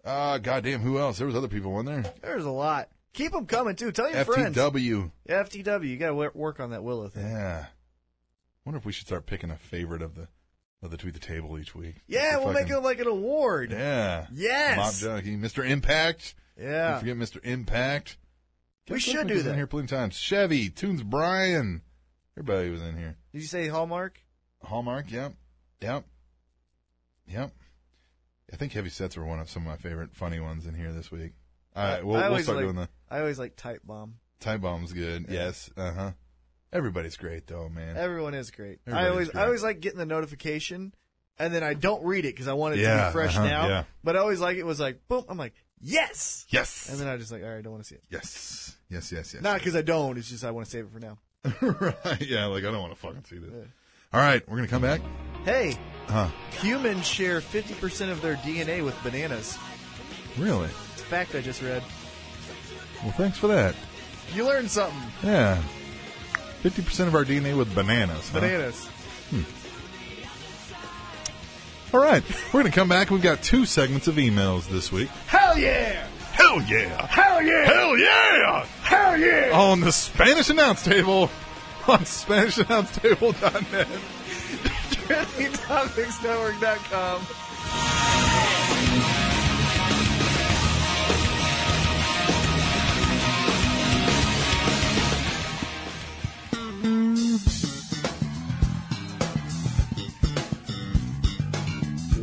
S2: Uh, goddamn, who else? There was other people in there.
S1: There's a lot. Keep them coming too. Tell your friends.
S2: FTW.
S1: FTW. You got to work on that Willow thing.
S2: Yeah. Wonder if we should start picking a favorite of the of the tweet the table each week.
S1: Yeah,
S2: Just a
S1: we'll make
S2: fucking-
S1: it like an award.
S2: Yeah. Mob
S1: Yes.
S2: Jockey, Mr. Impact.
S1: Yeah.
S2: Don't forget Mr. Impact. Kevin
S1: We should
S2: Kuzmic
S1: do
S2: was
S1: that.
S2: In here plenty of times. Chevy, Tunes, Brian. Everybody was in here.
S1: Did you say Hallmark?
S2: Hallmark. Yep. Yep. Yep. I think heavy sets were one of some of my favorite funny ones in here this week. All right, we'll, we'll
S1: always
S2: start
S1: like,
S2: doing the
S1: I always like Type Bomb.
S2: time bombs. Good. Yes. Uh huh. Everybody's great though, man.
S1: Everyone is great. I
S2: Everybody's
S1: always
S2: great.
S1: I always like getting the notification, and then I don't read it because I want it to
S2: Yeah,
S1: be fresh
S2: uh-huh,
S1: now.
S2: yeah.
S1: But I always like it was like boom. I'm like yes,
S2: yes.
S1: and then I just like all right, I don't want to see it.
S2: yes. Yes. Yes. Yes.
S1: Not because I don't. It's just I want to save it for now.
S2: right. Yeah. Like I don't want to fucking see this. All right, we're gonna come back.
S1: Hey,
S2: Huh?
S1: humans share 50% of their DNA with bananas.
S2: Really?
S1: It's a fact I just read.
S2: Well, thanks for that.
S1: You learned something.
S2: Yeah. 50% of our DNA with bananas. huh?
S1: Bananas.
S2: All right. We're going to come back. We've got two segments of emails this week.
S1: Hell yeah!
S2: Hell yeah. Hell yeah. Hell yeah.
S1: Hell yeah!
S2: On the Spanish announce table on SpanishAnnounceTable.net.
S1: TopicsNetwork.com.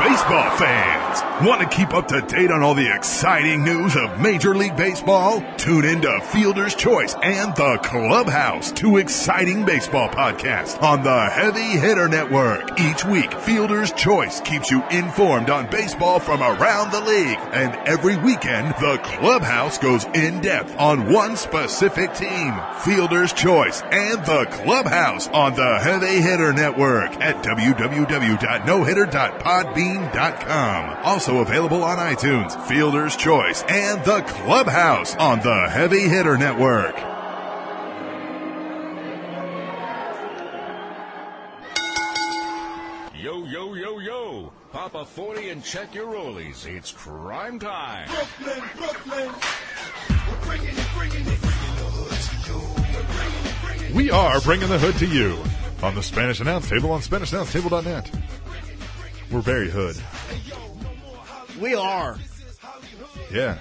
S8: Baseball fans, want to keep up to date on all the exciting news of Major League Baseball? Tune in to Fielder's Choice and The Clubhouse, two exciting baseball podcasts on the Heavy Hitter Network. Each week, Fielder's Choice keeps you informed on baseball from around the league. And every weekend, The Clubhouse goes in depth on one specific team. Fielder's Choice and The Clubhouse on the Heavy Hitter Network at www.nohitter.podbean.com. Also available on iTunes, Fielder's Choice and The Clubhouse on the Heavy Hitter Network.
S7: Yo, yo, yo, yo. Pop a 40 and check your rollies. It's crime time.
S3: Brooklyn, Brooklyn. We're bringing it, bringing it, bringing the hood to you. We're bringing it, bringing it.
S2: We are bringing the hood to you on the Spanish announce table on SpanishAnnounceTable.net. We're very hood.
S1: We are
S2: Yeah.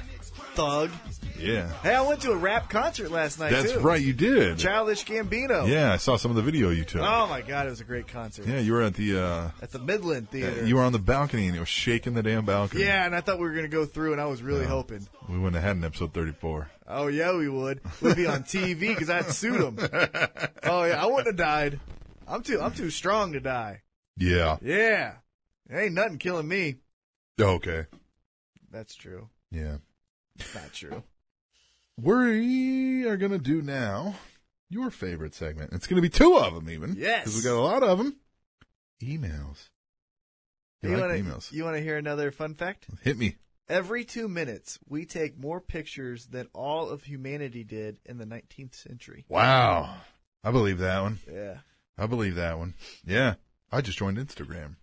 S1: thug.
S2: Yeah.
S1: Hey, I went to a rap concert last night
S2: That's
S1: too.
S2: right. You did.
S1: Childish Gambino.
S2: Yeah. I saw some of the video you took.
S1: Oh my god, it was a great concert
S2: Yeah. You were at the, uh,
S1: at the Midland Theater.
S2: you were on the balcony and it was shaking the damn balcony.
S1: yeah, and I thought we were gonna go through, and I was really hoping.
S2: We went ahead in episode 34.
S1: Oh yeah, we would. We'd be on TV because I'd suit him. Oh yeah, I wouldn't have died. I'm too. I'm too strong to die.
S2: Yeah.
S1: Yeah, ain't nothing killing me.
S2: Okay.
S1: That's true.
S2: Yeah.
S1: It's not true.
S2: We are going to do now your favorite segment. It's going to be two of them, even.
S1: Yes.
S2: Because we got a lot of them. Emails. You, like
S1: wanna,
S2: emails?
S1: You want to hear another fun fact?
S2: Hit me.
S1: Every two minutes, we take more pictures than all of humanity did in the 19th century.
S2: Wow. I believe that one.
S1: Yeah.
S2: I believe that one. Yeah. I just joined Instagram.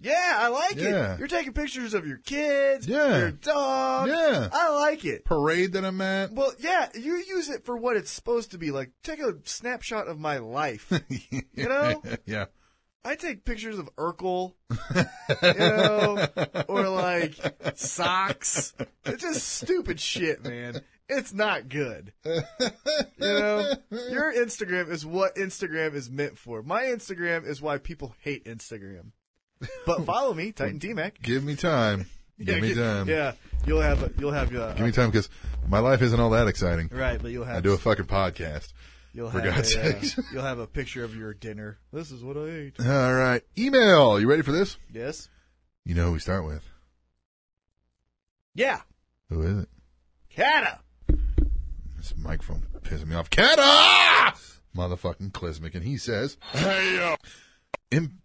S1: Yeah, I like
S2: Yeah.
S1: it. You're taking pictures of your kids,
S2: Yeah.
S1: your dog.
S2: Yeah.
S1: I like it.
S2: Parade that I'm at.
S1: Well, yeah, you use it for what it's supposed to be. Like, take a snapshot of my life. You know?
S2: yeah.
S1: I take pictures of Urkel, you know, or like socks. It's just stupid shit, man. It's not good. You know, your Instagram is what Instagram is meant for. My Instagram is why people hate Instagram. But follow me, Titan T Mac.
S2: Give me time. Give me time.
S1: Yeah, you'll have a, you'll have uh,
S2: Give me time because my life isn't all that exciting.
S1: right, but you'll have
S2: I do a fucking podcast.
S1: you'll
S2: for
S1: have
S2: God's
S1: a, uh,
S2: sakes.
S1: you'll have a picture of your dinner. This is what I ate.
S2: All right. Email. You ready for this?
S1: Yes.
S2: You know who we start with.
S1: Yeah.
S2: Who is it?
S1: Cata.
S2: This microphone pissing me off. Kata! Motherfucking Klismic. And he says, Hey, yo. Im-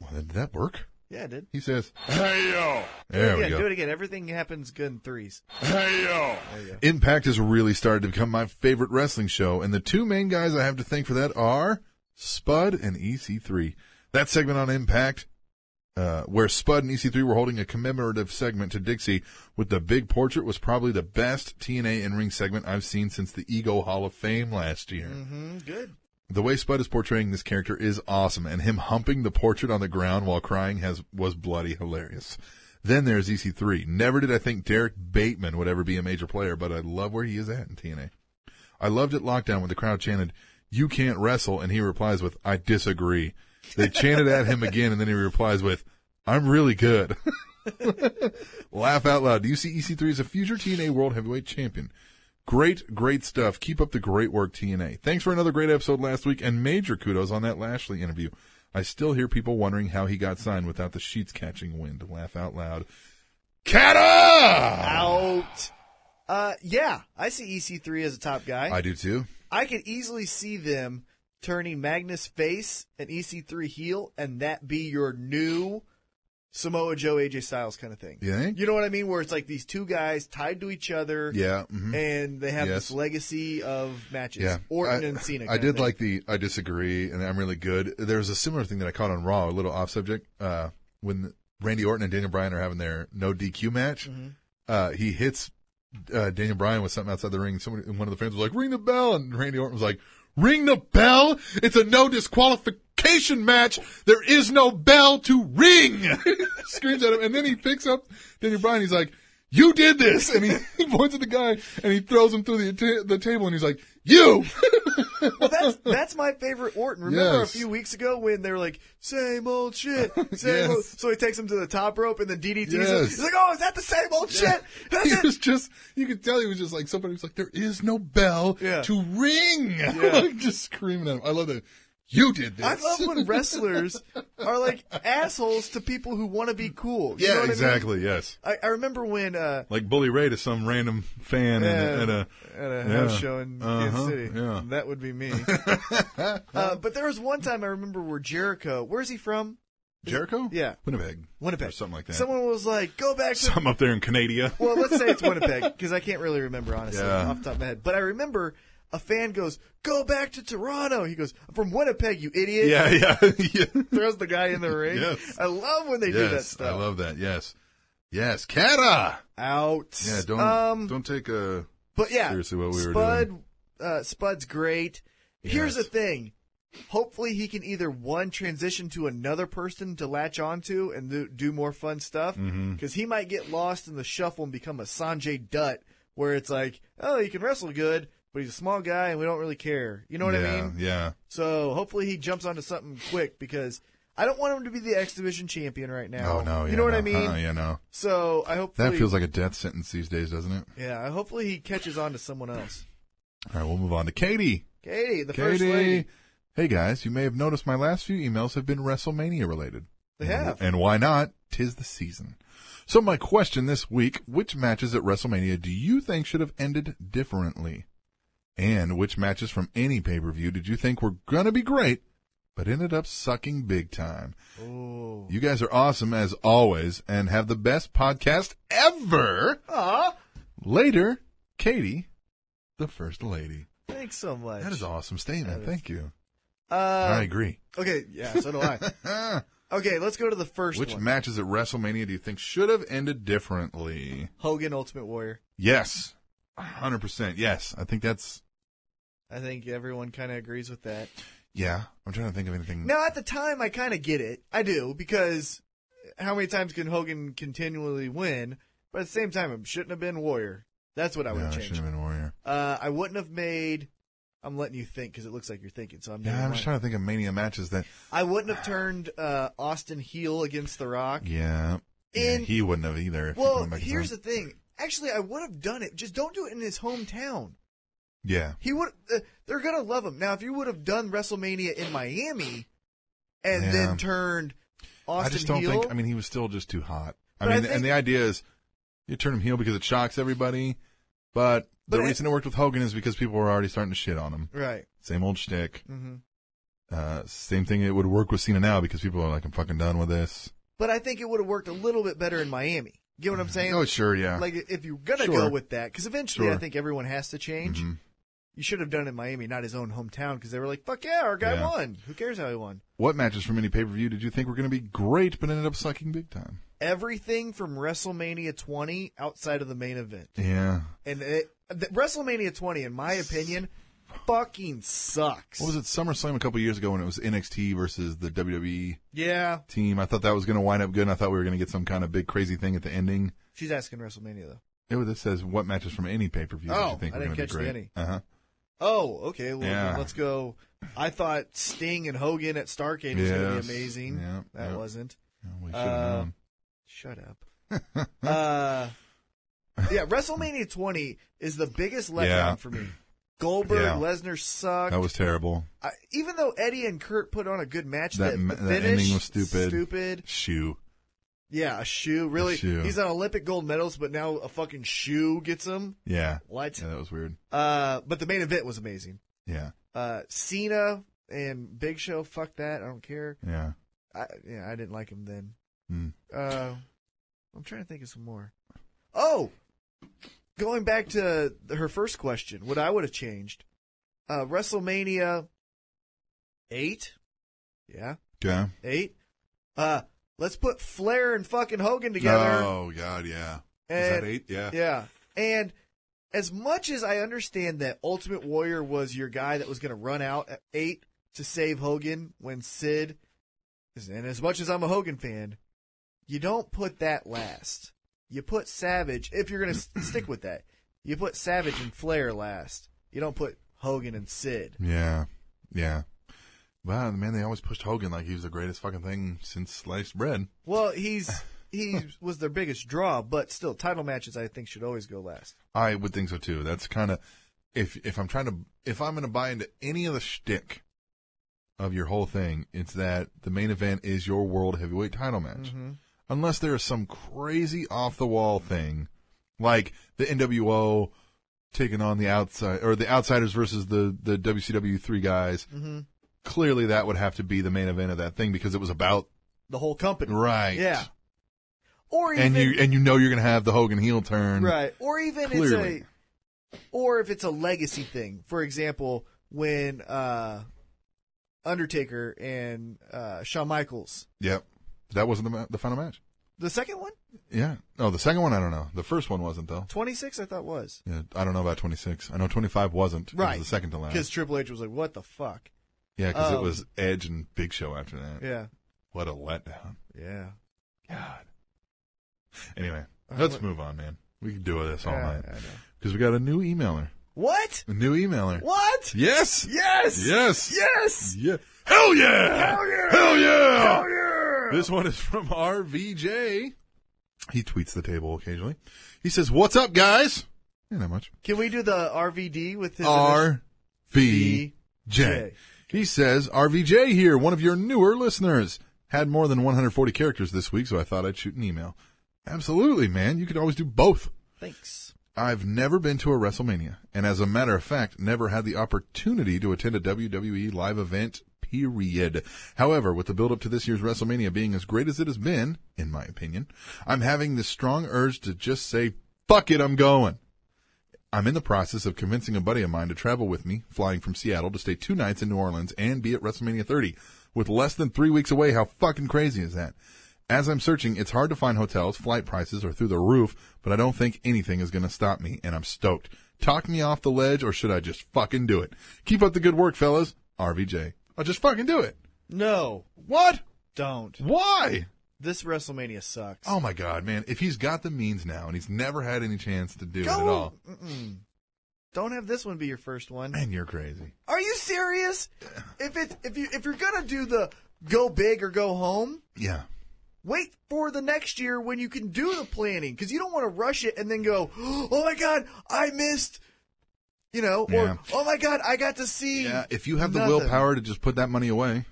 S2: well, did that work?
S1: Yeah, I did.
S2: He says,
S3: Hey yo,
S2: There
S1: yeah,
S2: we go.
S1: do it again. Everything happens good in threes.
S3: hey yo,
S2: Impact has really started to become my favorite wrestling show, and the two main guys I have to thank for that are Spud and EC3. That segment on Impact, uh, where Spud and EC3 were holding a commemorative segment to Dixie with the big portrait, was probably the best TNA in ring segment I've seen since the Ego Hall of Fame last year.
S1: Mm-hmm. Good.
S2: The way Spud is portraying this character is awesome, and him humping the portrait on the ground while crying has was bloody hilarious. Then there's EC3. Never did I think Derek Bateman would ever be a major player, but I love where he is at in TNA. I loved at Lockdown when the crowd chanted, "You can't wrestle," and he replies with, "I disagree." They chanted at him again, and then he replies with, "I'm really good." Laugh out loud. Do you see E EC3 as a future TNA World Heavyweight Champion? Great, great stuff. Keep up the great work, TNA. Thanks for another great episode last week, and major kudos on that Lashley interview. I still hear people wondering how he got signed without the sheets catching wind. Laugh out loud. Kata!
S1: Out. Uh, yeah, I see EC3 as a top guy.
S2: I do too.
S1: I could easily see them turning Magnus face and EC3 heel, and that be your new Samoa Joe AJ Styles kind of thing.
S2: You think?
S1: You know what I mean? Where it's like these two guys tied to each other,
S2: Yeah. mhm.
S1: and they have
S2: Yes.
S1: this legacy of matches.
S2: Yeah.
S1: Orton
S2: I,
S1: and Cena.
S2: I
S1: kind of
S2: did
S1: thing.
S2: like the I disagree and I'm really good. There was a similar thing that I caught on Raw, a little off subject, uh, when Randy Orton and Daniel Bryan are having their no DQ match.
S1: Mm-hmm.
S2: Uh, he hits uh, Daniel Bryan with something outside the ring. Somebody, and one of the fans was like, "Ring the bell," and Randy Orton was like, "Ring the bell! It's a no disqualification match. There is no bell to ring." Screams at him, and then he picks up Daniel Bryan. He's like, "You did this!" And he, he points at the guy, and he throws him through the ta- the table, and he's like, "You!"
S1: Well, that's that's my favorite Orton. Remember
S2: Yes.
S1: a few weeks ago when they were like, same old shit, same
S2: Yes.
S1: old. So he takes him to the top rope and then DDTs him.
S2: Yes.
S1: He's like, oh, is that the same old shit? That's
S2: he
S1: it.
S2: was just, you could tell he was just like somebody was like, there is no bell
S1: Yeah.
S2: to ring. Like, just screaming at him. I love that. You did this.
S1: I love when wrestlers are like assholes to people who want to be cool. You
S2: yeah,
S1: know what I mean?
S2: exactly. Yes.
S1: I, I remember when uh,
S2: Like Bully Ray to some random fan at, a,
S1: at a
S2: yeah.
S1: house show in
S2: Uh-huh,
S1: Kansas City.
S2: yeah.
S1: That would be me. uh, but there was one time I remember where Jericho, where's he from?
S2: Jericho?
S1: Yeah.
S2: Winnipeg.
S1: Winnipeg.
S2: Or something like that.
S1: Someone was like, go back to
S2: Some up there in Canada.
S1: Well, let's say it's Winnipeg because I can't really remember honestly
S2: Yeah.
S1: off the top of my head. But I remember a fan goes, "Go back to Toronto." He goes, "I'm "From Winnipeg, you idiot!"
S2: yeah, yeah, yeah.
S1: Throws the guy in the ring.
S2: Yes.
S1: I love when they do that
S2: Yes, I
S1: stuff.
S2: love that. Yes, yes, Kata.
S1: Out.
S2: Yeah, don't
S1: Um,
S2: don't take a
S1: but yeah,
S2: seriously what we were
S1: Spud,
S2: doing.
S1: Uh, Spud's great. Here's the
S2: Yes.
S1: thing. Hopefully, he can either one transition to another person to latch onto and do, do more fun stuff, because
S2: Mm-hmm.
S1: he might get lost in the shuffle and become a Sanjay Dutt, where it's like, oh, he can wrestle good, but he's a small guy and we don't really care. You know what
S2: yeah,
S1: I mean?
S2: yeah.
S1: So hopefully, he jumps onto something quick because I don't want him to be the X Division champion right now.
S2: Oh no,
S1: you
S2: yeah,
S1: know what
S2: no,
S1: I mean?
S2: Uh, yeah, no.
S1: So I hopefully
S2: That feels like a death sentence these days, doesn't it?
S1: yeah, hopefully he catches on to someone else.
S2: All right, we'll move on to Katie.
S1: Katie, the first lady.
S2: Katie. Hey guys, you may have noticed my last few emails have been WrestleMania related.
S1: They have.
S2: And why not? Tis the season. So my question this week, which matches at WrestleMania do you think should have ended differently? And which matches from any pay-per-view did you think were gonna be great, but ended up sucking big time? You guys are awesome as always and have the best podcast ever.
S1: Aw,
S2: Later, Katie, the first lady.
S1: thanks so much.
S2: That is an awesome statement. Thank you.
S1: Uh,
S2: I agree.
S1: Okay, yeah, so do I. okay, let's go to the first
S2: Which
S1: one.
S2: matches at WrestleMania do you think should have ended differently?
S1: Hogan Ultimate Warrior.
S2: Yes. 100%. Yes. I think that's,
S1: I think everyone kind of agrees with that.
S2: yeah. I'm trying to think of anything.
S1: Now, at the time, I kind of get it. I do because how many times can Hogan continually win? But at the same time, it shouldn't have been Warrior. That's what I would
S2: No,
S1: have
S2: it
S1: changed.
S2: should have been Warrior.
S1: Uh, I wouldn't have made I'm letting you think because it looks like you're thinking. So I'm.
S2: Yeah,
S1: never
S2: I'm just
S1: mind.
S2: trying to think of mania matches that.
S1: I wouldn't have turned uh, Austin heel against The Rock.
S2: Yeah, Yeah,
S1: In-
S2: he wouldn't have either. If he
S1: Well,
S2: went back in
S1: here's the
S2: time.
S1: thing. Actually, I would have done it. Just don't do it in his hometown.
S2: yeah,
S1: He would. Uh, they're gonna love him. Now, if you would have done WrestleMania in Miami, and
S2: Yeah.
S1: then turned
S2: I
S1: Austin
S2: just don't
S1: heel,
S2: think. I mean, he was still just too hot. I
S1: But I
S2: mean,
S1: think-
S2: and the idea is you turn him heel because it shocks everybody, but,
S1: But
S2: the
S1: I-
S2: reason it worked with Hogan is because people were already starting to shit on him.
S1: right?
S2: Same old shtick.
S1: hmm
S2: Uh, same thing. It would work with Cena now because people are like, I'm fucking done with this.
S1: But I think it would have worked a little bit better in Miami. Get what I'm saying?
S2: Oh, sure, yeah.
S1: Like if you're gonna
S2: Sure.
S1: go with that, because eventually I
S2: Sure.
S1: think everyone has to change.
S2: Mhm.
S1: You should have done it in Miami, not his own hometown, because they were like, "Fuck yeah, our guy
S2: Yeah.
S1: won. Who cares how he won?"
S2: What matches from any pay per view did you think were going to be great but ended up sucking big time?
S1: Everything from WrestleMania 20 outside of the main event,
S2: Yeah.
S1: and it, the, WrestleMania 20, in my opinion, fucking sucks.
S2: What was it? SummerSlam a couple years ago when it was NXT versus the WWE
S1: Yeah,
S2: team. I thought that was going to wind up good. and I thought we were going to get some kind of big crazy thing at the ending.
S1: she's asking WrestleMania though.
S2: It was- it says what matches from any pay per view.
S1: Oh,
S2: you think
S1: I
S2: were
S1: didn't
S2: gonna
S1: catch the
S2: be great.
S1: any.
S2: Uh huh.
S1: Oh, okay. Well,
S2: Yeah.
S1: let's go. I thought Sting and Hogan at Starcade was going to
S2: Yes.
S1: be amazing.
S2: Yep,
S1: that
S2: yep.
S1: wasn't.
S2: Oh, we should
S1: Uh,
S2: have
S1: Shut up.
S2: known.
S1: Uh, yeah, WrestleMania 20 is the biggest letdown
S2: Yeah.
S1: for me. Goldberg,
S2: Yeah.
S1: Lesnar sucked.
S2: that was terrible.
S1: I, even though Eddie and Kurt put on a good match,
S2: That
S1: that,
S2: ma-
S1: the
S2: that
S1: finish,
S2: ending was stupid.
S1: Stupid.
S2: Shoe.
S1: Yeah, a shoe. Really,
S2: shoe.
S1: he's on Olympic gold medals, but now a fucking shoe gets him.
S2: Yeah.
S1: What?
S2: Yeah, that was weird.
S1: Uh, but the main event was amazing.
S2: Yeah.
S1: Uh, Cena and Big Show. Fuck that. I don't care.
S2: Yeah.
S1: I yeah, I didn't like him then.
S2: Mm.
S1: Uh, I'm trying to think of some more. Oh, going back to the, her first question, what I would have changed, uh, WrestleMania eight, yeah,
S2: Okay.
S1: eight. Uh, let's put Flair and fucking Hogan together.
S2: Oh God, yeah.
S1: and,
S2: Is that eight? Yeah.
S1: Yeah, and as much as I understand that Ultimate Warrior was your guy that was going to run out at eight to save Hogan when Sid, and as much as I'm a Hogan fan, you don't put that last. You put Savage if you're going to stick with that. You put Savage and Flair last. You don't put Hogan and Sid.
S2: Yeah. Yeah. Wow, man, they always pushed Hogan like he was the greatest fucking thing since sliced bread.
S1: Well, he's he was their biggest draw, but still, title matches I think should always go last.
S2: I would think so too. That's kind of if if I'm trying to if I'm going to buy into any of the shtick of your whole thing, it's that the main event is your world heavyweight title match, unless there is some crazy off the wall thing like the NWO taking on the outside or the outsiders versus the the WCW three guys. Clearly, that would have to be the main event of that thing because it was about
S1: The whole company,
S2: right,
S1: Yeah, or even
S2: And you and you know you're going to have the Hogan heel turn,
S1: right or even
S2: Clearly.
S1: it's a or if it's a legacy thing for example when uh undertaker and uh shawn michaels
S2: Yep, that wasn't the, ma- the final match.
S1: the second one
S2: Yeah. Oh, the second one, I don't know. The first one wasn't though.
S1: 26 i thought was
S2: Yeah, I don't know about 26. I know 25 wasn't. It was
S1: right
S2: the second to
S1: because
S2: last.
S1: triple h was like what the fuck
S2: Yeah, because it
S1: um,
S2: was Edge and Big Show after that.
S1: yeah
S2: What a letdown.
S1: yeah
S2: God. Anyway,
S1: Uh,
S2: let's
S1: what-
S2: move on, man. We can do this all
S1: Yeah,
S2: night
S1: I know.
S2: because we got a new emailer.
S1: what
S2: A new emailer.
S1: what
S2: Yes.
S1: yes
S2: Yes.
S1: yes
S2: Yeah. Hell yeah.
S1: Hell yeah!
S2: Hell yeah.
S1: Hell yeah!
S2: This one is from RVJ. He tweets the table occasionally. He says, "What's up, guys?" Yeah, not much.
S1: can we do the rvd with his initial-
S2: R V
S1: V
S2: J. He says, RVJ here, one of your newer listeners. Had more than 140 characters this week, so I thought I'd shoot an email. Absolutely, man. You could always do both.
S1: thanks
S2: I've never been to a WrestleMania, and as a matter of fact, never had the opportunity to attend a WWE live event, period. However, with the build up to this year's WrestleMania being as great as it has been, in my opinion, I'm having this strong urge to just say, fuck it, I'm going. I'm in the process of convincing a buddy of mine to travel with me, flying from Seattle to stay two nights in New Orleans and be at WrestleMania 30. With less than three weeks away, how fucking crazy is that? As I'm searching, it's hard to find hotels, flight prices are through the roof, but I don't think anything is going to stop me, and I'm stoked. Talk me off the ledge, or should I just fucking do it? Keep up the good work, fellas. RVJ. I'll just fucking do it.
S1: no
S2: What?
S1: don't
S2: Why?
S1: this wrestlemania sucks
S2: Oh my god, man. If he's got the means now and he's never had any chance to do it at
S1: Go-
S2: all.
S1: Mm-mm. Don't have this one be your first one.
S2: Man, you're crazy.
S1: Are you serious? If it's if you if you're gonna do the go big or go home,
S2: Yeah.
S1: wait for the next year when you can do the planning because you don't want to rush it and then go, oh my god, I missed, you know,
S2: Yeah.
S1: or oh my god, I got to see.
S2: Yeah. If you have the
S1: nothing."
S2: willpower to just put that money away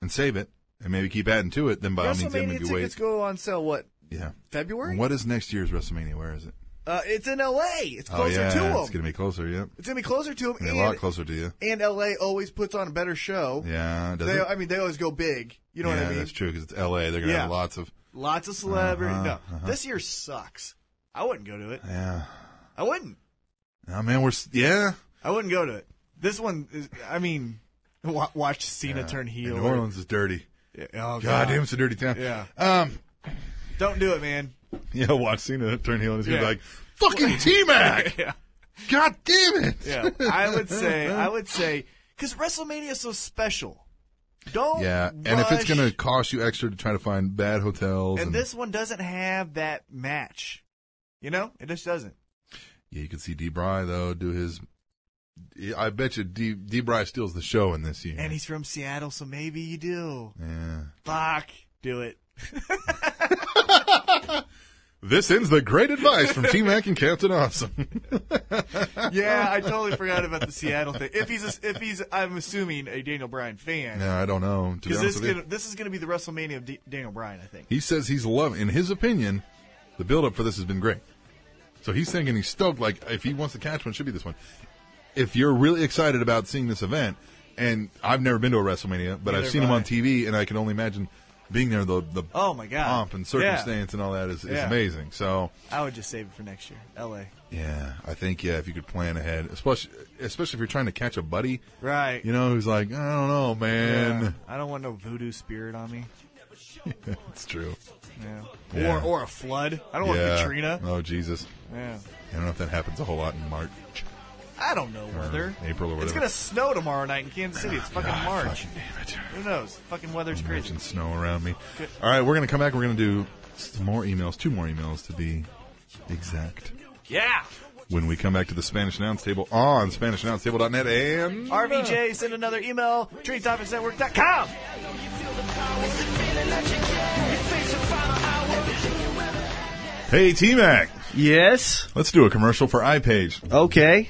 S2: and save it and maybe keep adding to it, then by all means, then we
S1: WrestleMania
S2: can wait.
S1: tickets go on sale what
S2: yeah.
S1: February?
S2: What is next year's WrestleMania? Where is it?
S1: Uh, it's in L.A. It's
S2: oh,
S1: closer
S2: yeah.
S1: to them.
S2: It's going to be closer, yep.
S1: It's gonna be closer to them,
S2: Yeah, a lot
S1: and,
S2: closer to you.
S1: and L.A. always puts on a better show.
S2: Yeah. Does
S1: They,
S2: it?
S1: I mean, they always go big. You know
S2: yeah,
S1: what I mean?
S2: that's true because it's L.A. They're going to
S1: Yeah.
S2: have lots of.
S1: Lots of celebrity.
S2: Uh-huh,
S1: no,
S2: uh-huh.
S1: this year sucks. I wouldn't go to it.
S2: Yeah.
S1: I wouldn't.
S2: Oh, man, we're. s- Yeah.
S1: I wouldn't go to it. This one is. I mean, wa- watch Cena turn heel.
S2: New Orleans is dirty.
S1: Yeah, Oh, God.
S2: God damn, it's a dirty town.
S1: Yeah.
S2: Um.
S1: Don't do it, man.
S2: Yeah, watch Cena turn heel and he's gonna be
S1: Yeah.
S2: like, "Fucking T Mac!
S1: Yeah.
S2: God damn it!"
S1: Yeah. I would say. I would say because WrestleMania is so special. Don't.
S2: Yeah, and if it's
S1: rush.
S2: gonna cost you extra to try to find bad hotels, and,
S1: and this one doesn't have that match. You know, it just doesn't.
S2: yeah, you can see D. Bry though do his. I bet you D. D. Bry steals the show in this year.
S1: And he's from Seattle, so maybe you do.
S2: yeah.
S1: Fuck, do it.
S2: This ends the great advice from T Mac and Captain Awesome.
S1: Yeah,
S2: Oh.
S1: I totally forgot about the Seattle thing. If he's a, if he's, I'm assuming a Daniel Bryan fan.
S2: no, I don't know. To be
S1: Because
S2: honest
S1: this,
S2: with
S1: is
S2: you.
S1: gonna- this is going to be the WrestleMania of D- Daniel Bryan, I think.
S2: He says he's loving, in his opinion, the build up for this has been great. So he's thinking he's stoked. Like if he wants to catch one, it should be this one. If you're really excited about seeing this event, and I've never been to a WrestleMania, but I've
S1: Neither
S2: seen
S1: have
S2: him on
S1: I.
S2: TV, and I can only imagine being there. The the
S1: Oh my god!
S2: pomp and circumstance and all that is, is
S1: Yeah.
S2: amazing. So
S1: Yeah, I would just save it for next year, L.A.
S2: yeah, I think yeah, if you could plan ahead, especially especially if you're trying to catch a buddy,
S1: Right.
S2: you know, who's like I don't know, man.
S1: Yeah. I don't want no voodoo spirit on me.
S2: It's true.
S1: Yeah.
S2: Yeah.
S1: Or or a flood. I don't
S2: yeah.
S1: want Katrina.
S2: Oh Jesus.
S1: Yeah.
S2: I don't know if that happens a whole lot in March.
S1: I don't know
S2: Or
S1: weather.
S2: uh, April or whatever.
S1: It's gonna snow tomorrow night in Kansas City. It's fucking
S2: Ah,
S1: March.
S2: fucking damn it.
S1: Who knows? Fucking weather's crazy.
S2: Imagine snow around me. All right, we're going to come back. We're going to do some more emails, two more emails to be exact.
S9: Yeah.
S2: When we come back to the Spanish Announce Table on SpanishAnnounceTable.net and...
S1: RVJ, send another email. TreeTopicsNetwork.com.
S2: Hey, T-Mac,
S1: Yes.
S2: let's do a commercial for iPage.
S1: Okay.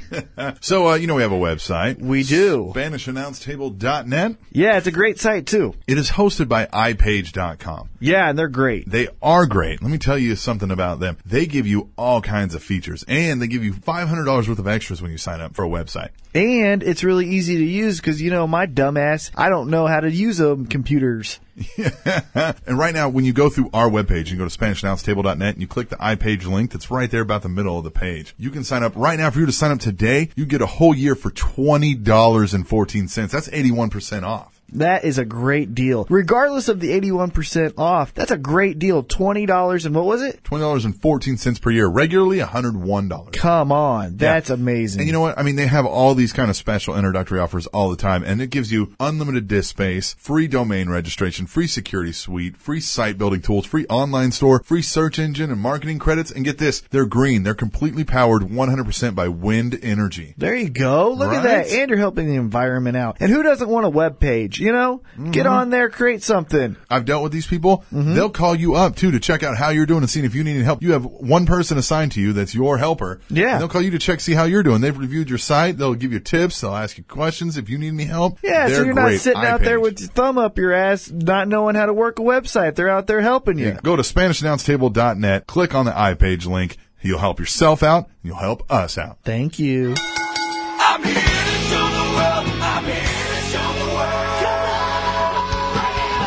S2: So, uh, you know we have a website.
S1: We do.
S2: SpanishAnnounceTable.net.
S1: Yeah, it's a great site too.
S2: It is hosted by iPage.com.
S1: Yeah, and they're great.
S2: They are great. Let me tell you something about them. They give you all kinds of features and they give you $500 worth of extras when you sign up for a website.
S1: And it's really easy to use because, you know, my dumbass, I don't know how to use them computers.
S2: and right now, when you go through our webpage, you go to SpanishAnnounceTable.net and you click the iPage link that's right there about the middle of the page. You can sign up right now. If you were to sign up today, you get a whole year for $20.14. That's 81% off.
S1: That is a great deal. Regardless of the 81% off, that's a great deal. $20 and what was it?
S2: $20.14 per year. Regularly, $101.
S1: Come on. That's amazing.
S2: And you know what? I mean, they have all these kind of special introductory offers all the time, and it gives you unlimited disk space, free domain registration, free security suite, free site building tools, free online store, free search engine and marketing credits. And get this, they're green. They're completely powered 100% by wind energy.
S1: there you go. Look at
S2: Right?
S1: that. And you're helping the environment out. And who doesn't want a web page? You know,
S2: Mm-hmm.
S1: get on there, create something.
S2: I've dealt with these people.
S1: Mm-hmm.
S2: They'll call you up too to check out how you're doing and see if you need any help. You have one person assigned to you that's your helper.
S1: Yeah.
S2: And they'll call you to check see how you're doing. They've reviewed your site. They'll give you tips. They'll ask you questions if you need any help.
S1: Yeah, so
S2: They're
S1: you're
S2: great.
S1: not sitting out there
S2: iPage.
S1: with your thumb up your ass, not knowing how to work a website. They're out there helping you.
S2: Go to SpanishAnnounceTable.net, click on the iPage link. You'll help yourself out, and you'll help us out.
S1: Thank you.
S3: I'm here to show the world. I'm here to show the world. Come on, bring it on.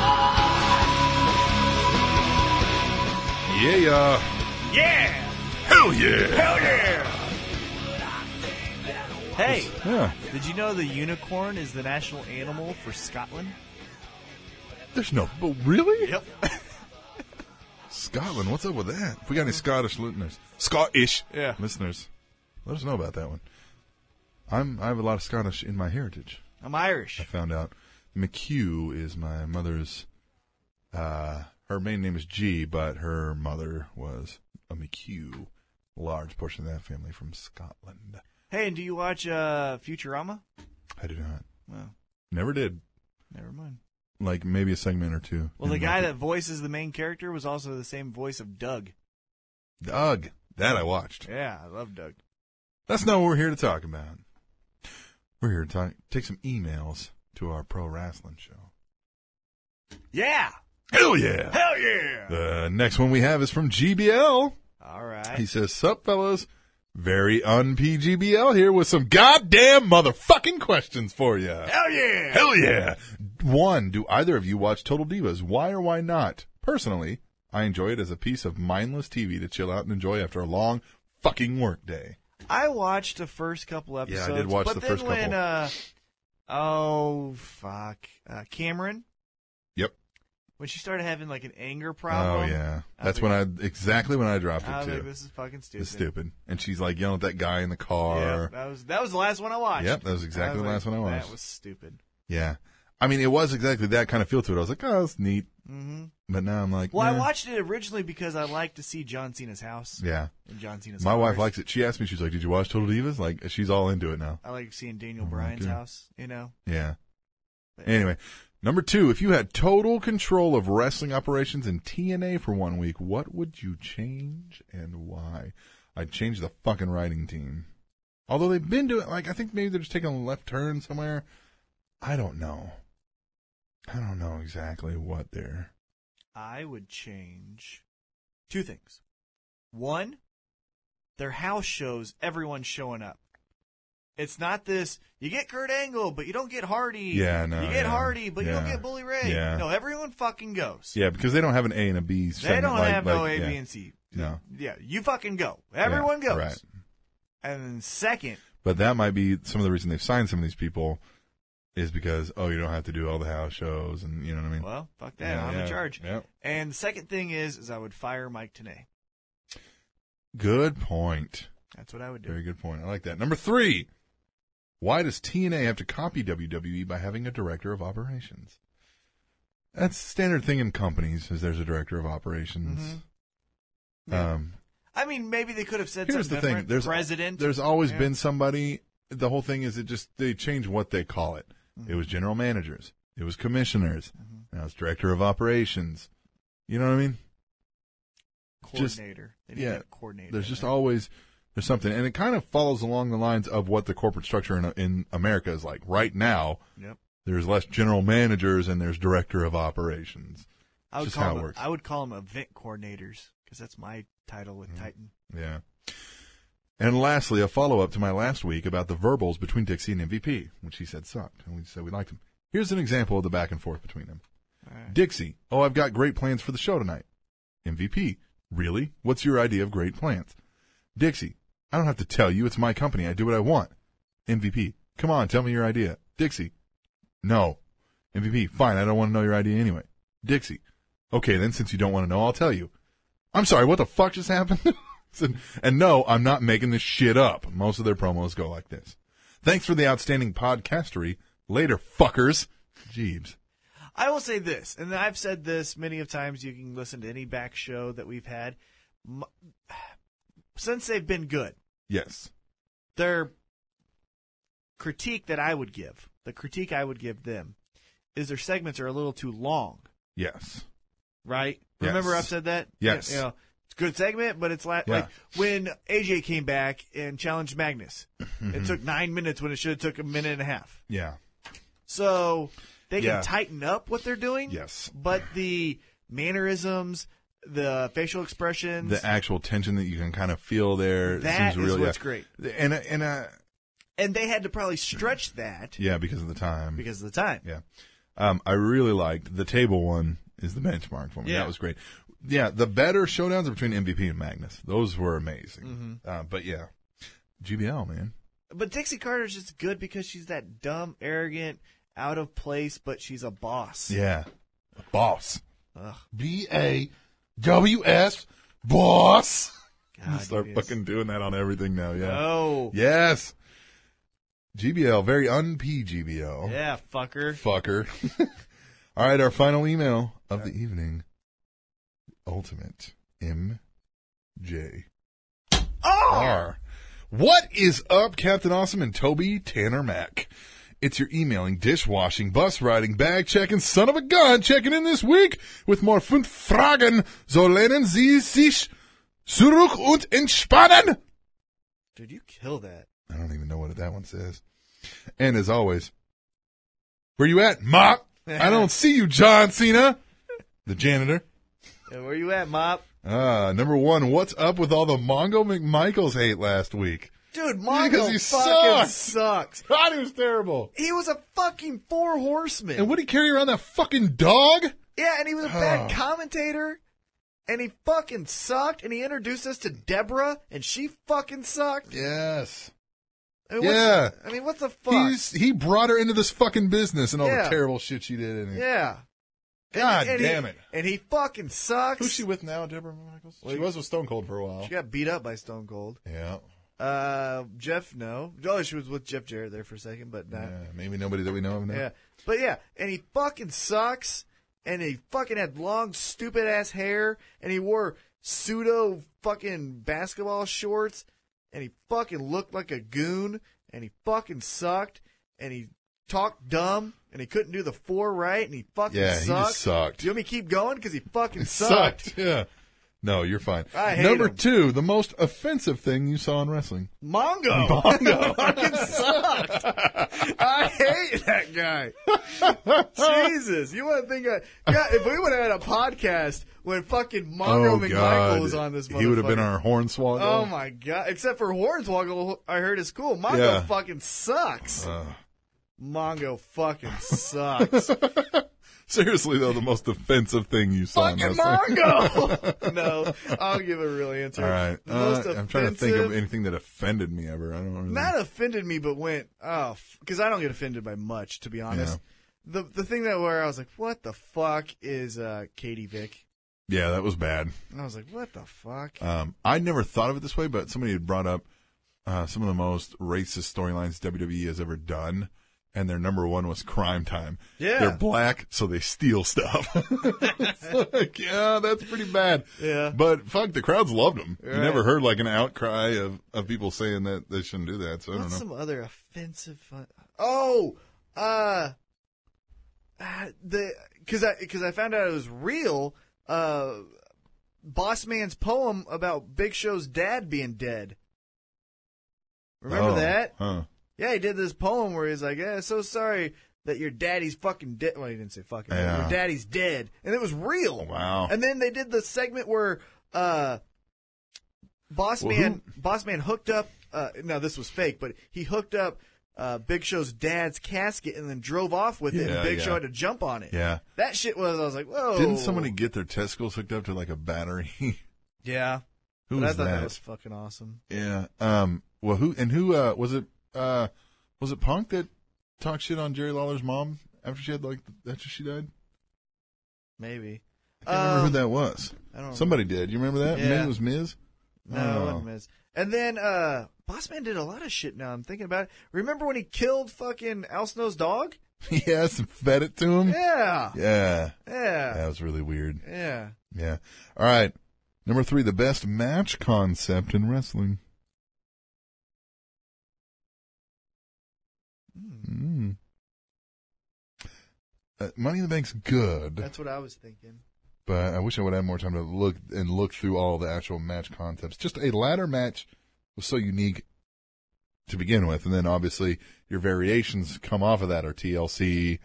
S2: Yeah, yeah.
S6: Yeah.
S2: Hell yeah.
S6: Hell yeah.
S1: Hey,
S2: Yeah.
S1: did you know the unicorn is the national animal for Scotland?
S2: There's no, but really?
S1: Yep.
S2: Scotland, what's up with that? If we got any Scottish listeners, Scottish
S1: Yeah.
S2: listeners, let us know about that one. I'm, I have a lot of Scottish in my heritage.
S1: I'm Irish.
S2: I found out McHugh is my mother's, uh, her main name is G, but her mother was a McHugh, large portion of that family from Scotland.
S1: Hey, and do you watch uh, Futurama?
S2: I do not.
S1: Well,
S2: Never did.
S1: never mind.
S2: Like maybe a segment or two.
S1: Well, the
S2: Didn't
S1: guy
S2: like
S1: that voices the main character was also the same voice of Doug.
S2: it. Doug. That I watched.
S1: Yeah, I love Doug.
S2: That's not what we're here to talk about. We're here to talk, take some emails to our pro wrestling show.
S1: Yeah,
S2: Hell yeah!
S1: hell yeah!
S2: The next one we have is from GBL.
S1: All right.
S2: He says, Sup, fellas. Very un PGBL here with some goddamn motherfucking questions for you.
S1: Hell yeah!
S2: Hell yeah. One, do either of you watch Total Divas? Why or why not? Personally, I enjoy it as a piece of mindless TV to chill out and enjoy after a long fucking work day.
S1: I watched the first couple
S2: I did
S1: episodes.
S2: watch
S1: but
S2: the
S1: then
S2: first
S1: when,
S2: couple.
S1: Uh, oh fuck, uh, Cameron
S2: Yep.
S1: when she started having like an anger
S2: Oh
S1: problem.
S2: yeah.
S1: I
S2: That's
S1: was
S2: when
S1: like-
S2: I exactly when I dropped
S1: I
S2: it
S1: was
S2: too.
S1: like, this is fucking stupid.
S2: It's stupid. And she's like yelling at that guy in the
S1: Yeah,
S2: car.
S1: that was that was the last one I watched.
S2: Yep, that was exactly
S1: I
S2: the last
S1: like,
S2: one I watched.
S1: That was stupid.
S2: Yeah. I mean, it was exactly that kind of feel to it. I was like, oh, that's neat.
S1: hmm
S2: But now I'm like,
S1: Well, I
S2: nah.
S1: watched it originally because I like to see John Cena's house.
S2: Yeah.
S1: And John Cena's.
S2: My wife
S1: cars.
S2: likes it. She asked me, she's like, did you watch Total Divas? Like, she's all into it now.
S1: I like seeing Daniel
S2: Oh, my
S1: Bryan's
S2: God.
S1: house. You know.
S2: Yeah.
S1: But-
S2: Anyway, number two, if you had total control of wrestling operations in TNA for one week, what would you change and why? I'd change the fucking writing team. Although they've been doing, like, I think maybe they're just taking a left turn somewhere. I don't know. I don't know exactly what they're.
S1: I would change two things. One, their house shows, everyone's showing up. It's not this, you get Kurt Angle, but you don't get Hardy.
S2: Yeah, no,
S1: You get
S2: yeah,
S1: Hardy, but you don't
S2: yeah,
S1: get Bully Ray.
S2: yeah.
S1: No, everyone fucking goes.
S2: Yeah, because they don't have an A and a B.
S1: They
S2: segment,
S1: don't
S2: like-
S1: have no
S2: like-
S1: A, B,
S2: yeah.
S1: and C.
S2: No.
S1: Yeah, you fucking go. Everyone
S2: Yeah,
S1: goes.
S2: Right.
S1: And then second,
S2: But that might be some of the reason they've signed some of these people is because, oh, you don't have to do all the house shows and you know what I mean?
S1: well, fuck that.
S2: Yeah,
S1: I'm
S2: yeah,
S1: in charge.
S2: yeah.
S1: And the second thing is, is I would fire Mike Tanay.
S2: Good point.
S1: That's what I would do.
S2: Very good point. I like that. Number three. Why does TNA have to copy WWE by having a director of operations? That's the standard thing in companies is there's a director of operations.
S1: Mhm. Yeah.
S2: Um,
S1: I mean, maybe they could have said
S2: here's
S1: something
S2: the thing.
S1: different.
S2: There's
S1: President.
S2: There's always
S1: Yeah.
S2: been somebody. The whole thing is it just they change what they call it. It
S1: Mm-hmm.
S2: was general managers. It was commissioners. Now it's director of operations. You know what I mean? just-
S1: coordinator. they need
S2: yeah,
S1: to have coordinator.
S2: There's just
S1: right?
S2: always there's something, and it kind of follows along the lines of what the corporate structure in in America is like right now.
S1: Yep.
S2: There's less general managers and there's director of operations.
S1: I would
S2: just
S1: call
S2: how it
S1: them,
S2: works.
S1: I would call them event coordinators because that's my title with
S2: Mm-hmm.
S1: Titan.
S2: Yeah. And lastly, a follow up to my last week about the verbals between Dixie and MVP, which he said sucked, and we said we liked him. Here's an example of the back and forth between them. Dixie, oh, I've got great plans for the show tonight. MVP, really? What's your idea of great plans? Dixie, I don't have to tell you. It's my company. I do what I want. MVP, come on, tell me your idea. Dixie, no. MVP, fine. I don't want to know your idea anyway. Dixie, okay, then since you don't want to know, I'll tell you. I'm sorry, what the fuck just happened? and, and no, I'm not making this shit up. Most of their promos go like this. Thanks for the outstanding podcastery. Later, fuckers. Jeebs.
S1: I will say this, and I've said this many of times. You can listen to any back show that we've had. M- Since they've been good,
S2: Yes.
S1: their critique that I would give, the critique I would give them, is their segments are a little too long.
S2: Yes.
S1: right?
S2: Yes.
S1: Remember I've said that?
S2: Yes.
S1: You know, it's a good segment, but it's like,
S2: Yeah.
S1: like when AJ came back and challenged Magnus.
S2: Mm-hmm.
S1: It took nine minutes when it should have took a minute and a half.
S2: Yeah.
S1: So they can
S2: Yeah.
S1: tighten up what they're doing.
S2: Yes.
S1: But the mannerisms, the facial expressions,
S2: The actual tension that you can kind of feel there
S1: That
S2: seems
S1: is
S2: really
S1: what's
S2: yeah.
S1: great.
S2: And and uh,
S1: and they had to probably stretch that
S2: yeah, because of the time.
S1: because of the time.
S2: Yeah. Um, I really liked the table one is the benchmark for me.
S1: Yeah.
S2: That was great. Yeah, the better showdowns are between MVP and Magnus. Those were amazing.
S1: Mm-hmm.
S2: Uh, but yeah, GBL man.
S1: But Dixie Carter's just good because she's that dumb, arrogant, out of place, but she's a boss.
S2: Yeah, boss.
S1: Ugh.
S2: B A W S boss.
S1: God,
S2: Start
S1: yes. Oh.
S2: fucking doing that on everything now. Yeah.
S1: No.
S2: Yes. GBL, very un PGBL.
S1: Yeah, fucker.
S2: Fucker. All right, our final email of the evening. Ultimate M J R. What is up, Captain Awesome and Toby Tanner Mack? It's your emailing, dishwashing, bus riding, bag checking, son of a gun checking in this week with more fünf Fragen. So lernen Sie sich zurück und entspannen.
S1: Dude, you kill that.
S2: I don't even know what that one says. And as always, where you at, Mop? I don't see you, John Cena. The janitor.
S1: Yeah, where you at, Mop?
S2: Ah, number one, what's up with all the Mongo McMichaels hate last week?
S1: Dude,
S2: Because
S1: Mongo
S2: he
S1: fucking
S2: sucks.
S1: sucks.
S2: God, he was terrible.
S1: He was a fucking four horseman.
S2: And would he carry around that fucking dog?
S1: yeah, and he was a bad
S2: Oh.
S1: commentator. And he fucking sucked. And he introduced us to Deborah, and she fucking sucked.
S2: Yes.
S1: I mean, what's-
S2: Yeah.
S1: I mean, what the fuck?
S2: He's, he brought her into this fucking business and all
S1: Yeah.
S2: the terrible shit she did. And
S1: yeah.
S2: God
S1: And he-
S2: damn it.
S1: And he fucking sucks.
S2: Who's she with now, Deborah Michaels? She was with Stone Cold for a while.
S1: She got beat up by Stone Cold.
S2: Yeah.
S1: Uh, Jeff, no. Oh, she was with Jeff Jarrett there for a second, but not.
S2: Yeah, Maybe nobody that we know of now.
S1: Yeah. But yeah, and he fucking sucks, and he fucking had long, stupid ass hair, and he wore pseudo fucking basketball shorts, and he fucking looked like a goon, and he fucking sucked, and he talked dumb, and he couldn't do the four right, and he fucking
S2: Yeah, he
S1: sucked.
S2: just sucked.
S1: Do you want me to keep going? Because he fucking
S2: It
S1: sucked.
S2: sucked. Yeah. No, you're fine.
S1: I hate
S2: Number
S1: him.
S2: two, the most offensive thing you saw in wrestling.
S1: Mongo.
S2: Bongo.
S1: fucking sucked. I hate that guy. Jesus, you want to think? I, God, if we would have had a podcast when fucking Mongo McMichael was on this,
S2: Oh, He would have been
S1: motherfucker.
S2: our hornswoggle.
S1: Oh my god! Except for Hornswoggle, I heard is cool. Mongo
S2: Yeah. Uh.
S1: fucking sucks.
S2: Ugh.
S1: Mongo fucking sucks.
S2: Seriously, though, the most offensive thing you saw in
S1: fucking
S2: wrestling.
S1: Mongo. no, I'll give a real answer.
S2: All right.
S1: The most
S2: Uh, I'm trying to think of
S1: offensive-
S2: anything that offended me ever. I don't really.
S1: not offended me, but went oh, because I don't get offended by much, to be honest. The the thing that where I was like, what the fuck is uh, Katie Vick?
S2: yeah, that was bad.
S1: And I was like, what the fuck?
S2: Um, I never thought of it this way, but somebody had brought up uh, some of the most racist storylines WWE has ever done, and their number one was Crime Time.
S1: Yeah.
S2: they're black, so they steal stuff. It's like, yeah, that's pretty bad.
S1: Yeah.
S2: but fuck, the crowds loved them. You
S1: Right.
S2: never heard like an outcry of, of people saying that they shouldn't do that. So I don't
S1: What's
S2: know.
S1: some other offensive? Fun- oh, uh, ah, the because I because I found out it was real. Uh, Boss Man's poem about Big Show's dad being dead. Remember
S2: Oh,
S1: that?
S2: Huh.
S1: Yeah, he did this poem where he's like, "Yeah, so sorry that your daddy's fucking dead." Well, he didn't say fucking. but
S2: Yeah.
S1: Your daddy's dead, and it was real.
S2: Wow.
S1: And then they did the segment where uh, Boss Man, Boss Man hooked up. Uh, no, this was fake, but he hooked up uh, Big Show's dad's casket and then drove off with it.
S2: Yeah,
S1: and Big
S2: yeah.
S1: Show had to jump on it.
S2: Yeah.
S1: That shit was. I was like, "Whoa!"
S2: Didn't somebody get their testicles hooked up to like a battery?
S1: Yeah.
S2: Who
S1: But I
S2: was
S1: thought that?
S2: that?
S1: was fucking awesome.
S2: Yeah. Um. Well, who and who uh, was it? Uh, was it Punk that talked shit on Jerry Lawler's mom after she had like after she died?
S1: Maybe.
S2: I can't remember
S1: Um,
S2: who that was.
S1: I don't
S2: Somebody did. You remember that?
S1: Yeah.
S2: Maybe it was Miz.
S1: No, it
S2: Oh.
S1: wasn't Miz. And then uh Bossman did a lot of shit now I'm thinking about it. Remember when he killed fucking Al Snow's dog?
S2: yes, and fed it to him.
S1: Yeah.
S2: Mm. Yeah.
S1: Yeah.
S2: That was really weird.
S1: Yeah.
S2: Yeah. All right. Number three, the best match concept in wrestling.
S1: Hmm.
S2: Mm. Uh, Money in the Bank's good.
S1: That's what I was thinking.
S2: but I wish I would have more time to look and look through all the actual match concepts. Just a ladder match was so unique to begin with, and then obviously your variations come off of that are TLC,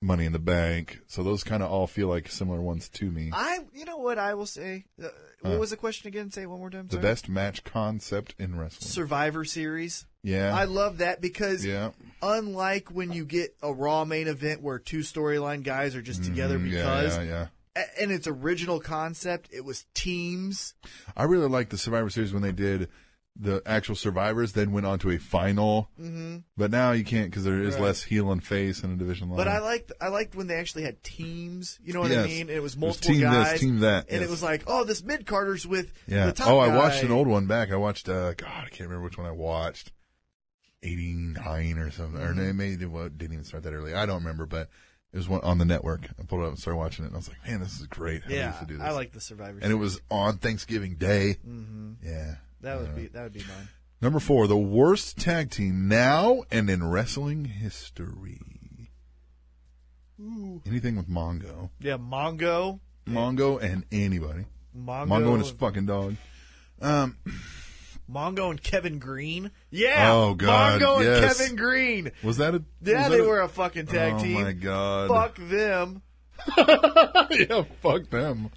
S2: Money in the Bank. So those kind of all feel like similar ones to me.
S1: I you know what I will say? Uh, what
S2: Huh.
S1: was the question again? Say it one more time.
S2: the
S1: sorry.
S2: best match concept in wrestling.
S1: Survivor series.
S2: yeah,
S1: I love that because
S2: yeah,
S1: unlike when you get a raw main event where two storyline guys are just together
S2: Mhm, yeah,
S1: because
S2: yeah, yeah.
S1: a- and its original concept, it was teams.
S2: I really liked the Survivor Series when they did the actual survivors, then went on to a final.
S1: hmm
S2: But now you can't because there is
S1: Right.
S2: less heel and face in a division line.
S1: But I liked I liked when they actually had teams. You know what I
S2: Yes.
S1: mean? It was
S2: It was
S1: multiple
S2: team this,
S1: guys,
S2: team that,
S1: and
S2: yes.
S1: it was like, oh, this mid Carter's with
S2: Yeah.
S1: the top.
S2: oh, I watched
S1: guy.
S2: an old one back. I watched uh God, I can't remember which one I watched. Eighty nine or something. Or
S1: Mm-hmm.
S2: no, maybe well, it didn't even start that early. I don't remember, but it was one on the network. I pulled it up and started watching it and I was like, Man, this is great. How they
S1: Yeah,
S2: used to do this.
S1: I like the Survivor.
S2: and it was on Thanksgiving Day.
S1: mm-hmm.
S2: Yeah.
S1: That would be that would be mine.
S2: Number four, the worst tag team now and in wrestling history. Anything with Mongo.
S1: Yeah, Mongo.
S2: Mongo and anybody.
S1: Mongo,
S2: Mongo and his fucking dog. Um,
S1: Mongo and Kevin Green. Yeah.
S2: Oh, God,
S1: Mongo
S2: yes.
S1: and Kevin Green.
S2: was that a.
S1: Yeah,
S2: was
S1: they
S2: that
S1: were a fucking tag
S2: oh
S1: team.
S2: my God.
S1: Fuck them.
S2: yeah, fuck them.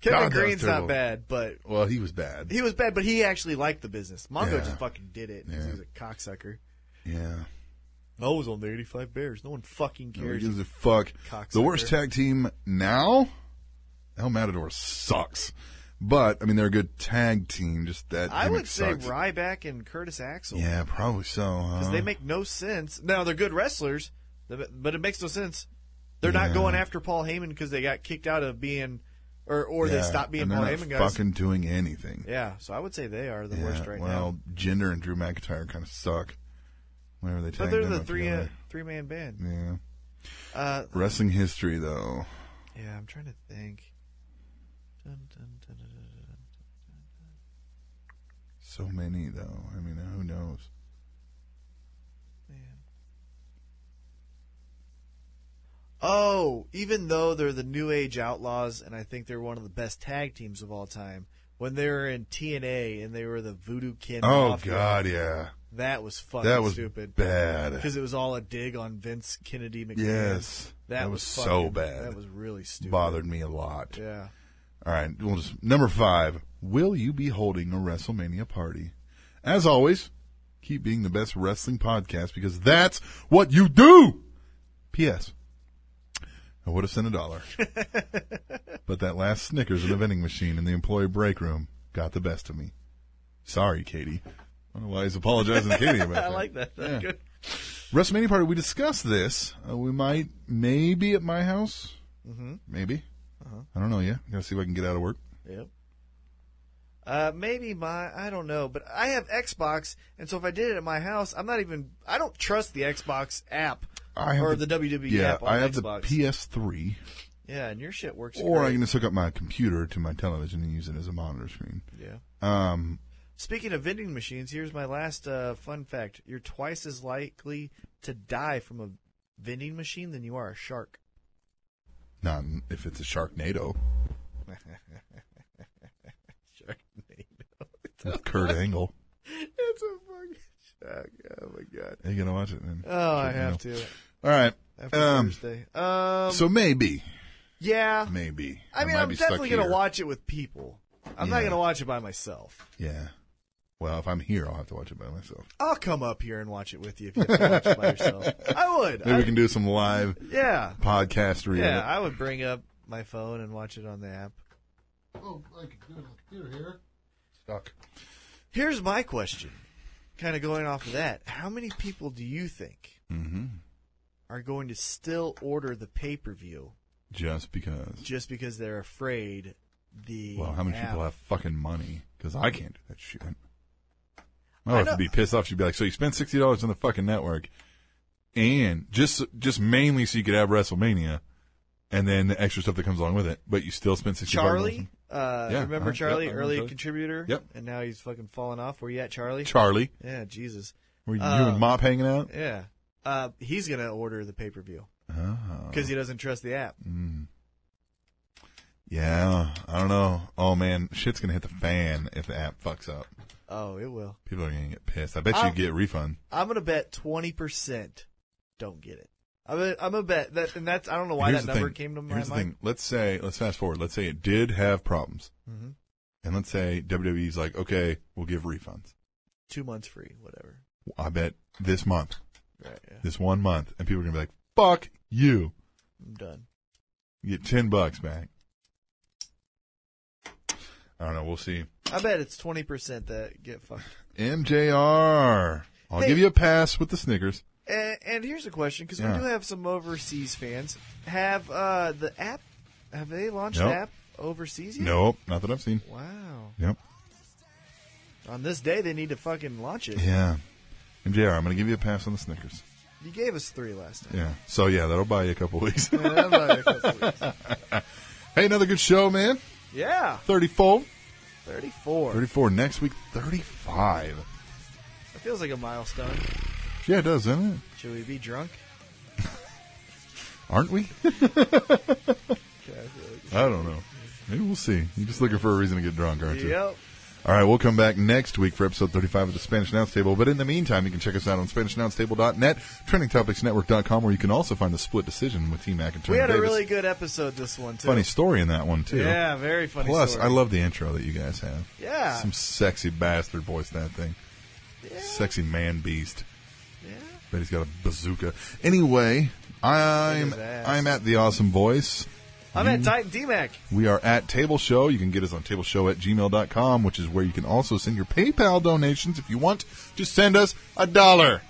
S1: Kevin
S2: God, that was
S1: Green's
S2: terrible.
S1: not bad, but
S2: Well, he was bad.
S1: he was bad, but he actually liked the business. Mongo
S2: Yeah.
S1: just fucking did it. 'cause
S2: Yeah.
S1: He was a cocksucker.
S2: yeah.
S1: I was on the 85 Bears. No one fucking
S2: Who
S1: cares.
S2: gives a fuck?
S1: Cocksucker.
S2: The worst tag team now? El Matador sucks. But, I mean, they're a good tag team. Just that.
S1: I
S2: gimmick
S1: would say
S2: sucks.
S1: Ryback and Curtis Axel.
S2: Yeah, probably so. Huh?
S1: Because they make no sense. Now, they're good wrestlers, but it makes no sense. They're
S2: Yeah.
S1: not going after Paul Heyman because they got kicked out of being, or, or they
S2: Yeah,
S1: stopped being
S2: and they're
S1: Paul
S2: not
S1: Heyman guys.
S2: fucking doing anything.
S1: Yeah, so I would say they are the
S2: Yeah,
S1: worst right
S2: well,
S1: now.
S2: Jinder and Drew McIntyre kind of suck. Whenever they
S1: But
S2: tag
S1: they're
S2: them
S1: the
S2: up
S1: three uh,
S2: together.
S1: three man band.
S2: Yeah.
S1: Uh,
S2: Wrestling history, though.
S1: yeah, I'm trying to think. Dun, dun, dun, dun, dun, dun.
S2: So many, though. I mean, who knows?
S1: Oh, even though they're the New Age Outlaws, and I think they're one of the best tag teams of all time. When they were in TNA and they were the Voodoo Kid.
S2: Oh,
S1: Mafia,
S2: God, yeah.
S1: that was fucking
S2: That was
S1: stupid.
S2: bad.
S1: because it was all a dig on Vince Kennedy McMahon.
S2: Yes.
S1: that,
S2: That was so
S1: fucking-
S2: bad.
S1: That was really stupid.
S2: Bothered me a lot.
S1: Yeah.
S2: All right, we'll just number five. Will you be holding a WrestleMania party? As always, keep being the best wrestling podcast because that's what you do. P.S. I would have sent a dollar, but that last Snickers in the vending machine in the employee break room got the best of me. Sorry, Katie. I don't know why he's apologizing to Katie about that.
S1: I like that. That's
S2: Yeah.
S1: good.
S2: WrestleMania party. We discussed this. Uh, we might, maybe at my house. Mm-hmm. Maybe.
S1: Uh-huh.
S2: I don't know yet. I gotta see if I can get out of work.
S1: Yep. Uh, maybe my I don't know, but I have Xbox, and so if I did it at my house, I'm not even I don't trust the Xbox app
S2: I have
S1: or
S2: the-
S1: the, WWE
S2: yeah,
S1: app on
S2: I have
S1: Xbox.
S2: the PS3,
S1: yeah, and your shit works.
S2: or I
S1: great.
S2: can just hook up my computer to my television and use it as a monitor screen.
S1: yeah.
S2: Um,
S1: Speaking of vending machines, here's my last uh, fun fact: you're twice as likely to die from a vending machine than you are a shark.
S2: not if it's a Sharknado. Sharknado. Kurt Angle.
S1: It's a fucking shark. Oh my god.
S2: Are you gonna watch it? Then?
S1: Oh, I
S2: Sharknado.
S1: have to
S2: All right.
S1: after
S2: Um,
S1: Thursday. Um,
S2: so maybe,
S1: yeah.
S2: maybe.
S1: I mean,
S2: might
S1: I'm
S2: be stuck
S1: definitely gonna
S2: here.
S1: watch it with people. I'm not
S2: Yeah.
S1: gonna watch it by myself.
S2: Yeah. Well, if I'm here, I'll have to watch it by myself.
S1: I'll come up here and watch it with you if you have to watch it by yourself. I would.
S2: Maybe
S1: I-
S2: we can do some live
S1: yeah,
S2: podcast read.
S1: yeah. I would bring up my phone and watch it on the app.
S2: Oh, I can do it on the computer here. Stuck.
S1: Here's my question, kind of going off of that. How many people do you think
S2: Mm-hmm.
S1: are going to still order the pay per view
S2: Just because.
S1: just because they're afraid the?
S2: Well, how many people have
S1: app-
S2: fucking money? Because I can't do that shit. My
S1: I
S2: wife
S1: know-
S2: would be pissed off. She'd be like, "So you spent sixty dollars on the fucking network, and just just mainly so you could have WrestleMania, and then the extra stuff that comes along with it, but you still spent sixty dollars."
S1: Charlie, uh,
S2: Yeah,
S1: remember
S2: uh-huh.
S1: Charlie,
S2: Yep, I remember
S1: early
S2: Charlie.
S1: contributor?
S2: Yep.
S1: And now he's fucking falling off. Where you at, Charlie?
S2: Charlie,
S1: yeah, Jesus.
S2: were you
S1: Uh,
S2: and Mop hanging out?
S1: Yeah. Uh, he's going to order the pay per view
S2: Oh, Mm.
S1: because he doesn't trust the app.
S2: yeah, I don't know. Oh man, shit's gonna hit the fan if the app fucks up.
S1: Oh, it will.
S2: People are gonna get pissed. I bet you
S1: I'll-
S2: get a refund.
S1: I'm going to bet 20% don't get it. I'm gonna, I'm gonna bet that, and that's I don't know Oh, why
S2: Here's
S1: that
S2: the
S1: number
S2: thing.
S1: came to my
S2: Here's the
S1: mind.
S2: thing. Let's say, let's fast forward. Let's say it did have problems,
S1: Mhm.
S2: and let's say WWE's like, okay, we'll give refunds.
S1: Two months free, whatever.
S2: I bet this month,
S1: Right? Yeah,
S2: this one month, and people are gonna be like, fuck you.
S1: I'm done.
S2: You get ten bucks back. I don't know. We'll see.
S1: I bet it's 20% that get fucked.
S2: MJR. I'll
S1: Hey.
S2: give you a pass with the Snickers.
S1: And, and here's a question because
S2: Yeah.
S1: we do have some overseas fans. Have uh, the app? Have they launched
S2: Nope.
S1: the app overseas yet?
S2: Nope, not that I've seen.
S1: Wow.
S2: Yep.
S1: On this day, they need to fucking launch it.
S2: Yeah. MJR, I'm gonna give you a pass on the Snickers.
S1: You gave us three last time.
S2: Yeah. So yeah, that'll buy you a couple weeks.
S1: Yeah, I'm not gonna cuss words.
S2: hey, another good show, man.
S1: Yeah,
S2: Thirty-four.
S1: 34.
S2: 34 next week 35
S1: Feels like a milestone.
S2: Yeah, it does, doesn't it?
S1: Should we be drunk?
S2: Aren't we? I don't know. Maybe we'll see. You're just looking for a reason to get drunk, aren't you?
S1: Yep.
S2: All right, we'll come back next week for episode 35 of the Spanish Announce Table. But in the meantime, you can check us out on SpanishAnnounceTable.net, TrendingTopicsNetwork.com, where you can also find the split decision with T Mac and
S1: We
S2: Turner
S1: had a
S2: Davis.
S1: really good episode this one too.
S2: funny story in that one too.
S1: Yeah, very funny.
S2: Plus,
S1: story.
S2: I love the intro that you guys have.
S1: Yeah.
S2: Some sexy bastard voice that thing. Sexy man beast.
S1: Yeah.
S2: But he's got a bazooka. Anyway, I'm
S1: Look at that.
S2: I'm at the awesome voice.
S1: I'm
S2: Mm.
S1: at Titan D Mac.
S2: We are at Table Show. You can get us on tableshow at gmail.com, which is where you can also send your PayPal donations if you want. Just send us a dollar.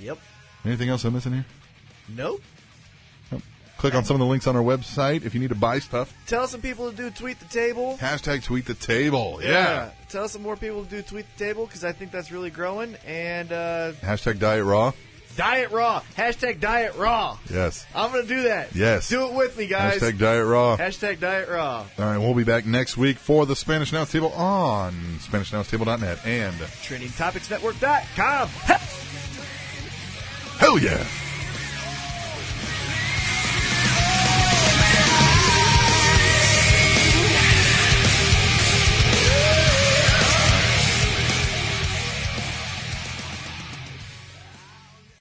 S1: Yep.
S2: Anything else I'm missing here?
S1: Nope.
S2: Click on some of the links on our website if you need to buy stuff.
S1: Tell some people to do tweet the table.
S2: Hashtag tweet the table. Yeah.
S1: Tell some more people to do tweet the table because I think that's really growing. And uh,
S2: Hashtag Diet Raw.
S1: diet raw. Hashtag diet raw.
S2: Yes.
S1: I'm gonna do that.
S2: Yes.
S1: Do it with me, guys.
S2: Hashtag Diet Raw.
S1: Hashtag diet raw.
S2: All right, we'll be back next week for the Spanish Announce Table on SpanishAnnounceTable.net. And
S1: TrainingTopicsNetwork.com.
S2: hell yeah!